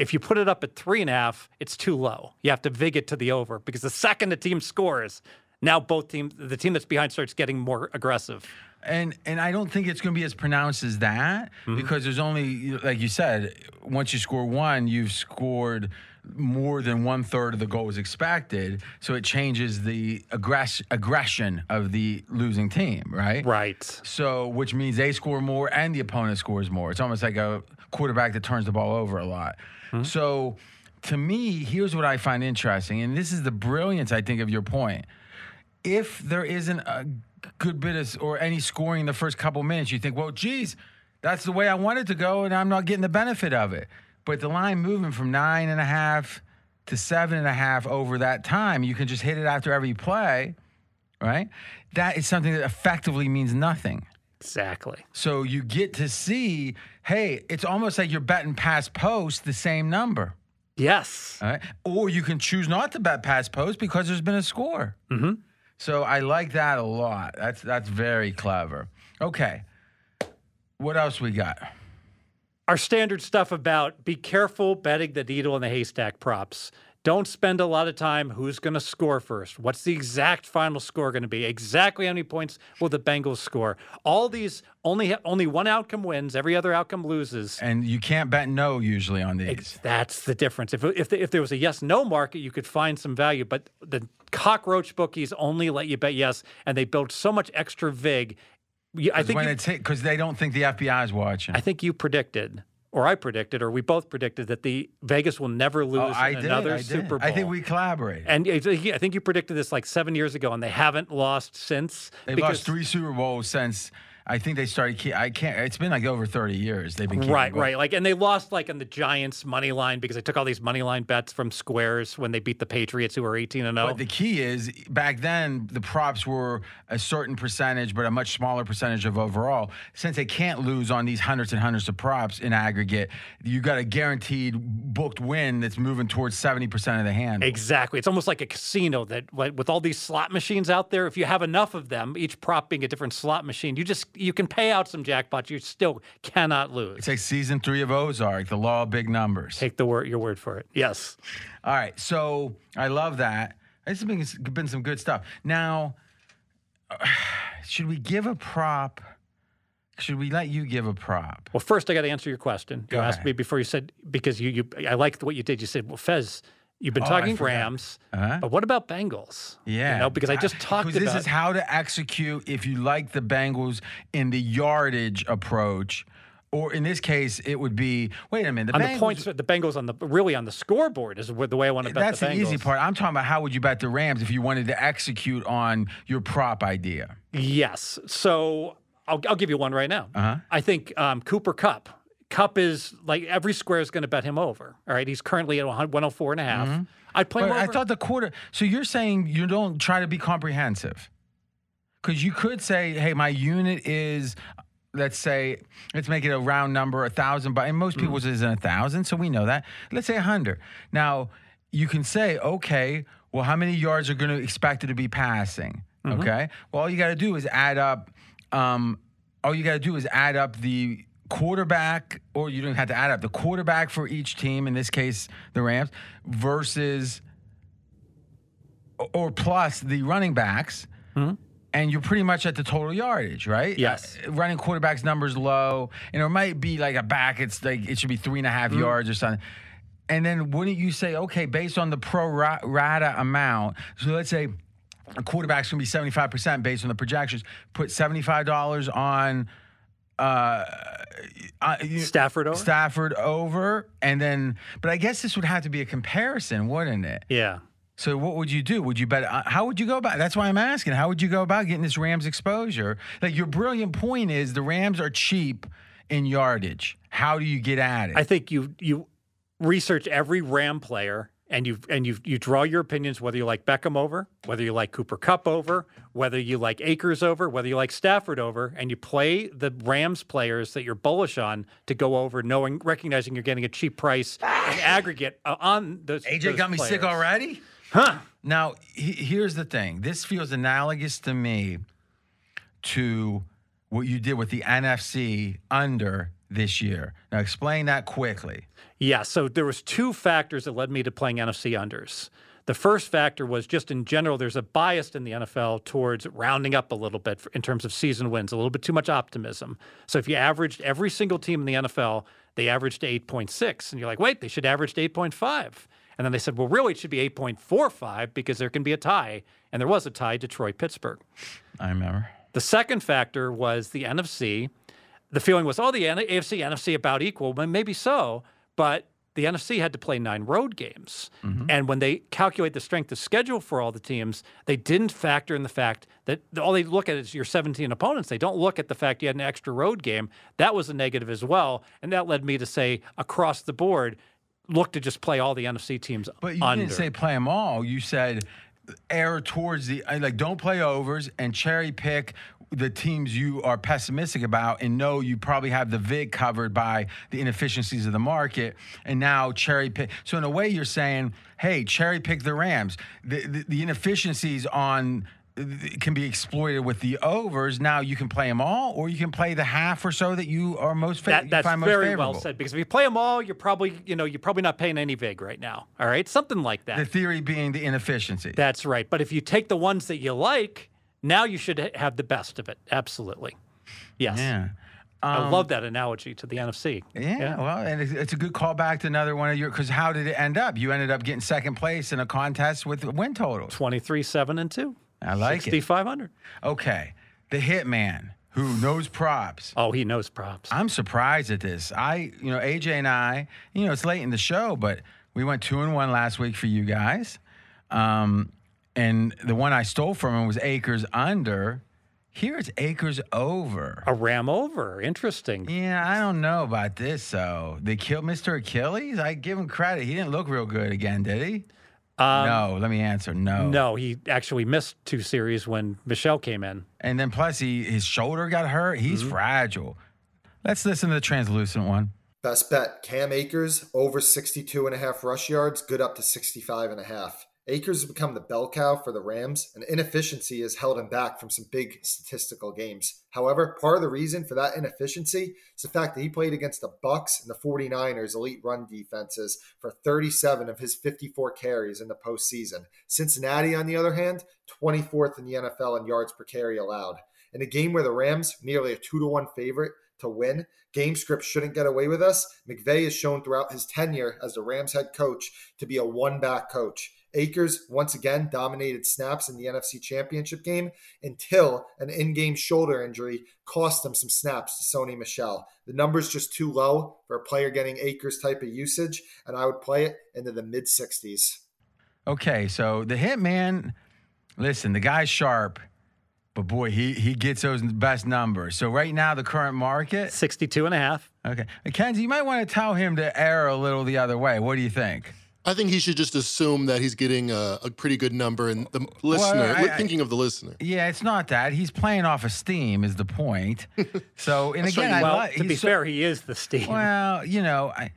C: if you put it up at three and a half, it's too low. You have to vig it to the over because the second the team scores, now both teams the team that's behind starts getting more aggressive.
A: And and I don't think it's going to be as pronounced as that because there's only like you said, once you score one, you've scored more than one third of the goals expected. So it changes the aggress- aggression of the losing team, right?
C: Right.
A: So which means they score more and the opponent scores more. It's almost like a quarterback that turns the ball over a lot. So to me, here's what I find interesting, and this is the brilliance I think of your point if there isn't a good bit of or any scoring in the first couple minutes, you think, well, geez, that's the way I wanted to go, and I'm not getting the benefit of it. But the line moving from nine and a half to seven and a half over that time, you can just hit it after every play, right? That is something that effectively means nothing.
C: Exactly.
A: So you get to see, hey, it's almost like you're betting past post the same number.
C: Yes.
A: All right. Or you can choose not to bet past post because there's been a score. Mm-hmm. So I like that a lot. That's that's very clever. Okay. What else we got?
C: our standard stuff about be careful betting the needle in the haystack props. Don't spend a lot of time who's going to score first. What's the exact final score going to be? Exactly how many points will the Bengals score? All these only only one outcome wins, every other outcome loses.
A: And you can't bet no usually on these.
C: Ex- That's the difference. If if, if there was a yes no market, you could find some value, but the cockroach bookies only let you bet yes and they build so much extra vig. You- I
A: 'Cause
C: think
A: when
C: you-
A: it's hit, because they don't think the FBI is watching.
C: I think you predicted, or I predicted, or we both predicted that the Vegas will never lose
A: oh, I
C: in
A: did.
C: another
A: I did.
C: Super Bowl.
A: I think we collaborated.
C: And I think I think you predicted this like seven years ago, and they haven't lost since.
A: They've
C: because-
A: lost three Super Bowls since I think they started. ke- I can't. It's been like over 30 years they've been keeping
C: Right,
A: book.
C: right. Like, and they lost like on the Giants money line because they took all these money line bets from squares when they beat the Patriots, who were eighteen and oh. zero.
A: But the key is back then the props were a certain percentage, but a much smaller percentage of overall. Since they can't lose on these hundreds and hundreds of props in aggregate, you got a guaranteed booked win that's moving towards seventy percent of the hand.
C: Exactly. It's almost like a casino that like, with all these slot machines out there, if you have enough of them, each prop being a different slot machine, you just you can pay out some jackpots you still cannot lose.
A: It's like season three of Ozark, the law of big numbers.
C: Take the word your word for it. Yes.
A: All right, so I love that. This has been, been some good stuff. Now, should we give a prop? Should we let you give a prop?
C: Well, first I got to answer your question. You
A: Go
C: asked
A: ahead.
C: me before you said because you you I liked what you did. You said, "Well, Fez, you've been
A: Oh, I
C: talking
A: forgot.
C: Rams,
A: Uh-huh.
C: but what about Bengals?"
A: Yeah,
C: You know, because I just talked
A: Because
C: about
A: this is how to execute if you like the Bengals in the yardage approach, or in this case, it would be wait a minute. The
C: on
A: Bengals-
C: the points the Bengals on the really on the scoreboard is where- the way I want to bet
A: That's
C: the
A: the,
C: Bengals.
A: easy part. I'm talking about how would you bet the Rams if you wanted to execute on your prop idea.
C: Yes. So I'll, I'll give you one right now.
A: Uh-huh.
C: I think um, Cooper Cup. Cup is like every square is going to bet him over. All right. He's currently at 104 and a half. I'd play
A: Mm-hmm. But
C: him
A: I
C: over.
A: thought the quarter. So you're saying you don't try to be comprehensive, because you could say, "Hey, my unit is." Let's say, let's make it a round number, a thousand. But and most people's isn't a thousand, so we know that. Let's say a hundred. Now you can say, okay, well, how many yards are going to expected to be passing? Okay. Well, all you got to do is add up. Um, all you got to do is add up the quarterback, or you don't have to add up the quarterback for each team. In this case, the Rams versus or plus the running backs, and you're pretty much at the total yardage, right?
C: Hmm? Yes.
A: Uh, running quarterbacks numbers low, and it might be like a back. It's like it should be three and a
C: Hmm.
A: half yards or something. And then wouldn't you say, okay, based on the pro ra- rata amount, so let's say a quarterback's gonna be 75% based on the projections, put $75 on uh, uh, you-
C: Stafford over.
A: Stafford over, and then, but I guess this would have to be a comparison, wouldn't it?
C: yeah.
A: So what would you do? Would you bet? uh, How would you go about? That's why I'm asking. How would you go about getting this Rams exposure? Like your brilliant point is the Rams are cheap in yardage. How do you get at it?
C: I think you you research every Ram player and you and you you draw your opinions whether you like Beckham over, whether you like Cooper Cup over, whether you like Akers over, whether you like Stafford over, and you play the Rams players that you're bullish on to go over, knowing recognizing you're getting a cheap price in aggregate uh, on those.
A: AJ
C: those
A: got me sick
C: players.
A: already. Huh? Now he- here's the thing. This feels analogous to me to what you did with the NFC under this year. Now explain that quickly.
C: Yeah, so there was two factors that led me to playing NFC unders. The first factor was just in general, there's a bias in the NFL towards rounding up a little bit in terms of season wins, a little bit too much optimism. So if you averaged every single team in the NFL, they averaged to 8.6, and you're like, wait, they should average to 8.5. And then they said, well, really, it should be 8.45 because there can be a tie. And there was a tie, Detroit Pittsburgh.
A: I remember.
C: The second factor was the NFC. The feeling was, oh, the N- AFC, NFC about equal. Well, maybe so, but the NFC had to play nine road games.
A: Mm-hmm.
C: And when they calculate the strength of schedule for all the teams, they didn't factor in the fact that the- all they look at is your 17 opponents. They don't look at the fact you had an extra road game. That was a negative as well. And that led me to say, across the board, look to just play all the NFC teams
A: But you
C: under.
A: didn't say play them all. You said err towards the I- like don't play overs and cherry pick the teams you are pessimistic about and know you probably have the vig covered by the inefficiencies of the market and now cherry pick so in a way you're saying hey cherry pick the rams the, the, the inefficiencies on can be exploited with the overs now you can play them all or you can play the half or so that you are most fa-
C: That,
A: you
C: that's
A: find most
C: very
A: favorable.
C: well said because if you play them all, you're probably you know you're probably not paying any vig right now. All right, something like that.
A: the theory being the inefficiency
C: that's right. But if you take the ones that you like, now you should ha- have the best of it. Absolutely. Yes.
A: yeah
C: I love that analogy to the NFC.
A: um, Yeah, well, and it's, it's a good callback to another one of your. Because how did it end up? You ended up getting second place in a contest with win totals.
C: Twenty-three, seven, and two.
A: I like it.
C: Sixty-five hundred.
A: Okay, the hitman who knows props.
C: Oh, he knows props.
A: I'm surprised at this. I, you know, AJ and I, you know, it's late in the show, but we went two and one last week for you guys. Um, and the one I stole from him was Acres under. Here it's acres over.
C: A ram over. Interesting.
A: Yeah, I don't know about this. So they killed Mr. Achilles. I give him credit. He didn't look real good again, did he?
C: Um,
A: no. Let me answer. No.
C: No, he actually missed two series when Michelle came in.
A: And then plus he his shoulder got hurt. He's fragile. Let's listen to the translucent one.
K: Best bet Cam Akers over 62 and a half rush yards, good up to 65 and a half. Akers has become the bell cow for the Rams, and inefficiency has held him back from some big statistical games. However, part of the reason for that inefficiency is the fact that he played against the Bucks and the 49ers elite run defenses for 37 of his 54 carries in the postseason. Cincinnati, on the other hand, 24th in the NFL in yards per carry allowed. In a game where the Rams, nearly a 2 to 1 favorite, to win. Game script shouldn't get away with us. McVay has shown throughout his tenure as the Rams head coach to be a one back coach. Akers once again dominated snaps in the NFC Championship game until an in game shoulder injury cost them some snaps to Sony Michelle. The number's just too low for a player getting Akers type of usage, and I would play it into the mid 60s.
A: Okay, so the hitman, listen, the guy's sharp. But boy, he he gets those best numbers. So right now, the current market
C: 62 and a half.
A: Okay, Mackenzie, you might want to tell him to err a little the other way. What do you think?
E: I think he should just assume that he's getting a, a pretty good number. And the listener,
A: I- I-
E: thinking of the listener,
A: Yeah, it's not that he's playing off of steam is the point. So and again, I
C: well,
A: like
C: to be
A: he's so-
C: fair, he Hmm. is the Steve.
A: Well, you know, I,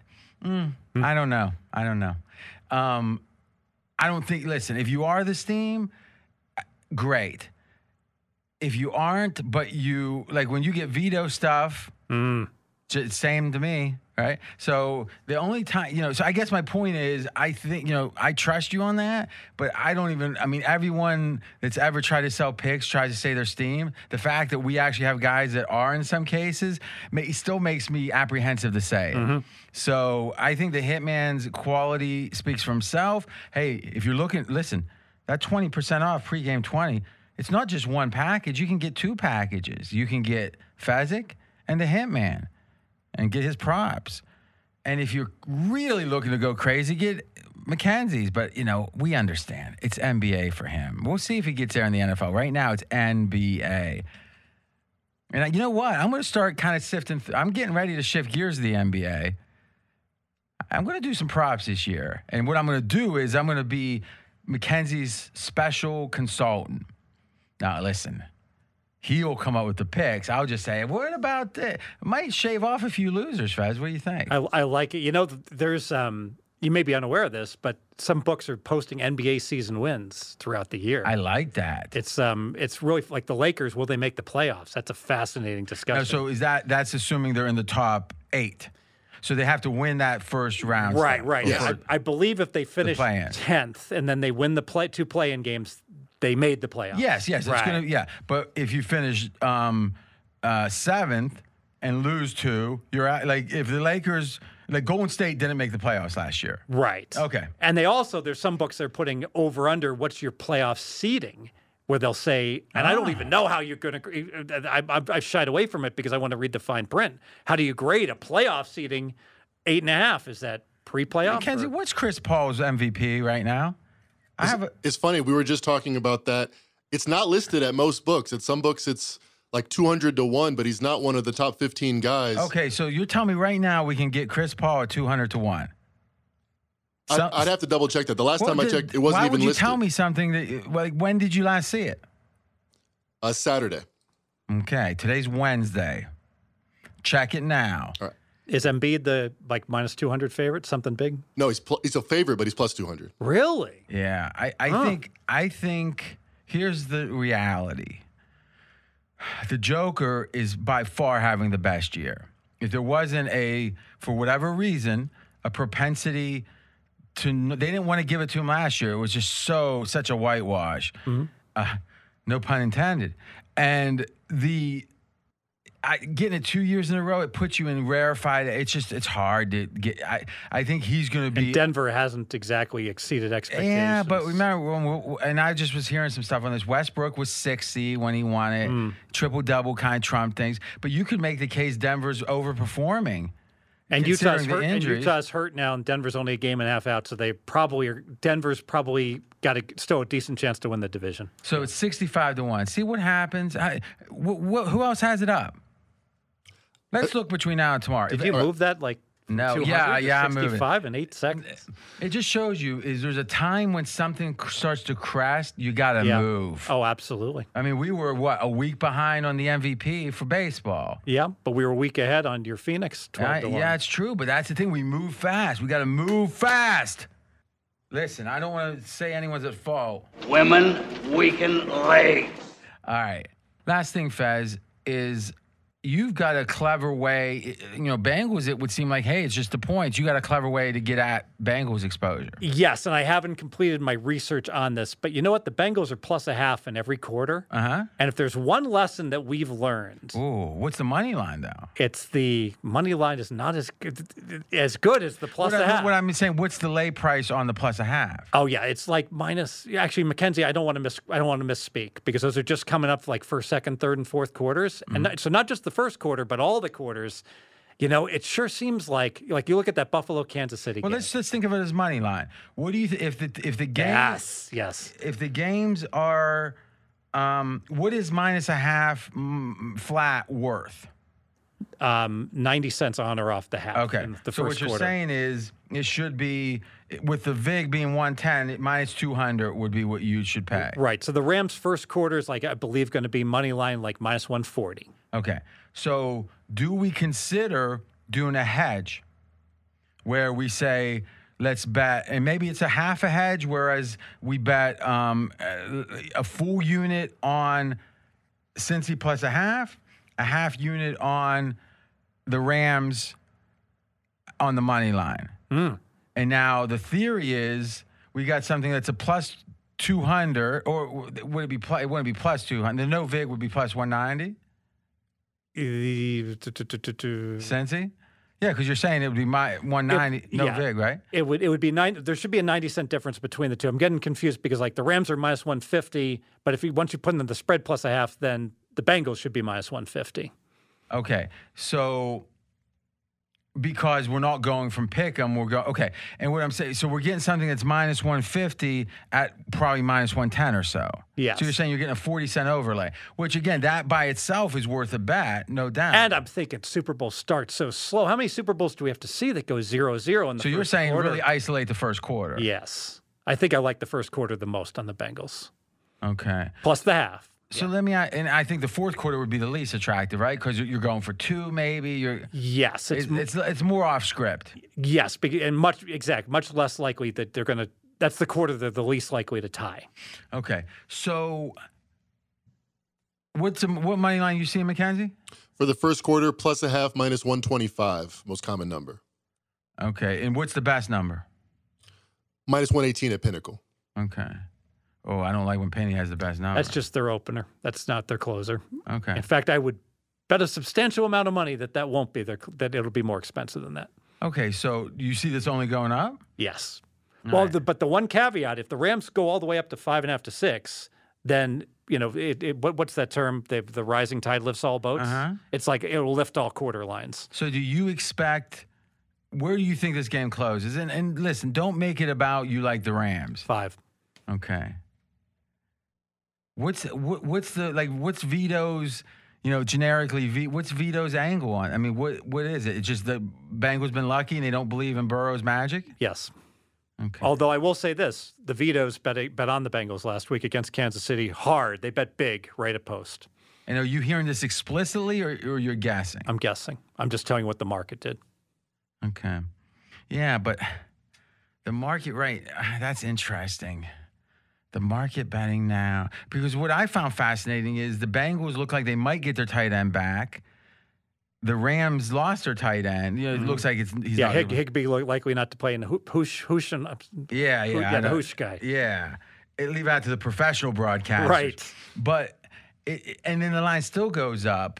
A: mm, I don't know. I don't know. Um, I don't think. Listen, if you are the steam, uh, great. If you aren't, but you like when you get veto stuff, j- same to me, right? So the only time, you know, so I guess my point is, I think, you know, I trust you on that, but I don't even. I mean, everyone that's ever tried to sell picks tries to say they're steam. The fact that we actually have guys that are in some cases may, still makes me apprehensive to say. it. So I think the hitman's quality speaks for himself. Hey, if you're looking, listen, that 20% off pregame 20, it's not just one package. You can get two packages. You can get Fezzik and the Hitman and get his props. And if you're really looking to go crazy, get McKenzie's. But, you know, we understand. It's NBA for him. We'll see if he gets there in the NFL. Right now, it's NBA. And I, you know what? I'm going to start kind of sifting. Th- I'm getting ready to shift gears to the NBA. I'm going to do some props this year. And what I'm going to do is I'm going to be McKenzie's special consultant. Now, listen, he'll come up with the picks. I'll just say, what about that? Might shave off a few losers, Faz. What do you think?
C: I, I like it. You know, th- there's um, you may be unaware of this, but some books are posting NBA season wins throughout the year.
A: I like that.
C: it's um, it's really f- like the Lakers. Will they make the playoffs? That's a fascinating discussion.
A: Now, so is that that's assuming they're in the top eight? So they have to win that first round.
C: right,
A: still.
C: right.
E: Yes.
C: I, I believe if they finish
A: play-in.
C: tenth and then they win the play two play-in games, they made the playoffs.
A: Yes, yes. It's
C: Right.
A: gonna yeah. But if you finish um uh seventh and lose two, you're at like if the Lakers like Golden State didn't make the playoffs last year.
C: Right.
A: Okay.
C: And they also there's some books they're putting over under what's your playoff seeding where they'll say and I don't even
A: Ah.
C: know how you're going to I, I I've shied away from it because I want to read the fine print. How do you grade a playoff seeding? Eight and a half is that pre-playoff?
A: Kenzie,
C: or-
A: what's Chris Paul's MVP right now? I have a
E: it's funny. We were just talking about that. It's not listed at most books. At some books, it's like 200 to 1, but he's not one of the top 15 guys.
A: Okay, so you're telling me right now we can get Chris Paul at 200 to 1.
E: I,
A: Some-
E: I'd have to double check that. The last
A: Well,
E: time I
A: did-
E: checked, it wasn't
A: why
E: even
A: would you
E: listed.
A: tell me something that like when did you last see it?
E: Uh, Saturday.
A: Okay, today's Wednesday. Check it now.
C: Is Embiid the like minus 200 favorite, something big?
E: No, he's pl- he's a favorite, but he's plus 200.
C: Really?
A: Yeah, I, I think I think here's the reality. The Joker is by far having the best year. If there wasn't a, for whatever reason, a propensity to, they didn't want to give it to him last year. It was just so such a whitewash, uh, no pun intended. And the I, getting it two years in a row, it puts you in rarefied. It's just it's hard to get. I I think he's going to be
C: And Denver hasn't exactly exceeded expectations.
A: yeah, but remember, when we, and I just was hearing some stuff on this. Westbrook was 60 when he won it,
C: Mm.
A: triple double kind of Trump things. But you could make the case Denver's overperforming.
C: And
A: Considering
C: Utah's
A: the
C: hurt. And
A: injuries.
C: Utah's hurt now, and Denver's only a game and a half out, so they probably are. Denver's probably got a, still a decent chance to win the division.
A: So it's 65 to 1. See what happens. I, wh- wh- who else has it up? Let's look between now and tomorrow.
C: Did
A: Uh, If-
C: you move that like?
A: No,
C: 200
A: yeah,
C: to
A: yeah, I moved it.
C: 65 in eight seconds.
A: It just shows you is there's a time when something c- starts to crash, you got to
C: Yeah.
A: move.
C: Oh, absolutely.
A: I mean, we were what a week behind on the MVP for baseball.
C: Yeah, but we were a week ahead on your Phoenix 12
A: I-
C: to 1.
A: yeah, it's true, but that's the thing. We move fast. We got to move fast. Listen, I don't want to say anyone's at fault.
L: Women weaken legs.
A: All right. Last thing, Fez, is you've got a clever way. You know, Bengals, it would seem like, hey, it's just the points. You got a clever way to get at Bengals exposure.
C: Yes, and I haven't completed my research on this, but you know what? The Bengals are plus a half in every quarter.
A: Uh huh.
C: And if there's one lesson that we've learned,
A: Ooh, what's the money line though?
C: it's the money line is not as good, as good as the plus
A: what,
C: a
A: I-
C: half.
A: what I'm saying, what's the lay price on the plus a half?
C: Oh yeah, it's like minus. yeah, Actually, Mackenzie, I don't want to miss. I don't want to misspeak because those are just coming up like first, second, third, and fourth quarters,
A: Mm-hmm.
C: and that, so not just the first quarter, but all the quarters. You know, it sure seems like like you look at that Buffalo Kansas City
A: Well,
C: game.
A: let's just think of it as money line. What do you th- if the if the game
C: Yes, yes.
A: if the games are um, what is minus a half mm, flat worth?
C: Um, Ninety cents on or off the half.
A: Okay.
C: in the
A: so
C: first
A: what you're
C: quarter.
A: saying is it should be with the vig being 110 it- minus 200 would be what you should pay.
C: Right. So the Rams' first quarter is like I believe going to be money line like minus one forty.
A: Okay. So do we consider doing a hedge where we say let's bet and maybe it's a half a hedge whereas we bet um, a a full unit on Cincy plus a half, a half unit on the Rams on the money line. And now the theory is we got something that's a plus 200, or w- would it be? Pl- it wouldn't be plus 200. The no vig would be plus 190. E, Sensi? Yeah, because you're saying it would be my 190 no
C: yeah.
A: vig, right?
C: It would it would be nine. There should be a ninety cent difference between the two. I'm getting confused because like the Rams are minus one fifty, but if you once you put in the spread plus a half, then the Bengals should be minus one fifty.
A: Okay, so because we're not going from pick 'em, we're going okay. And what I'm saying, so we're getting something that's minus 150 at probably minus 110 or so.
C: Yes.
A: So you're saying you're getting a 40 cent overlay, which again, that by itself is worth a bet, no doubt.
C: And I'm thinking Super Bowl starts so slow. How many Super Bowls do we have to see that go zero zero in the
A: so you're
C: first
A: saying
C: quarter?
A: really isolate the first quarter.
C: yes. I think I like the first quarter the most on the Bengals
A: Okay.
C: plus the half.
A: So let me, and I think the fourth quarter would be the least attractive, right? Because you're going for two, maybe. You're
C: Yes,
A: it's it's,
C: it's
A: it's more off script.
C: Yes, be- and much exact, much less likely that they're going to. That's the quarter they're the least likely to tie.
A: Okay. So what's the- what money line you see, Mackenzie?
E: For the first quarter, plus a half, minus 125, most common number.
A: Okay. And what's the best number?
E: Minus 118 at Pinnacle.
A: Okay. Oh, I don't like when Penny has the best number.
C: That's just their opener. That's not their closer.
A: okay.
C: In fact, I would bet a substantial amount of money that that won't be their. That it'll be more expensive than that.
A: Okay. So you see this only going up?
C: Yes.
A: All
C: well,
A: right.
C: the, but the one caveat: if the Rams go all the way up to five and a half to six, then you know it, it, what, what's that term? The, the rising tide lifts all boats.
A: Uh-huh.
C: It's like it'll lift all quarter lines.
A: So do you expect where do you think this game closes? And and listen, don't make it about you like the Rams.
C: Five.
A: Okay. What's what, what's the like what's Vito's you know generically V what's Vito's angle on? I mean what what is it? It's just the Bengals been lucky and they don't believe in Burrow's magic.
C: Yes.
A: Okay.
C: Although I will say this, the Vito's bet, bet on the Bengals last week against Kansas City hard. They bet big right at post.
A: And are you hearing this explicitly or, or you're guessing?
C: I'm guessing. I'm just telling you what the market did.
A: Okay. Yeah, but the market rate, that's interesting. The market betting now. Because what I found fascinating is the Bengals look like they might get their tight end back. The Rams lost their tight end. You know, it looks like it's he's
C: Mm-hmm. yeah,
A: not
C: Hig,
A: gonna-
C: Higby li- likely not to play in the Hoosh Hooshin.
A: Yeah, yeah.
C: Who-
A: I
C: yeah, the
A: know.
C: Hoosh guy.
A: Yeah. It leave out to the professional broadcasters.
C: Right.
A: But it, it- and then the line still goes up.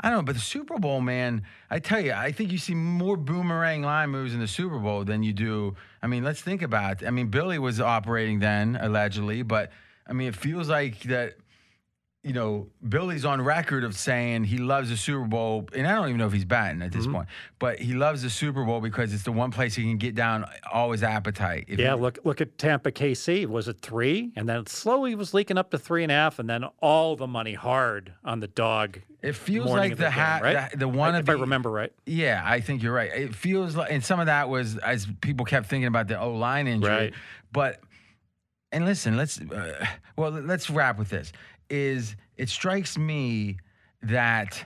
A: I don't know, but the Super Bowl, man, I tell you, I think you see more boomerang line moves in the Super Bowl than you do. I mean, let's think about it. I mean, Billy was operating then, allegedly, but I mean, it feels like that you know, Billy's on record of saying he loves the Super Bowl, and I don't even know if he's batting at this
C: Mhm.
A: point, but he loves the Super Bowl because it's the one place he can get down all his appetite. If
C: yeah,
A: he-
C: look look at Tampa KC. Was it three? And then it slowly was leaking up to three and a half, and then all the money hard on the dog.
A: It feels
C: morning
A: like
C: of
A: the
C: game,
A: ha-
C: right?
A: the- the one
C: I-
A: of
C: if I
A: the-
C: remember right.
A: Yeah, I think you're right. It feels like, and some of that was as people kept thinking about the O line injury.
C: Right.
A: But, and listen, let's, uh, well, let's wrap with this. Is it strikes me that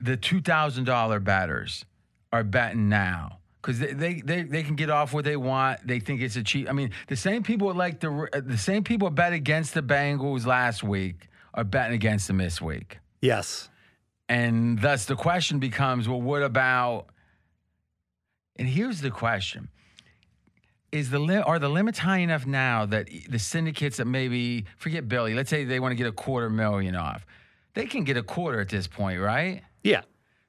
A: the $2,000 batters are betting now. Because they, they, they, they can get off what they want. They think it's a cheap. I mean, the same people that like the the same people bet against the Bengals last week are betting against them this week.
C: Yes.
A: And thus the question becomes well, what about? And here's the question. Is the li- are the limits high enough now that e, the syndicates that maybe forget Billy, let's say they want to get a quarter million off, they can get a quarter at this point, right?
C: Yeah.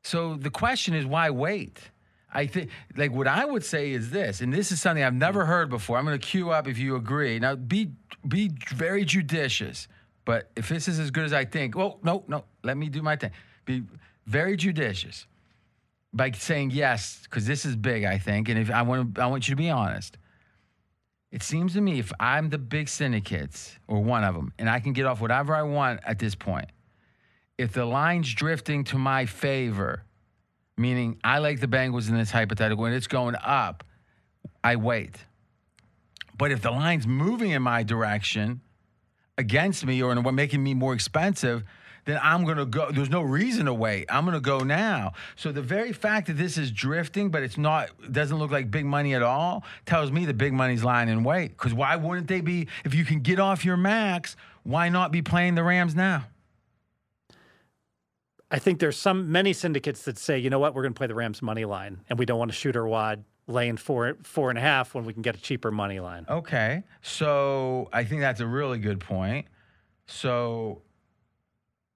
A: So the question is why wait? I think like what I would say is this, and this is something I've never heard before. I'm going to queue up if you agree. Now be be very judicious, but if this is as good as I think, well, no, no, let me do my thing. Be very judicious by saying yes because this is big. I think, and if I want, I want you to be honest. It seems to me if I'm the big syndicates or one of them, and I can get off whatever I want at this point, if the line's drifting to my favor, meaning I like the Bengals in this hypothetical and it's going up, I wait. But if the line's moving in my direction against me or in what making me more expensive, then I'm going to go. There's no reason to wait. I'm going to go now. So the very fact that this is drifting, but it's not, doesn't look like big money at all, tells me the big money's lying in wait. Because why wouldn't they be? If you can get off your max, why not be playing the Rams now?
C: I think there's some many syndicates that say, you know what, we're going to play the Rams money line, and we don't want to shoot our wad laying four four and a half when we can get a cheaper money line.
A: Okay. So I think that's a really good point. So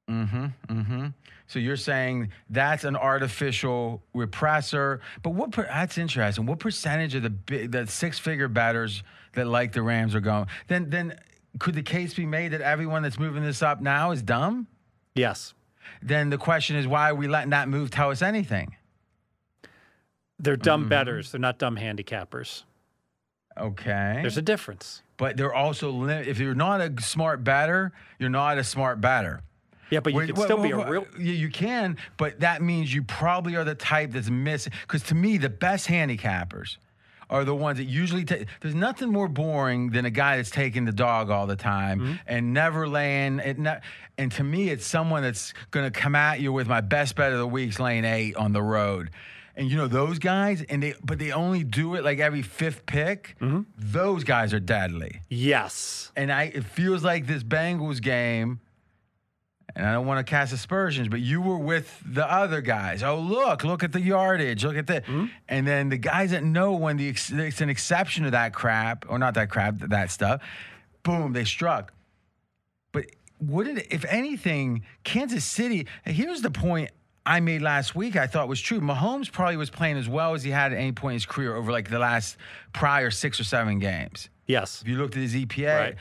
A: Mm-hmm. Mm-hmm. So you're saying that's an artificial repressor, but what? Per, that's interesting. What percentage of the bi- the six figure batters that like the Rams are going? Then then could the case be made that everyone that's moving this up now is dumb?
C: Yes.
A: Then the question is why are we letting that move tell us anything?
C: They're
A: Mm-hmm.
C: dumb betters. They're not dumb handicappers.
A: Okay.
C: There's a difference.
A: but they're also lim- if you're not a smart batter, you're not a smart batter.
C: Yeah, but you
A: Wait,
C: could
A: wait,
C: still
A: wait,
C: be
A: wait.
C: a real.
A: Yeah, you can, but that means you probably are the type that's missing. Because to me, the best handicappers are the ones that usually take. There's nothing more boring than a guy that's taking the dog all the time
C: Mm-hmm.
A: and never laying. It ne- and to me, it's someone that's going to come at you with my best bet of the week's lane eight on the road. And you know those guys, and they but they only do it like every fifth pick.
C: Mm-hmm.
A: Those guys are deadly.
C: Yes.
A: And I it feels like this Bengals game, and I don't want to cast aspersions, but you were with the other guys. Oh, look, look at the yardage, look at the and then the guys that know when the ex- it's an exception to that crap, or not that crap, th- that stuff, boom, they struck. But wouldn't if anything, Kansas City, here's the point I made last week I thought was true. Mahomes probably was playing as well as he had at any point in his career over like the last prior six or seven games.
C: Yes.
A: If you looked at his EPA.
C: Right.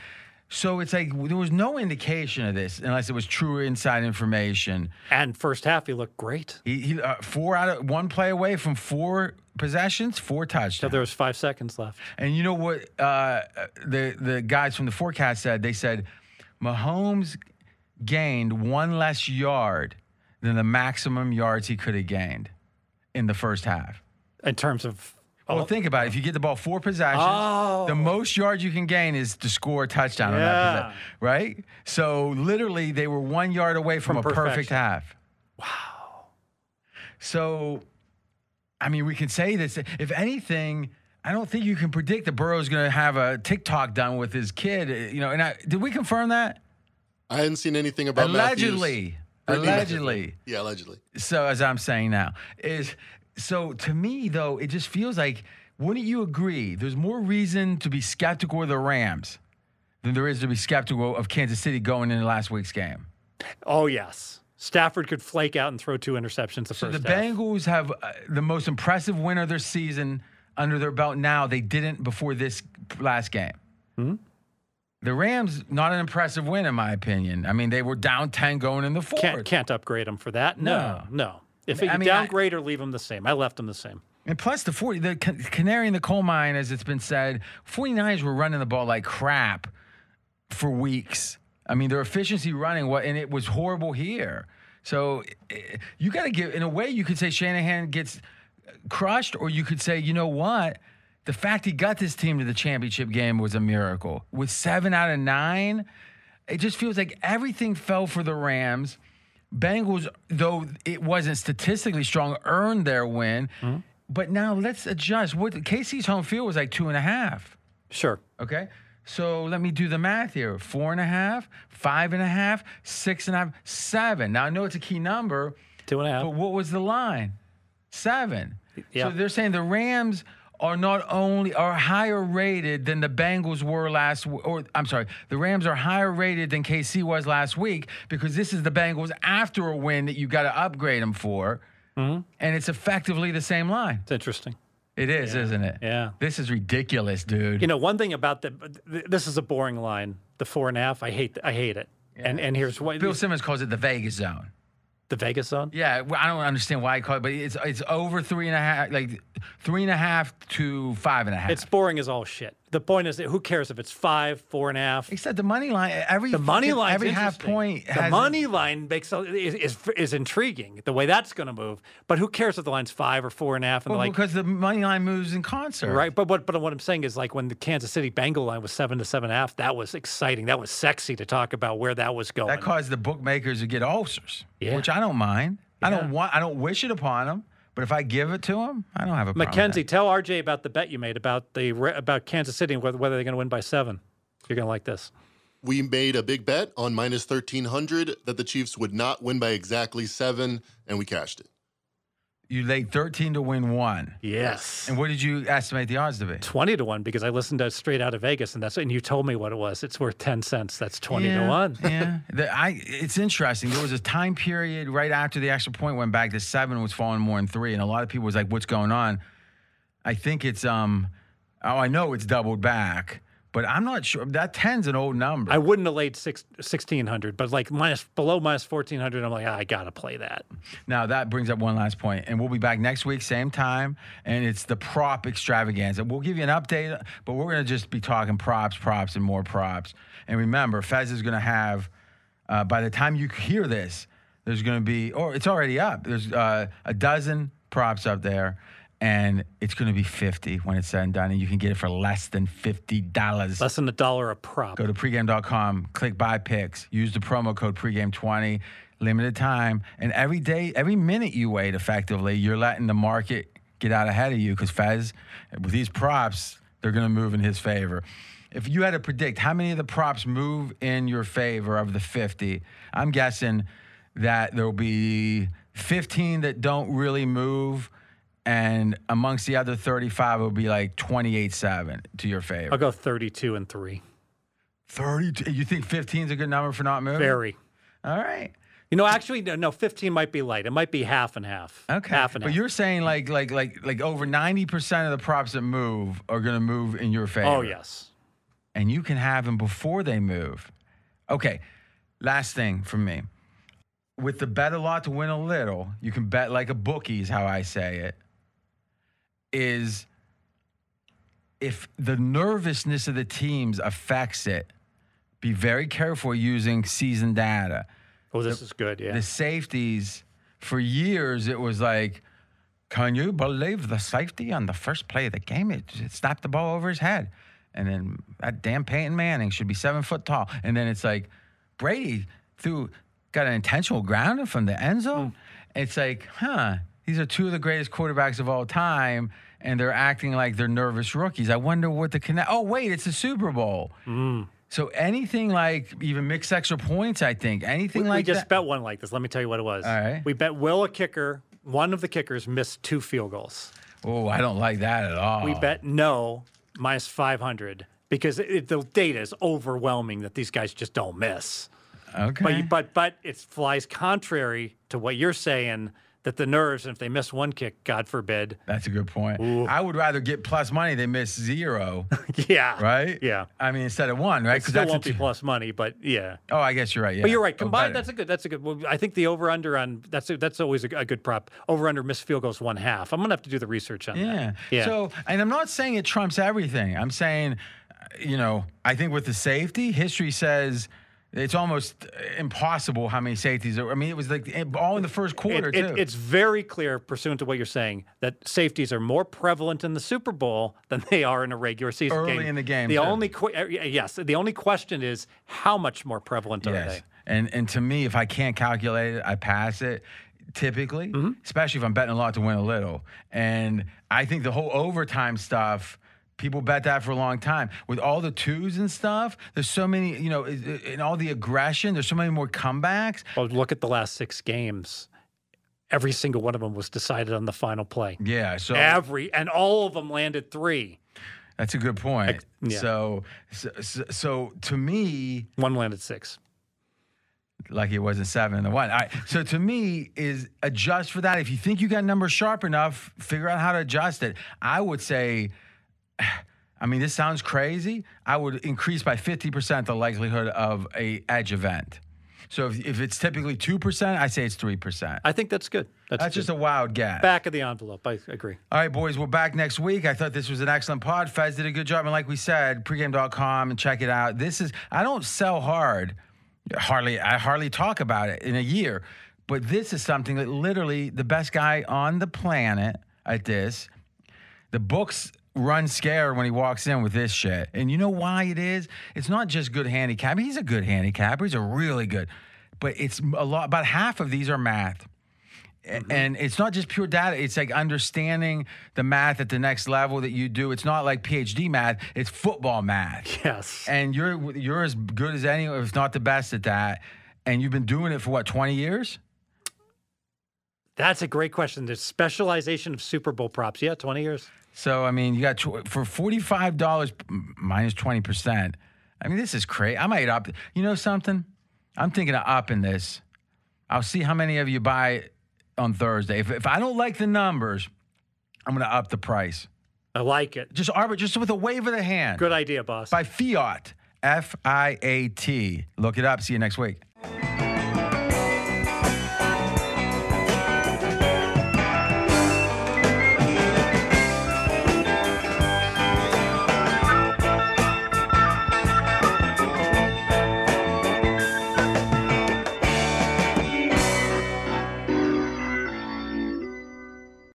A: So it's like there was no indication of this unless it was true inside information.
C: And first half, he looked great.
A: He, he uh, four out of one play away from four possessions, four
C: So
A: touchdowns.
C: there was five seconds left.
A: And you know what uh, the the guys from the forecast said? They said Mahomes gained one less yard than the maximum yards he could have gained in the first half.
C: in terms of
A: Well, think about it. If you get the ball four possessions,
C: Oh.
A: the most yards you can gain is to score a touchdown. On that
C: Yeah.
A: possession, right? So literally, they were one yard away from,
C: From
A: a perfect
C: perfection.
A: half. Wow. So, I mean, we can say this. If anything, I don't think you can predict that Burrow's going to have a TikTok done with his kid. You know, and I, did we confirm that?
E: I hadn't seen anything about
A: allegedly,
E: Matthews.
A: allegedly.
E: Yeah, allegedly.
A: So as I'm saying now is so to me though it just feels like wouldn't you agree? There's more reason to be skeptical of the Rams than there is to be skeptical of Kansas City going into last week's game.
C: Oh yes, Stafford could flake out and throw two interceptions the
A: So
C: first
A: the
C: half.
A: Bengals have uh, the most impressive win of their
C: Hmm?
A: season under their belt now. They didn't before this last game. The Rams, not an impressive win, in my opinion. I mean, they were down 10 going in the fourth.
C: Can't, can't upgrade them for that. No, no. If
A: I
C: you
A: mean, I-
C: downgrade or leave them the same, I left them the same.
A: And plus the 40, the ca- canary in the coal mine, as it's been said, 49ers were running the ball like crap for weeks. I mean, their efficiency running, what, and it was horrible here. So eh, you got to give, in a way, you could say Shanahan gets eh, crushed, or you could say, you know what? The fact he got this team to the championship game was a miracle. With seven out of nine, it just feels like everything fell for the Rams. Bengals, though it wasn't statistically strong, earned their win. But now let's adjust. What KC's home field was like two and a half.
C: Sure.
A: Okay. So let me do the math here. Four and a half, five and a half, six and a half, seven. Now I know it's a key number.
C: Two and a half.
A: But what was the line? Seven.
C: Yeah.
A: So they're saying the Rams are not only are higher rated than the Bengals were last w- or I'm sorry, the Rams are higher rated than KC was last week because this is the Bengals after a win that you got to upgrade them for. And it's effectively the same line.
C: It's interesting.
A: It is, isn't it?
C: Yeah.
A: This is ridiculous, dude.
C: You know, one thing about the th- this is a boring line. The four and a half, I hate. I hate it. And and here's why.
A: Bill Simmons calls it the Vegas zone.
C: the Vegas zone.
A: Yeah, well, I don't understand why he called it, but it's it's over three and a half, like three and a half to five and a half.
C: It's boring as all shit. The point is that who cares if it's five, four and a half?
A: Except the money line, every
C: The money
A: fucking-
C: line,
A: every half point
C: The
A: has
C: money line makes a- is, is is intriguing the way that's going to move. But who cares if the line's five or four and a half? And
A: well,
C: like,
A: because the money line moves in concert,
C: Right, but what but what I'm saying is like when the Kansas City Bengal line was seven to seven and a half, that was exciting. That was sexy to talk about where that was going.
A: That caused the bookmakers to get ulcers,
C: Yeah.
A: which I don't mind. I don't want, I don't wish it upon them, but if I give it to them, I don't have a problem. with
C: Mackenzie, tell RJ about the bet you made about the re- about Kansas City and whether, whether they're going to win by seven. You're going to like this.
E: We made a big bet on minus 1300 that the Chiefs would not win by exactly seven, and we cashed it.
A: that. You laid thirteen to win one,
C: Yes,
A: and what did you estimate the odds to be?
C: twenty to one because I listened to it straight out of Vegas, and that's and you told me what it was. It's worth ten cents. That's twenty
A: yeah,
C: to one.
A: yeah, The- I. It's interesting. There was a time period right after the extra point went back to seven was falling more than three, and a lot of people was like, "What's going on?" I think it's um. Oh, I know it's doubled back, but I'm not sure. That 10's an old number.
C: I wouldn't have laid six, 1600, but like minus below minus 1400, I'm like, "Ah, I got to play that.
A: Now that brings up one last point, and we'll be back next week, same time, and it's the prop extravaganza. We'll give you an update, but we're gonna just be talking props, props, and more props. And remember, Fez is gonna have. Uh, by the time you hear this, there's gonna be, or it's already up. There's uh, a dozen props up there, and it's gonna be 50 when it's said and done, and you can get it for less than fifty dollars.
C: Less than a dollar a prop.
A: Go to pregame.com, click buy picks, use the promo code pregame20, limited time. And every day, every minute you wait effectively, you're letting the market get out ahead of you because Fez, with these props, they're going to move in his favor. If you had to predict how many of the props move in your favor of the 50, I'm guessing that there'll be 15 that don't really move. And amongst the other 35, it'll be like 28 7 to your favor.
C: I'll go 32 and three.
A: 32. You think 15 is a good number for not moving?
C: Very.
A: All right.
C: You know, actually, no, no, 15 might be light. It might be half and half.
A: Okay.
C: Half and
A: but
C: half.
A: you're saying like like like like over 90% of the props that move are going to move in your favor.
C: Oh, yes.
A: And you can have them before they move. Okay. Last thing from me. With the bet a lot to win a little, you can bet like a bookie is how I say it. Is if the nervousness of the teams affects it, be very careful using season data.
C: Oh, this is good. Yeah.
A: the safeties for years it was like can you believe the safety on the first play of the game it, it snapped the ball over his head and then that damn Peyton Manning should be seven foot tall and then it's like Brady threw got an intentional grounding from the end zone
C: Mm.
A: it's like huh these are two of the greatest quarterbacks of all time and they're acting like they're nervous rookies I wonder what the connect oh wait it's the Super Bowl
C: Mm.
A: so anything like even mixed extra points I think anything
C: we,
A: like
C: we just
A: that
C: bet one like this. Let me tell you what it was.
A: All right.
C: We bet Will a kicker. One of the kickers missed two field goals.
A: Oh, I don't like that at all.
C: We bet no minus 500 because it, the data is overwhelming that these guys just don't miss.
A: Okay.
C: But you, but but it flies contrary to what you're saying that the nerves, and if they miss one kick, God forbid.
A: That's a good point. I would rather get plus money than miss zero.
C: yeah.
A: Right?
C: Yeah.
A: I mean, instead of one, right?
C: It still
A: that's a
C: won't be
A: two-
C: plus money, but yeah.
A: Oh, I guess you're right. Yeah.
C: But you're right.
A: Oh, better.
C: Combined, that's a good. That's a good. Well, I think the over under on that's a, that's always a, a good prop. Over under missed field goals one half. I'm gonna have to do the research on
A: Yeah.
C: that. Yeah.
A: So, and I'm not saying it trumps everything. I'm saying, uh, you know, I think with the safety, history says it's almost uh, impossible how many safeties. There, I mean, it was like in- all in the first quarter
C: It-
A: too.
C: it- it's very clear, pursuant to what you're saying, that safeties are more prevalent in the Super Bowl than they are in a regular season
A: Early
C: game.
A: in the game,
C: The
A: too.
C: only que- uh, yes, the only question is how much more prevalent are
A: yes. And and to me, if I can't calculate it, I pass it. Typically, especially if I'm betting a lot to win a little, and I think the whole overtime stuff. People bet that for a long time. With all the twos and stuff, there's so many, you know, is- and all the aggression, there's so many more comebacks.
C: they? Well, Oh, look at the last six games. Every single one of them was decided on the final play.
A: Yeah, so
C: Every and all of them landed three.
A: That's a good point.
C: yeah.
A: so, so, so- so to me,
C: one landed six.
A: Lucky it wasn't seven and the one. All right. So to me, is adjust for that. If you think you got numbers sharp enough, figure out how to adjust it. I would say, I mean, this sounds crazy. I would increase by fifty percent the likelihood of a edge event. So if, if it's typically two percent, I say it's three percent.
C: I think that's good. That's,
A: That's, just a wild guess.
C: back of the envelope. I agree.
A: All right, boys, we're back next week. I thought this was an excellent pod. Fez did a good job. And like we said, pregame.com and check it out. This is, I don't sell hard. Hardly, I hardly talk about it in a year. But this is something that literally the best guy on the planet at this, the books run scared when he walks in with this shit. And you know why it is? It's not just good handicap. He's a good handicapper. He's a really good. But it's a lot, about half of these are math. A- And it's not just pure data. It's like understanding the math at the next level that you do. It's not like PhD math. It's football math.
C: Yes.
A: And you're you're as good as any, if not the best at that. And you've been doing it for what, 20 years?
C: That's a great question. The specialization of Super Bowl props. Yeah, 20 years.
A: So I mean, you got tw- for forty five dollars minus twenty percent. I mean, this is crazy. I might up. You know something? I'm thinking of upping this. I'll see how many of you buy on Thursday. If, if I don't like the numbers, I'm going to up the price.
C: I like it.
A: Just arbit, just with a wave of the hand.
C: Good idea, boss.
A: By Fiat, F I A T. Look it up. See you next week.